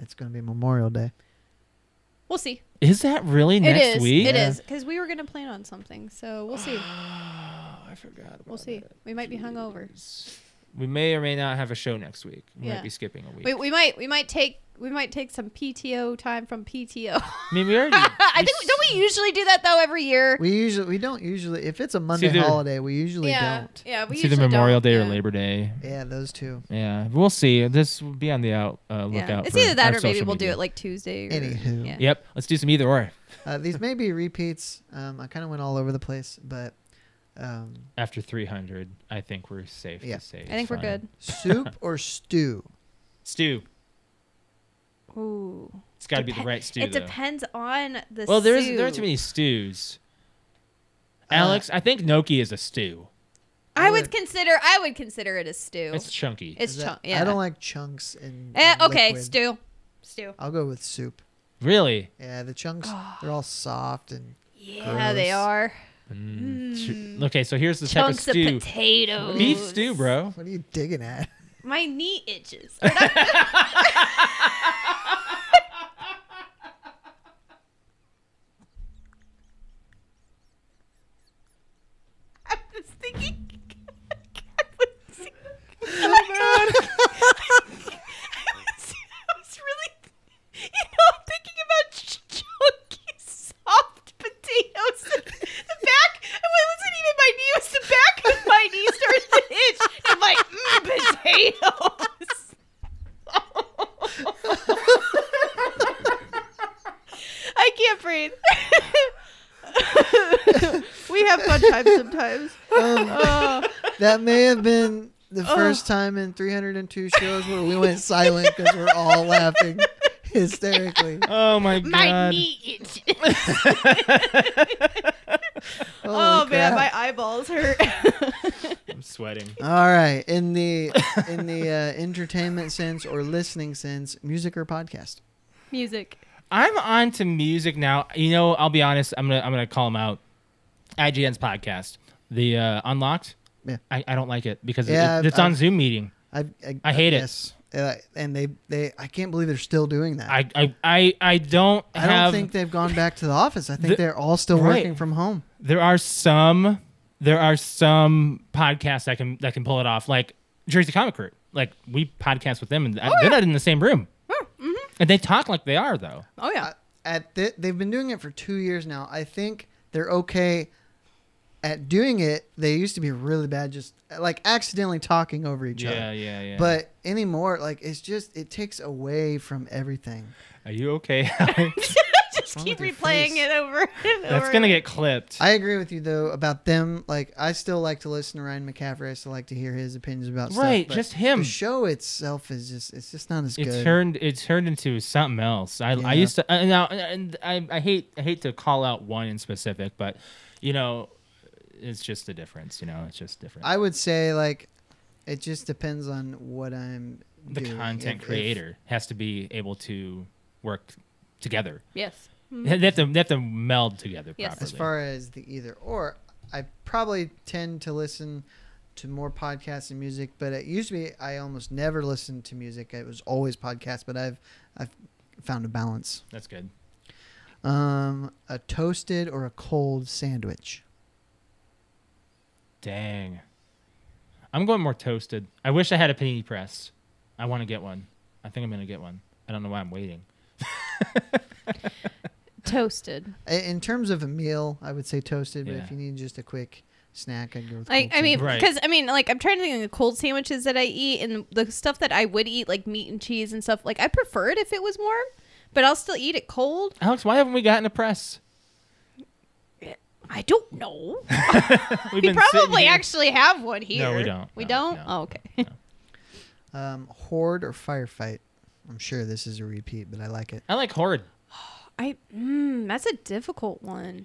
Speaker 1: It's going to be Memorial Day.
Speaker 2: We'll see.
Speaker 3: is that really next
Speaker 2: it is.
Speaker 3: week?
Speaker 2: It
Speaker 1: Yeah.
Speaker 2: is because we were gonna plan on something, so we'll see.
Speaker 3: I forgot. About
Speaker 2: We'll see.
Speaker 3: that.
Speaker 2: We might be hungover.
Speaker 3: Jeez. We may or may not have a show next week. We
Speaker 2: Yeah.
Speaker 3: might be skipping a week.
Speaker 2: We, we might we might take we might take some PTO time from PTO.
Speaker 3: I mean, we already.
Speaker 2: I think don't we usually do that though every year?
Speaker 1: We usually we don't usually if it's a Monday
Speaker 3: either-
Speaker 1: holiday we usually
Speaker 2: yeah,
Speaker 1: don't.
Speaker 2: yeah. We
Speaker 3: see the
Speaker 2: usually
Speaker 3: Memorial
Speaker 2: don't,
Speaker 3: Day
Speaker 2: yeah.
Speaker 3: or Labor Day.
Speaker 1: Yeah, those two.
Speaker 3: Yeah, we'll see. This will be on the out uh, lookout.
Speaker 2: Yeah. It's
Speaker 3: for
Speaker 2: either that
Speaker 3: our
Speaker 2: or maybe
Speaker 3: social
Speaker 2: we'll do
Speaker 3: media.
Speaker 2: it like Tuesday. Or,
Speaker 1: Anywho.
Speaker 2: yeah.
Speaker 3: Yep, let's do some either or
Speaker 1: Uh, these may be repeats. Um, I kind of went all over the place, but um,
Speaker 3: after 300. I think we're safe
Speaker 1: Yeah.
Speaker 3: to say.
Speaker 2: I
Speaker 3: it's
Speaker 2: think we're
Speaker 3: fine.
Speaker 2: good.
Speaker 1: soup or stew?
Speaker 3: Stew.
Speaker 2: Ooh.
Speaker 3: It's got to be the
Speaker 2: Depen-
Speaker 3: right stew.
Speaker 2: It
Speaker 3: though.
Speaker 2: depends on the.
Speaker 3: Well, there's
Speaker 2: soup.
Speaker 3: there aren't too many stews.
Speaker 1: Uh,
Speaker 3: Alex, I think gnocchi is a stew.
Speaker 2: I
Speaker 1: I-
Speaker 2: would consider I would consider it a stew.
Speaker 3: It's chunky.
Speaker 2: It's
Speaker 1: Is that-
Speaker 2: chunk. Yeah.
Speaker 1: I don't like chunks and.
Speaker 2: Eh, okay,
Speaker 1: liquid.
Speaker 2: stew, stew.
Speaker 1: I'll go with soup.
Speaker 3: really?
Speaker 1: Yeah, the chunks
Speaker 2: Ah.
Speaker 1: they're all soft and
Speaker 2: Yeah, they
Speaker 1: Gross.
Speaker 2: are
Speaker 3: Mm. Ch- Okay, so here's the
Speaker 2: chunks
Speaker 3: type
Speaker 2: of
Speaker 3: of stew.
Speaker 2: potatoes.
Speaker 3: Beef stew, bro.
Speaker 1: what are you digging at?
Speaker 2: My knee itches. I was thinking. I was thinking-
Speaker 3: Oh,
Speaker 2: I was- I was really, you know, I'm thinking about ch- chunky soft potatoes. The back, it wasn't even my knee, it was the back of my knee started to itch. And I'm like, mm, potatoes. I can't breathe. we have fun times sometimes.
Speaker 1: Um,
Speaker 2: Oh.
Speaker 1: that may have been the first time in 302 shows where we went silent because we're all laughing hysterically.
Speaker 3: Oh my god.
Speaker 2: itches.
Speaker 1: Holy
Speaker 2: oh man, my
Speaker 1: crap.
Speaker 2: eyeballs hurt.
Speaker 3: I'm sweating.
Speaker 1: All right, in the in the uh, entertainment sense or listening sense, music or podcast.
Speaker 2: Music.
Speaker 3: I'm on to music now. You know, I'll be honest. I'm gonna I'm gonna call them out. IGN's podcast, the uh, Unlocked.
Speaker 1: Yeah.
Speaker 3: I, I don't like it because it-
Speaker 1: Yeah,
Speaker 3: it's
Speaker 1: I-
Speaker 3: on Zoom meeting.
Speaker 1: I
Speaker 3: I hate it.
Speaker 1: it. Uh, and they they I can't believe they're still doing that.
Speaker 3: I I I, I don't
Speaker 1: I
Speaker 3: have.
Speaker 1: don't think they've gone back to the office. I think
Speaker 3: The-
Speaker 1: they're all still
Speaker 3: Right.
Speaker 1: working from home.
Speaker 3: there are some there are some podcasts that can that can pull it off, like Jersey Comic Group. Like
Speaker 1: Oh, mm-hmm.
Speaker 3: we podcast with them, and I- they're not in the same room, and they talk like they are though.
Speaker 2: Oh yeah.
Speaker 1: I, at thi they've been doing it for two years now. I think they're okay at doing it. They used to be really bad, just like accidentally talking over each
Speaker 3: yeah,
Speaker 1: other.
Speaker 3: yeah, yeah.
Speaker 1: But anymore, like it's just it takes away from everything.
Speaker 3: are you okay? Alex?
Speaker 2: Just
Speaker 1: wrong
Speaker 2: keep
Speaker 1: with your
Speaker 2: replaying
Speaker 1: face?
Speaker 2: it over and over.
Speaker 3: That's gonna get clipped.
Speaker 1: I agree with you though about them. Like I still like to listen to Ryan McCaffrey. I still like to hear his opinions about stuff.
Speaker 3: right,
Speaker 1: but
Speaker 3: just him.
Speaker 1: The show itself is just it's just not as
Speaker 3: It
Speaker 1: good.
Speaker 3: turned it turned into something else. I,
Speaker 1: Yeah.
Speaker 3: I used to and now uh, and I, I hate I hate to call out one in specific, but you know, it's just the difference. You know, it's just different.
Speaker 1: I would say like it just depends on what I'm
Speaker 3: the
Speaker 1: doing.
Speaker 3: content
Speaker 1: If- if-
Speaker 3: creator has to be able to work together.
Speaker 2: yes.
Speaker 3: They have to they have to meld together
Speaker 2: Yes.
Speaker 3: properly.
Speaker 1: as far as the either or, I probably tend to listen to more podcasts and music, but it used to be I almost never listened to music. It was always podcasts, but I've I've found a balance.
Speaker 3: That's good.
Speaker 1: Um, a toasted or a cold sandwich.
Speaker 3: Dang. I'm going more toasted. I wish I had a panini press. I want to get one. I think I'm gonna get one. I don't know why I'm waiting.
Speaker 2: Toasted.
Speaker 1: I- In terms of a meal, I would say toasted, but
Speaker 3: Yeah.
Speaker 1: if you need just a quick snack, I'd go with.
Speaker 2: Like
Speaker 1: cold
Speaker 2: I mean,
Speaker 3: Right.
Speaker 2: because I mean, like I'm trying to think of the cold sandwiches that I eat and the stuff that I would eat, like meat and cheese and stuff. Like I prefer it if it was warm, but I'll still eat it cold.
Speaker 3: Alex, why haven't we gotten a press?
Speaker 2: I don't know.
Speaker 3: We've
Speaker 2: we
Speaker 3: been sitting
Speaker 2: probably
Speaker 3: here-
Speaker 2: actually have one here.
Speaker 3: No, we don't.
Speaker 2: We
Speaker 3: No,
Speaker 2: don't.
Speaker 3: no.
Speaker 2: Oh, okay.
Speaker 1: sandwich. Um, hoard or firefight. I'm sure this is a repeat, but I like it.
Speaker 3: I like horrid.
Speaker 2: I. Mm, that's a difficult one.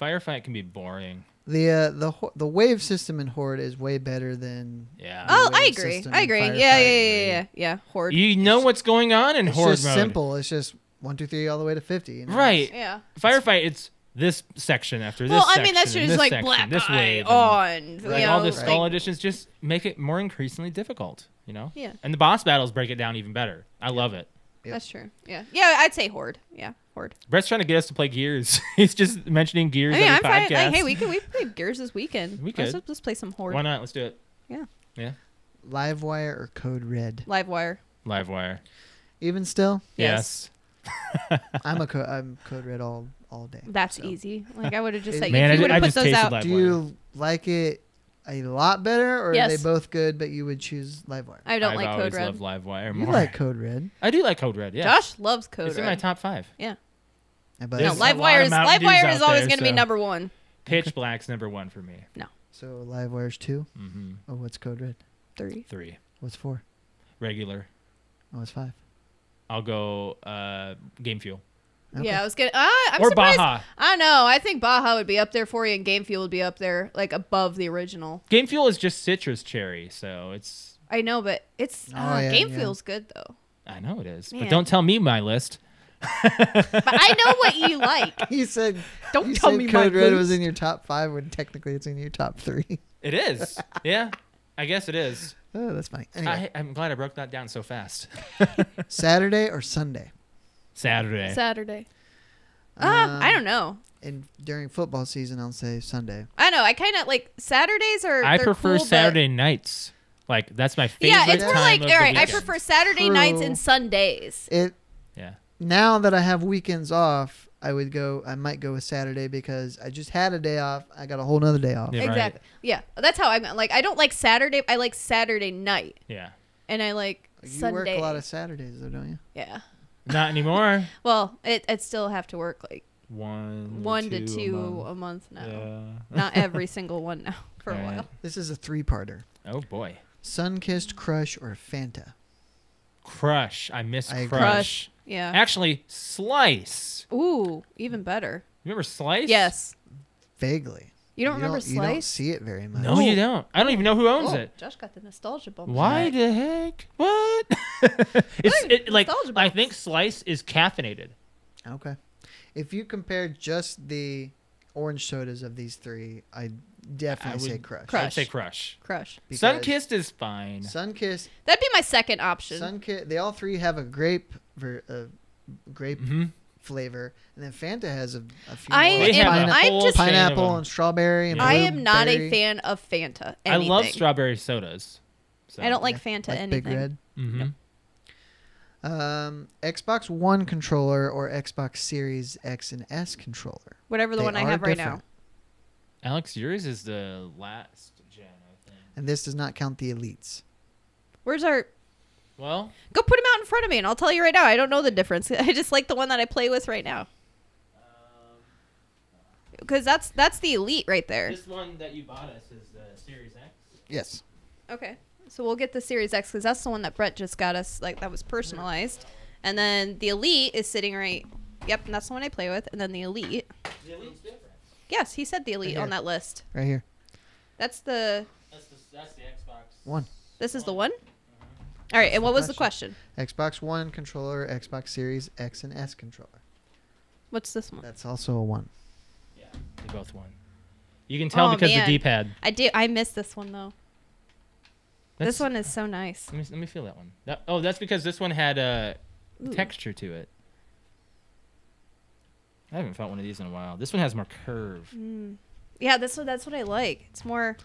Speaker 3: Firefight can be boring.
Speaker 1: The uh, the ho- the wave system in Horde is way better than
Speaker 3: Yeah.
Speaker 2: Oh, I
Speaker 1: wave
Speaker 2: agree.
Speaker 1: system
Speaker 2: I
Speaker 1: and
Speaker 2: agree. Yeah,
Speaker 1: firefight.
Speaker 2: yeah, yeah, yeah, yeah. Horde.
Speaker 3: You know what's going on in
Speaker 1: It's
Speaker 3: horror
Speaker 1: just
Speaker 3: mode.
Speaker 1: simple. It's just one, two, three, all the way to fifty. you know?
Speaker 3: Right.
Speaker 2: yeah.
Speaker 3: Firefight, it's this section after this
Speaker 2: Well, I mean,
Speaker 3: section
Speaker 2: that's
Speaker 3: and
Speaker 2: just
Speaker 3: this
Speaker 2: like
Speaker 3: section,
Speaker 2: black
Speaker 3: this
Speaker 2: eye Oh,
Speaker 3: wave and-
Speaker 2: on.
Speaker 3: like
Speaker 2: you
Speaker 3: all
Speaker 2: know,
Speaker 3: the skull
Speaker 2: like-
Speaker 3: editions just make it more increasingly difficult you know
Speaker 2: Yeah.
Speaker 3: and the boss battles break it down even better i love it
Speaker 1: Yep.
Speaker 2: That's true. Yeah. Yeah, I'd say horde. Yeah, horde.
Speaker 3: brett's trying to get us to play gears he's just mentioning gears
Speaker 2: I mean, I'm
Speaker 3: every
Speaker 2: fine.
Speaker 3: podcast
Speaker 2: Like, hey, we could we played Gears this weekend.
Speaker 3: We
Speaker 2: Let's
Speaker 3: could.
Speaker 2: just play some horde.
Speaker 3: why not let's do it
Speaker 2: Yeah.
Speaker 3: yeah
Speaker 1: Livewire or Code Red.
Speaker 2: Livewire.
Speaker 3: livewire
Speaker 1: Even still,
Speaker 3: yes,
Speaker 1: I'm a co- I'm Code Red all all day.
Speaker 2: That's
Speaker 1: So.
Speaker 2: easy. Like I would have just
Speaker 1: It-
Speaker 2: like
Speaker 3: Man, I
Speaker 2: if
Speaker 3: ju-
Speaker 2: you would
Speaker 3: I
Speaker 2: have put
Speaker 3: just
Speaker 2: those
Speaker 3: tasted
Speaker 2: out.
Speaker 3: Livewire.
Speaker 1: Do you like it a lot better, or are
Speaker 2: Yes.
Speaker 1: they both good? But you would choose Livewire.
Speaker 2: I don't
Speaker 3: I've
Speaker 2: like
Speaker 3: always
Speaker 2: Code Red.
Speaker 3: loved livewire
Speaker 1: You
Speaker 3: more
Speaker 1: like Code Red?
Speaker 3: i do like code red yeah
Speaker 2: Josh loves Code
Speaker 3: it's in my
Speaker 2: Red.
Speaker 3: top five
Speaker 1: I
Speaker 2: No,
Speaker 3: There's
Speaker 1: bet.
Speaker 3: a lot of
Speaker 2: Livewire is
Speaker 3: Mountain Dews
Speaker 2: Livewire
Speaker 3: out
Speaker 2: is always
Speaker 3: there,
Speaker 2: going to be
Speaker 3: so-
Speaker 2: number one.
Speaker 3: pitch black's number one for me
Speaker 1: so Livewire's two.
Speaker 3: mm-hmm.
Speaker 1: Oh, what's Code Red?
Speaker 2: Three.
Speaker 3: three
Speaker 1: What's four?
Speaker 3: regular
Speaker 1: Oh, it's five.
Speaker 3: i'll go uh game fuel
Speaker 1: Okay.
Speaker 2: Yeah, I was gonna. Uh, I'm
Speaker 3: or
Speaker 2: surprised.
Speaker 3: baja
Speaker 2: I don't know. I think Baja would be up there for you, and Game Fuel would be up there, like above the original.
Speaker 3: game fuel is just citrus cherry so it's
Speaker 2: I know, but it's
Speaker 1: Oh,
Speaker 2: uh,
Speaker 1: yeah,
Speaker 2: Game
Speaker 1: yeah.
Speaker 2: Fuel's good though.
Speaker 3: I know it is,
Speaker 2: Man.
Speaker 3: but don't tell me my list.
Speaker 2: But I know what you like.
Speaker 1: You said
Speaker 2: Don't
Speaker 1: you
Speaker 2: tell
Speaker 1: said
Speaker 2: me my
Speaker 1: Code Red was
Speaker 2: list.
Speaker 1: in your top five when technically it's in your top three.
Speaker 3: It is, yeah. I guess it is.
Speaker 1: Oh, that's funny. Anyway,
Speaker 3: I, I'm glad I broke that down so fast.
Speaker 1: Saturday or Sunday?
Speaker 3: Saturday.
Speaker 2: Saturday. Uh, I
Speaker 1: Um,
Speaker 2: don't know.
Speaker 1: and during football season, I'll say Sunday.
Speaker 2: I know. I kind of like Saturdays are.
Speaker 3: I
Speaker 2: they're
Speaker 3: prefer
Speaker 2: cool, but-
Speaker 3: Saturday nights. Like that's my favorite.
Speaker 2: Yeah, it's more
Speaker 3: time
Speaker 2: like
Speaker 3: of
Speaker 2: all
Speaker 3: the
Speaker 2: right. I
Speaker 3: weekend.
Speaker 2: prefer Saturday nights
Speaker 1: True.
Speaker 2: and Sundays.
Speaker 1: It
Speaker 3: Yeah,
Speaker 1: now that I have weekends off, I would go. I might go with Saturday because I just had a day off. I got a whole nother day off.
Speaker 3: Yeah. right.
Speaker 2: Exactly. Yeah, that's how I'm like. I don't like Saturday. I like Saturday night,
Speaker 3: yeah.
Speaker 2: and I like
Speaker 1: You
Speaker 2: Sunday.
Speaker 1: work a lot of Saturdays though, don't you?
Speaker 2: yeah.
Speaker 3: Not anymore.
Speaker 2: Well, it I'd still have to work like
Speaker 3: One,
Speaker 2: one
Speaker 3: two
Speaker 2: to
Speaker 3: a
Speaker 2: two uh,
Speaker 3: month.
Speaker 2: a month now.
Speaker 3: Yeah.
Speaker 2: Not every single one now for a
Speaker 3: Right.
Speaker 2: while.
Speaker 1: This is a three-parter:
Speaker 3: Oh boy,
Speaker 1: Sunkissed Crush or Fanta.
Speaker 3: crush. I miss
Speaker 1: I agree.
Speaker 3: crush.
Speaker 2: Crush. Yeah.
Speaker 3: Actually, slice.
Speaker 2: Ooh, even better.
Speaker 3: You remember slice?
Speaker 2: Yes.
Speaker 1: Vaguely.
Speaker 2: You don't remember
Speaker 1: You don't
Speaker 2: Slice?
Speaker 1: see it very much.
Speaker 3: No, you don't. I don't even know who owns
Speaker 2: Oh,
Speaker 3: it.
Speaker 2: Josh got the nostalgia bump.
Speaker 3: Why
Speaker 2: tonight.
Speaker 3: the heck? What? it's
Speaker 2: Hey,
Speaker 3: it, like
Speaker 2: nostalgia
Speaker 3: I
Speaker 2: box.
Speaker 3: think Slice is caffeinated.
Speaker 1: Okay. If you compare just the orange sodas of these three, I definitely
Speaker 3: I
Speaker 1: say
Speaker 3: would-
Speaker 1: Crush.
Speaker 2: Crush.
Speaker 3: I'd say Crush.
Speaker 2: Crush.
Speaker 1: because
Speaker 3: Sunkissed is fine.
Speaker 1: Sunkissed.
Speaker 2: That'd be my second option.
Speaker 1: Sunkissed. They all three have a grape. Ver, uh, grape
Speaker 3: hmm
Speaker 1: flavor, and then Fanta has a, a few.
Speaker 2: I
Speaker 1: more
Speaker 3: They
Speaker 2: am-
Speaker 3: have a
Speaker 2: I'm
Speaker 3: whole
Speaker 2: just-
Speaker 3: chain of
Speaker 1: pineapple
Speaker 3: them.
Speaker 1: and strawberry. And
Speaker 3: Yeah.
Speaker 2: I am not a
Speaker 1: blueberry,
Speaker 2: fan of Fanta.
Speaker 3: I love
Speaker 2: anything.
Speaker 3: strawberry sodas. So.
Speaker 2: I don't like
Speaker 1: Yeah.
Speaker 2: Fanta
Speaker 1: like
Speaker 2: anything.
Speaker 1: Big Red.
Speaker 3: hmm
Speaker 2: Yeah.
Speaker 1: Um, Xbox One controller or Xbox Series X and S controller.
Speaker 2: Whatever the
Speaker 1: They
Speaker 2: one I
Speaker 1: are
Speaker 2: have right now.
Speaker 1: different.
Speaker 3: Alex, yours is the last gen, I think.
Speaker 1: And this does not count the elites.
Speaker 2: Where's our?
Speaker 3: Well,
Speaker 2: Go put them out in front of me, and I'll tell you right now. I don't know the difference. I just like the one that I play with right now. Um, Because that's that's the elite right there.
Speaker 3: this one that you bought us is the Series X.
Speaker 1: Yes.
Speaker 2: Okay. So we'll get the Series X because that's the one that Brett just got us. Like that was personalized, and then the Elite is sitting right. Yep, and that's the one I play with. And then the Elite.
Speaker 3: The Elite's different.
Speaker 2: Yes, he said the Elite
Speaker 1: Right
Speaker 2: on
Speaker 1: here.
Speaker 2: that list.
Speaker 1: Right here.
Speaker 2: That's the.
Speaker 3: That's the that's the Xbox
Speaker 1: One.
Speaker 2: This is the one.
Speaker 1: Uh-huh.
Speaker 2: All right. And what was the question?
Speaker 1: Xbox One controller, Xbox Series X and S controller.
Speaker 2: What's this one?
Speaker 1: That's also a one.
Speaker 3: Yeah, they both won. You can tell
Speaker 2: Oh,
Speaker 3: because
Speaker 2: man.
Speaker 3: the D-pad.
Speaker 2: I do. I miss this one though.
Speaker 3: That's-
Speaker 2: this one is so nice.
Speaker 3: Let me, let me feel that one. That, oh, that's because this one had a
Speaker 2: Ooh.
Speaker 3: texture to it. I haven't felt one of these in a while. This one has more curve.
Speaker 2: Mm. Yeah, this one. That's what I like. It's more.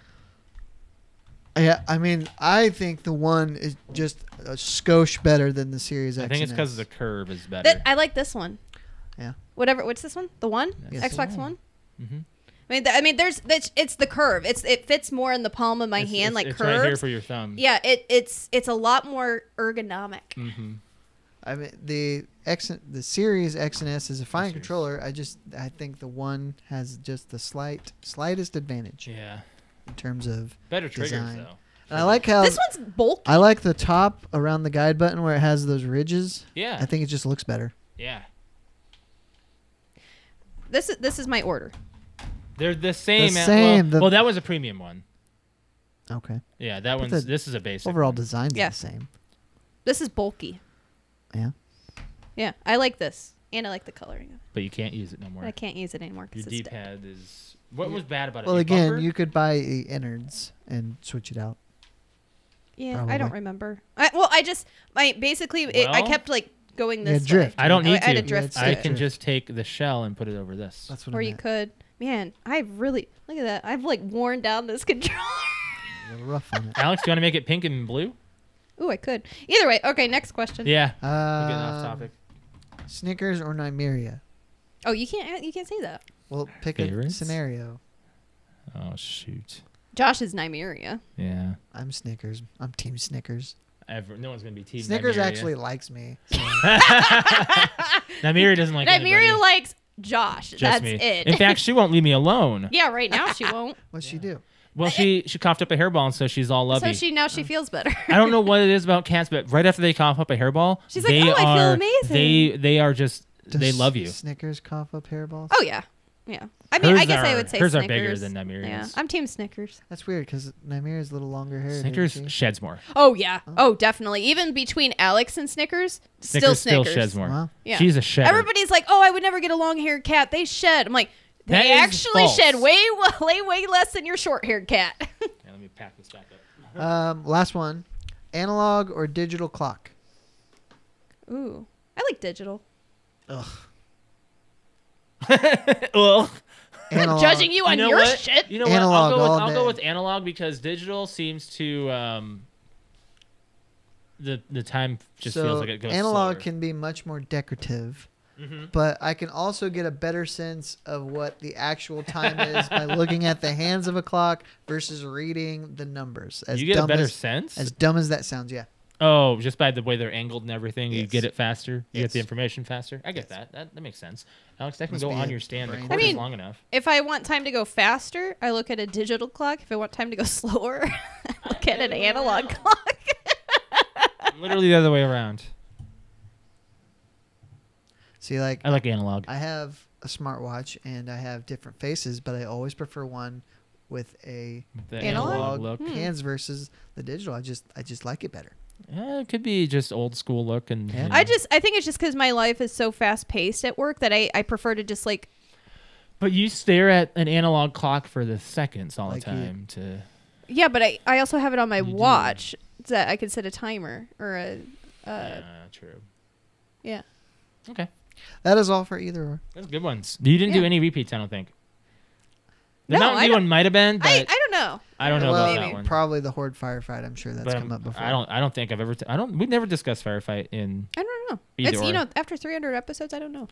Speaker 1: Yeah, I mean, I think the one is just a skosh better than the Series X.
Speaker 3: I think it's
Speaker 1: and
Speaker 3: because the
Speaker 1: S.
Speaker 3: curve is better.
Speaker 2: That, I like this one.
Speaker 1: Yeah.
Speaker 2: Whatever. What's this one? The one.
Speaker 3: That's the
Speaker 2: Xbox
Speaker 3: one.
Speaker 2: One.
Speaker 3: mm-hmm.
Speaker 2: I mean, th- I mean, there's it's, it's the curve. It's it fits more in the palm of my
Speaker 3: it's,
Speaker 2: hand,
Speaker 3: it's-
Speaker 2: like
Speaker 3: it's
Speaker 2: curves.
Speaker 3: right here for your thumb.
Speaker 2: yeah, it it's it's a lot more ergonomic.
Speaker 3: Mm-hmm.
Speaker 1: I mean, the X, the Series X and S is a fine
Speaker 3: Series.
Speaker 1: controller. I just, I think the one has just the slight, slightest advantage
Speaker 3: Yeah.
Speaker 1: in terms of.
Speaker 3: Better triggers
Speaker 1: Design.
Speaker 3: though.
Speaker 1: And I like
Speaker 3: Um,
Speaker 1: how
Speaker 2: this one's bulky.
Speaker 1: I like the top around the guide button where it has those ridges.
Speaker 3: Yeah.
Speaker 1: I think it just looks better.
Speaker 3: yeah.
Speaker 2: This is this is my order.
Speaker 3: They're the same. at- Well,
Speaker 1: same, the-
Speaker 3: well, that was a premium one.
Speaker 1: Okay.
Speaker 3: Yeah, that
Speaker 1: But
Speaker 3: one's.
Speaker 1: the
Speaker 3: this is a basic.
Speaker 1: Overall
Speaker 3: one.
Speaker 1: design's
Speaker 2: Yeah.
Speaker 1: the same.
Speaker 2: This is bulky.
Speaker 1: Yeah.
Speaker 2: Yeah, I like this, and I like the coloring. of it.
Speaker 3: but you can't use it no
Speaker 2: But
Speaker 3: more.
Speaker 2: I can't use it anymore
Speaker 3: Your
Speaker 2: because it's dead.
Speaker 3: D-pad is. What was bad about it?
Speaker 1: Well,
Speaker 3: The
Speaker 1: again,
Speaker 3: bumper?
Speaker 1: you could buy the innards and switch it out.
Speaker 2: Yeah, I
Speaker 1: Probably.
Speaker 2: don't remember. I, well, I just my basically it, I
Speaker 3: Well-
Speaker 2: kept like going
Speaker 1: Yeah,
Speaker 2: this
Speaker 1: drift.
Speaker 2: Way.
Speaker 3: I don't
Speaker 2: I-
Speaker 3: need
Speaker 2: I had
Speaker 3: to.
Speaker 2: a drift
Speaker 3: I
Speaker 2: to
Speaker 3: can
Speaker 1: it.
Speaker 3: just take the shell and put it over this.
Speaker 1: That's what
Speaker 2: or
Speaker 1: I
Speaker 2: you
Speaker 1: meant.
Speaker 2: could. Man, I've really look at that. I've like worn down this controller.
Speaker 1: A little rough on it.
Speaker 3: Alex, do you want to make it pink and blue?
Speaker 2: Ooh, I could. Either way, okay. Next question.
Speaker 3: Yeah. We're getting off
Speaker 1: Um,
Speaker 3: topic.
Speaker 1: Snickers or Nymeria?
Speaker 2: Oh, you can't. You can't say that.
Speaker 1: Well, pick
Speaker 3: Favorites?
Speaker 1: a scenario.
Speaker 3: Oh shoot.
Speaker 2: Josh is Nymeria.
Speaker 3: Yeah.
Speaker 1: I'm Snickers. I'm Team Snickers.
Speaker 3: Ever, no one's gonna be team.
Speaker 1: Snickers
Speaker 3: Nymeria.
Speaker 1: actually likes me. so-
Speaker 3: Nymeria doesn't like anybody.
Speaker 2: Nymeria likes Josh.
Speaker 3: Just
Speaker 2: That's
Speaker 3: me.
Speaker 2: it.
Speaker 3: In fact, she won't leave me alone.
Speaker 2: yeah, right now she won't.
Speaker 1: What's she do?
Speaker 3: Well, she she coughed up a hairball, and so she's all lovey.
Speaker 2: so she now she feels better.
Speaker 3: I don't know what it is about cats, but right after they cough up a hairball,
Speaker 2: She's like,
Speaker 3: they
Speaker 2: "Oh, I feel
Speaker 3: are,
Speaker 2: amazing."
Speaker 3: They they are just
Speaker 1: Does
Speaker 3: they love you.
Speaker 1: Snickers cough up hairballs.
Speaker 2: oh yeah, yeah. I mean, I
Speaker 3: Hers
Speaker 2: guess I
Speaker 3: are-
Speaker 2: would say
Speaker 3: hers are
Speaker 2: Snickers.
Speaker 3: bigger than Nymeria's.
Speaker 2: Yeah, I'm team Snickers.
Speaker 1: That's weird because Nymeria's a little longer hair. isn't
Speaker 3: Snickers
Speaker 1: she?
Speaker 3: sheds more.
Speaker 2: Oh yeah. Oh, definitely. Even between Alex and Snickers, still
Speaker 3: Snickers
Speaker 2: Snickers.
Speaker 3: sheds more.
Speaker 1: Wow.
Speaker 2: Yeah.
Speaker 3: She's a shedder.
Speaker 2: Everybody's like, "Oh, I would never get a long-haired cat. They shed." I'm like,
Speaker 3: That
Speaker 2: "They
Speaker 3: is
Speaker 2: actually
Speaker 3: false.
Speaker 2: shed way, way, way less than your short-haired cat."
Speaker 3: Yeah, let me pack this back up.
Speaker 1: Um, last one. Analog or digital clock?
Speaker 2: Ooh, I like digital.
Speaker 1: Ugh.
Speaker 3: Ugh.
Speaker 1: Analog.
Speaker 2: Judging you on
Speaker 3: know
Speaker 2: your
Speaker 3: what?
Speaker 2: shit.
Speaker 3: You know what?
Speaker 1: Analog
Speaker 3: I'll, go
Speaker 1: all
Speaker 3: with, I'll go
Speaker 1: day.
Speaker 3: with analog because digital seems to um, the the time just
Speaker 1: so
Speaker 3: feels like it goes
Speaker 1: analog
Speaker 3: slower.
Speaker 1: can be much more decorative,
Speaker 2: Mm-hmm.
Speaker 3: Mhm.
Speaker 1: but I can also get a better sense of what the actual time is by looking at the hands of a clock versus reading the numbers. As
Speaker 3: you get a
Speaker 1: dumb
Speaker 3: better
Speaker 1: as,
Speaker 3: sense.
Speaker 1: as dumb as that sounds, yeah.
Speaker 3: oh, just by the way they're angled and everything, you
Speaker 1: Yes.
Speaker 3: get it faster. You get the
Speaker 1: Yes.
Speaker 3: information faster. I get
Speaker 1: Yes.
Speaker 3: that. that. That makes sense. Alex, that can
Speaker 1: Must
Speaker 3: go
Speaker 1: be
Speaker 3: on
Speaker 1: a
Speaker 3: your stand. The
Speaker 1: brain
Speaker 3: cord is
Speaker 2: thing.
Speaker 3: long enough.
Speaker 2: If I want time to go faster, I look at a digital clock. If I want time to go slower, I look at an analog clock.
Speaker 3: Literally the other way around.
Speaker 1: See, like
Speaker 3: I like analog.
Speaker 1: I have a smartwatch and I have different faces, but I always prefer one with a
Speaker 3: The
Speaker 2: Analog?
Speaker 3: analog,
Speaker 1: analog
Speaker 2: Hmm.
Speaker 3: look.
Speaker 1: hands versus the digital. I just I just like it better.
Speaker 3: Yeah, it could be just old school look and.
Speaker 1: Yeah.
Speaker 3: you know.
Speaker 2: I just, I think it's just because my life is so fast paced at work that I, I prefer to just like,
Speaker 3: But you stare at an analog clock for the seconds all
Speaker 1: Like
Speaker 3: the
Speaker 1: you-
Speaker 3: time
Speaker 2: Uh,
Speaker 3: to.
Speaker 2: yeah, but I, I also have it on my
Speaker 3: do.
Speaker 2: watch so that I can set a timer or a, uh, yeah.
Speaker 3: yeah, true. Okay.
Speaker 1: That is all for either or.
Speaker 3: That's good ones. You didn't do
Speaker 2: Yeah.
Speaker 3: any repeats, I don't think.
Speaker 2: No,
Speaker 3: The
Speaker 2: I
Speaker 3: Mountain Dew
Speaker 2: don't-
Speaker 3: one might have been, but
Speaker 2: I,
Speaker 3: I,
Speaker 2: I don't know.
Speaker 3: don't know
Speaker 1: well,
Speaker 3: about that one.
Speaker 1: Probably the horde firefight. I'm sure that's
Speaker 3: But
Speaker 1: come
Speaker 3: I'm-
Speaker 1: up before.
Speaker 3: I don't. I don't think I've ever. T- I don't. We've never discussed firefight in.
Speaker 2: I don't know.
Speaker 3: Either
Speaker 2: it's
Speaker 3: or.
Speaker 2: you know after 300 episodes, I don't know.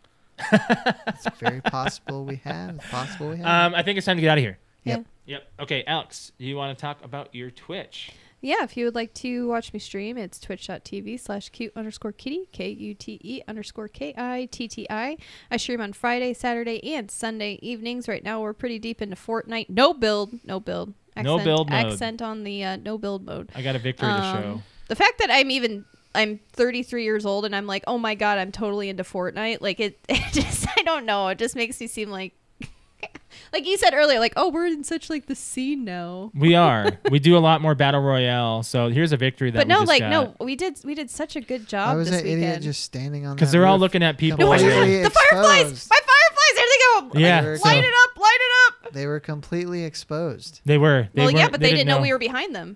Speaker 1: It's very possible we have. It's possible we have.
Speaker 3: Um, I think it's time to get out of here.
Speaker 1: Yep.
Speaker 2: Yeah.
Speaker 3: Yep. Okay, Alex, you want to talk about your Twitch?
Speaker 2: Yeah, if you would like to watch me stream, it's twitch.tv slash cute underscore kitty, K U T E underscore K I T T I. I stream on Friday, Saturday, and Sunday evenings. Right now, we're pretty deep into Fortnite. No build, no build.
Speaker 3: No build mode.
Speaker 2: Accent on the uh, no build mode.
Speaker 3: I got a victory to
Speaker 2: Um,
Speaker 3: show.
Speaker 2: The fact that I'm even. I'm 33 years old and I'm like, oh my god, I'm totally into Fortnite. Like it, it just, I don't know. It just makes me seem like, like you said earlier, like oh, we're in such like the scene now.
Speaker 3: We are. we do a lot more battle royale. So here's a victory that.
Speaker 2: But
Speaker 3: we
Speaker 2: no,
Speaker 3: just
Speaker 2: like
Speaker 3: got.
Speaker 2: no, we did we did such a good job
Speaker 1: Why was
Speaker 2: this
Speaker 1: that
Speaker 2: weekend.
Speaker 1: idiot just standing on?
Speaker 3: 'Cause
Speaker 1: that
Speaker 3: they're all
Speaker 1: roof?
Speaker 3: looking at people.
Speaker 2: no, watch
Speaker 3: Completely
Speaker 2: out,
Speaker 1: Completely
Speaker 2: the fireflies!
Speaker 1: exposed.
Speaker 2: My fireflies! I think I will
Speaker 3: Yeah,
Speaker 2: light
Speaker 3: so-
Speaker 2: it up, light it up.
Speaker 1: They were completely exposed.
Speaker 3: They were. They
Speaker 2: well, yeah,
Speaker 3: weren't-
Speaker 2: but they, didn't know. we were behind them.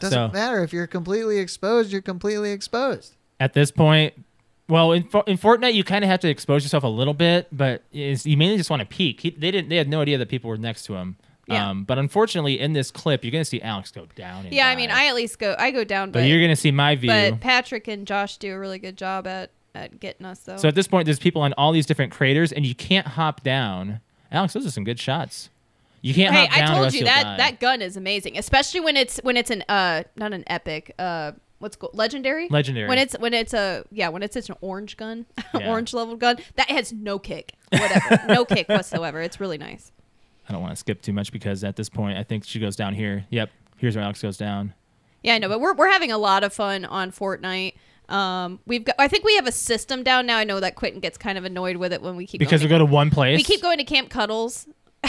Speaker 1: Doesn't
Speaker 3: So-
Speaker 1: matter if you're completely exposed. You're completely exposed.
Speaker 3: At this point, well, in Fo- in Fortnite, you kind of have to expose yourself a little bit, but it's, you mainly just want to peek. He, they didn't. They had no idea that people were next to him.
Speaker 2: Yeah.
Speaker 3: Um, but unfortunately, in this clip, you're gonna see Alex go down. and
Speaker 2: Yeah, I mean,
Speaker 3: die.
Speaker 2: I at least go I go down,
Speaker 3: But
Speaker 2: but
Speaker 3: you're gonna see my view.
Speaker 2: but Patrick and Josh do a really good job at at getting us though.
Speaker 3: So at this point, there's people on all these different craters, and you can't hop down. Alex, those are some good shots. You can't
Speaker 2: hey,
Speaker 3: hop
Speaker 2: I
Speaker 3: down.
Speaker 2: told
Speaker 3: unless
Speaker 2: you
Speaker 3: you'll
Speaker 2: that
Speaker 3: die.
Speaker 2: that gun is amazing, especially when it's when it's an uh not an epic uh what's called legendary
Speaker 3: Legendary.
Speaker 2: when it's when it's a yeah when it's such an orange gun
Speaker 3: Yeah.
Speaker 2: orange level gun that has no kick whatever no kick whatsoever. It's really nice.
Speaker 3: I don't want to skip too much because at this point, I think she goes down here. Yep, here's where Alex goes down.
Speaker 2: Yeah, I know, but we're we're having a lot of fun on Fortnite. Um, we've got I think we have a system down now. I know that Quentin gets kind of annoyed with it when we keep
Speaker 3: Because we
Speaker 2: going.
Speaker 3: go to one place.
Speaker 2: we keep going to Camp Cuddles.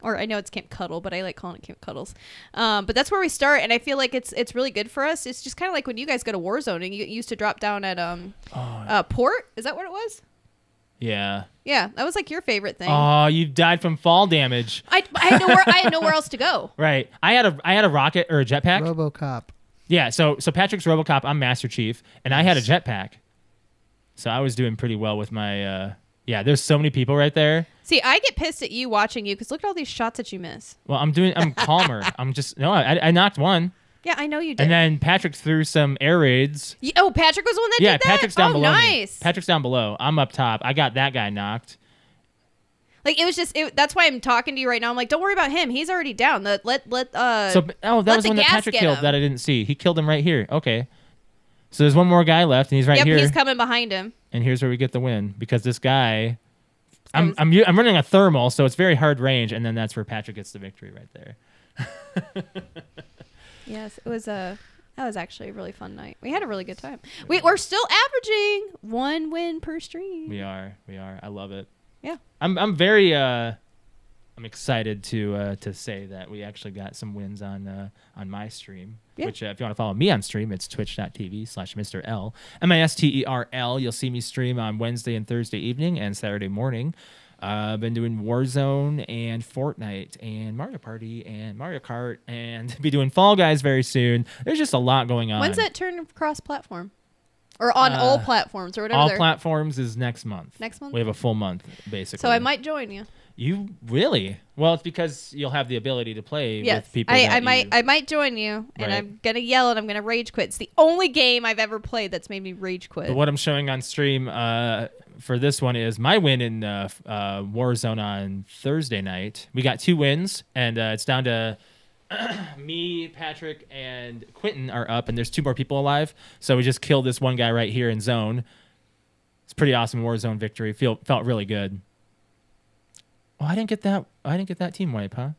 Speaker 2: or I know it's Camp Cuddle, but I like calling it Camp Cuddles. Um, but that's where we start and I feel like it's it's really good for us. It's just kind of like when you guys go to Warzone and you used to drop down at um
Speaker 3: Oh,
Speaker 2: uh, Port, is that what it was?
Speaker 3: Yeah.
Speaker 2: Yeah, that was like your favorite thing.
Speaker 3: Oh, you died from fall damage.
Speaker 2: I, I had nowhere I had nowhere else to go.
Speaker 3: Right. I had a I had a rocket or a jetpack.
Speaker 1: RoboCop.
Speaker 3: yeah. So so Patrick's RoboCop. I'm Master Chief, and I had a jetpack. So I was doing pretty well with my. Uh, yeah. There's so many people right there.
Speaker 2: See, I get pissed at you watching you because look at all these shots that you miss.
Speaker 3: Well, I'm doing. I'm calmer. I'm just no. I, I knocked one,
Speaker 2: Yeah, I know you did.
Speaker 3: and then Patrick threw some air raids.
Speaker 2: Ye- Oh, Patrick was the one that
Speaker 3: yeah,
Speaker 2: did that.
Speaker 3: Patrick's down
Speaker 2: oh,
Speaker 3: below. me.
Speaker 2: nice.
Speaker 3: Patrick's down below. I'm up top. I got that guy knocked.
Speaker 2: like it was just it, that's why I'm talking to you right now. I'm like, don't worry about him. He's already down. Let let let uh.
Speaker 3: So oh, that
Speaker 2: let
Speaker 3: was
Speaker 2: the
Speaker 3: one that
Speaker 2: gas
Speaker 3: Patrick
Speaker 2: get
Speaker 3: killed
Speaker 2: him.
Speaker 3: that I didn't see. He killed him right here. Okay. So there's one more guy left, and he's right
Speaker 2: yep,
Speaker 3: here.
Speaker 2: he's coming behind him.
Speaker 3: and here's where we get the win because this guy,
Speaker 2: That
Speaker 3: I'm
Speaker 2: was-
Speaker 3: I'm u- I'm running a thermal, so it's very hard range, and then that's where Patrick gets the victory right there.
Speaker 2: Yes, it was a. That was actually a really fun night. We had a really good time. We, we're still averaging one win per stream.
Speaker 3: We are, we are. I love it.
Speaker 2: Yeah.
Speaker 3: I'm I'm very uh, I'm excited to uh, to say that we actually got some wins on uh, on my stream.
Speaker 2: Yeah.
Speaker 3: Which, uh, if you want to follow me on stream, it's twitch.tv slash Mr. L. M I S T E R L. You'll see me stream on Wednesday and Thursday evening and Saturday morning. Uh, I've been doing Warzone and Fortnite and Mario Party and Mario Kart and be doing Fall Guys very soon. There's just a lot going on.
Speaker 2: When's that turn cross platform, or on
Speaker 3: Uh,
Speaker 2: all platforms or whatever?
Speaker 3: All
Speaker 2: they're-
Speaker 3: platforms is next month.
Speaker 2: Next month?
Speaker 3: We have a full month, basically.
Speaker 2: so I might join you.
Speaker 3: You really? Well, it's because you'll have the ability to play
Speaker 2: Yes,
Speaker 3: with people.
Speaker 2: I,
Speaker 3: that
Speaker 2: I might
Speaker 3: you-
Speaker 2: I might join you, and
Speaker 3: Right.
Speaker 2: I'm gonna yell and I'm gonna rage quit. It's the only game I've ever played that's made me rage quit.
Speaker 3: But what I'm showing on stream uh, for this one is my win in uh, f- uh, Warzone on Thursday night. We got two wins, and uh, it's down to me, Patrick, and Quentin are up, and there's two more people alive. So we just killed this one guy right here in zone. It's pretty awesome Warzone victory. Feel felt really good. Oh, I didn't get that. I didn't get that team wipe, huh?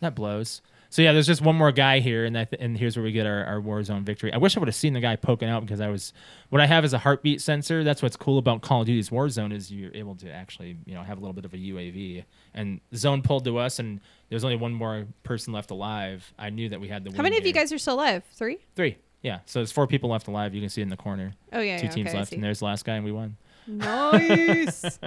Speaker 3: That blows. So yeah, there's just one more guy here, and that, and here's where we get our, our Warzone victory. I wish I would have seen the guy poking out because I was. What I have is a heartbeat sensor. That's what's cool about Call of Duty's Warzone is you're able to actually you know have a little bit of a UAV. And zone pulled to us, and there's only one more person left alive. I knew that we had the.
Speaker 2: How
Speaker 3: win
Speaker 2: many of you
Speaker 3: here.
Speaker 2: guys are still alive? Three?
Speaker 3: Three. Yeah. So there's four people left alive. You can see in the corner.
Speaker 2: Oh yeah,
Speaker 3: Two
Speaker 2: yeah,
Speaker 3: teams
Speaker 2: okay, I
Speaker 3: left,
Speaker 2: see.
Speaker 3: and there's the last guy, and we won.
Speaker 2: Nice.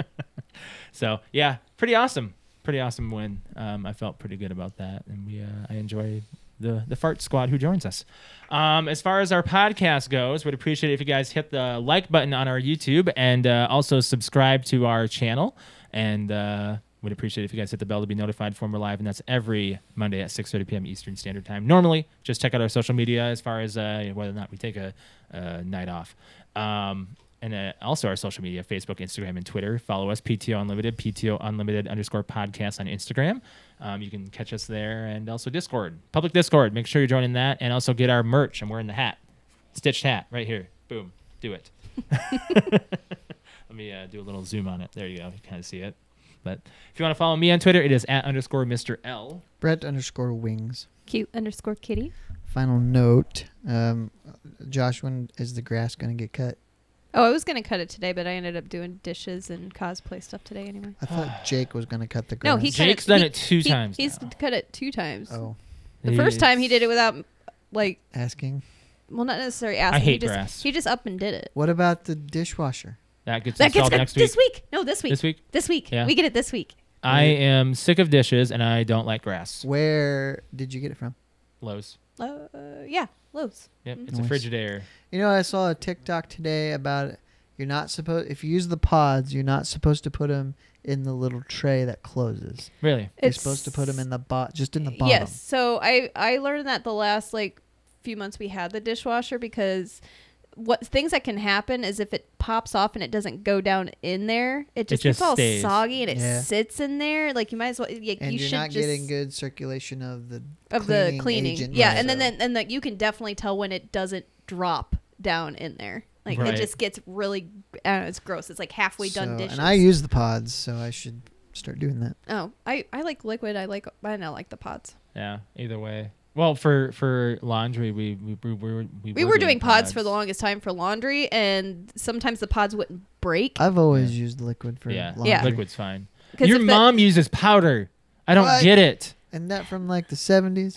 Speaker 3: So yeah, pretty awesome. Pretty awesome win. Um, I felt pretty good about that, and we uh, I enjoy the the fart squad who joins us. Um, as far as our podcast goes, would appreciate it if you guys hit the like button on our YouTube and uh, also subscribe to our channel and. Uh, Would appreciate if you guys hit the bell to be notified when we're live, and that's every Monday at 6:30 p.m. Eastern Standard Time. Normally, just check out our social media as far as uh, whether or not we take a, a night off, um, and uh, also our social media: Facebook, Instagram, and Twitter. Follow us, PTO Unlimited, PTO Unlimited underscore podcast on Instagram. Um, you can catch us there, and also Discord, public Discord. Make sure you're joining that, and also get our merch. I'm wearing the hat, stitched hat, right here. Boom, do it. Let me uh, do a little zoom on it. There you go. You kind of see it. But if you want to follow me on Twitter, it is at underscore Mr. L.
Speaker 1: Brett underscore wings.
Speaker 2: Cute underscore kitty.
Speaker 1: Final note. Um, Josh, when is the grass going to get cut?
Speaker 2: Oh, I was gonna cut it today, but I ended up doing dishes and cosplay stuff today anyway.
Speaker 1: I thought Jake was going to cut the grass.
Speaker 2: No, he cut
Speaker 3: Jake's
Speaker 2: it,
Speaker 3: done
Speaker 2: he-
Speaker 3: it two
Speaker 2: he-
Speaker 3: times
Speaker 2: He's
Speaker 3: now.
Speaker 2: cut it two times.
Speaker 1: Oh,
Speaker 2: The first time he did it
Speaker 3: It's-
Speaker 2: without, like,
Speaker 1: asking.
Speaker 2: well, not necessarily asking. he
Speaker 3: hate
Speaker 2: just,
Speaker 3: grass.
Speaker 2: He just up and did it.
Speaker 1: What about the dishwasher?
Speaker 3: that gets
Speaker 2: That gets
Speaker 3: installed
Speaker 2: cut
Speaker 3: next
Speaker 2: this
Speaker 3: week.
Speaker 2: week. No, this week.
Speaker 3: This week,
Speaker 2: This week.
Speaker 3: Yeah.
Speaker 2: We get it this week.
Speaker 3: I am sick of dishes and I don't like grass.
Speaker 1: Where did you get it from?
Speaker 3: Lowe's.
Speaker 2: Uh, yeah, Lowe's.
Speaker 3: Yep, it's a
Speaker 1: Nice.
Speaker 3: Frigidaire.
Speaker 1: You know, I saw a TikTok today about you're not supposed if you use the pods, you're not supposed to put them in the little tray that closes.
Speaker 3: Really?
Speaker 1: you're supposed to put them in the bot, just in the bottom.
Speaker 2: Yes. So I I learned that the last like few months we had the dishwasher because what things that can happen is if it pops off and it doesn't go down in there, it just,
Speaker 3: just
Speaker 2: gets all
Speaker 3: stays.
Speaker 2: soggy and it
Speaker 1: Yeah.
Speaker 2: sits in there. Like you might as well. Yeah,
Speaker 1: And
Speaker 2: you
Speaker 1: you are
Speaker 2: should
Speaker 1: not
Speaker 2: just
Speaker 1: getting good circulation of the
Speaker 2: of
Speaker 1: cleaning
Speaker 2: the cleaning.
Speaker 1: agent,
Speaker 2: yeah,
Speaker 1: right,
Speaker 2: and then
Speaker 1: so-
Speaker 2: then and that you can definitely tell when it doesn't drop down in there. Like
Speaker 3: Right.
Speaker 2: it just gets really, I don't know, it's gross. It's like halfway done
Speaker 1: so-
Speaker 2: dishes.
Speaker 1: And I use the pods, so I should start doing that.
Speaker 2: oh, I, I like liquid. I like I don't like the pods.
Speaker 3: Yeah. Either way. Well, for for laundry, we we we, we, were- we,
Speaker 2: We were, doing pods, for the longest time for laundry, and sometimes the pods wouldn't break.
Speaker 1: I've always used liquid for
Speaker 3: Yeah.
Speaker 1: laundry.
Speaker 2: Yeah.
Speaker 3: Liquid's fine.
Speaker 2: 'Cause
Speaker 3: Uh, Your
Speaker 2: if the-
Speaker 3: mom uses powder. I don't
Speaker 1: What?
Speaker 3: get it.
Speaker 1: And that from like the 70s.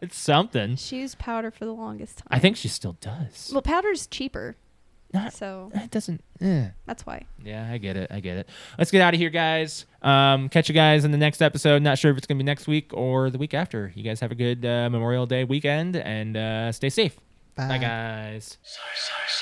Speaker 3: It's something.
Speaker 2: She used powder for the longest time.
Speaker 3: I think she still does.
Speaker 2: Well, powder's cheaper,
Speaker 3: Not,
Speaker 2: so
Speaker 3: it doesn't. eh.
Speaker 2: that's why.
Speaker 3: Yeah, I get it. I get it. Let's get out of here, guys. Um, catch you guys in the next episode. Not sure if it's going to be next week or the week after. You guys have a good uh, Memorial Day weekend and uh, stay safe. Bye, guys.
Speaker 4: Sorry, sorry, sorry.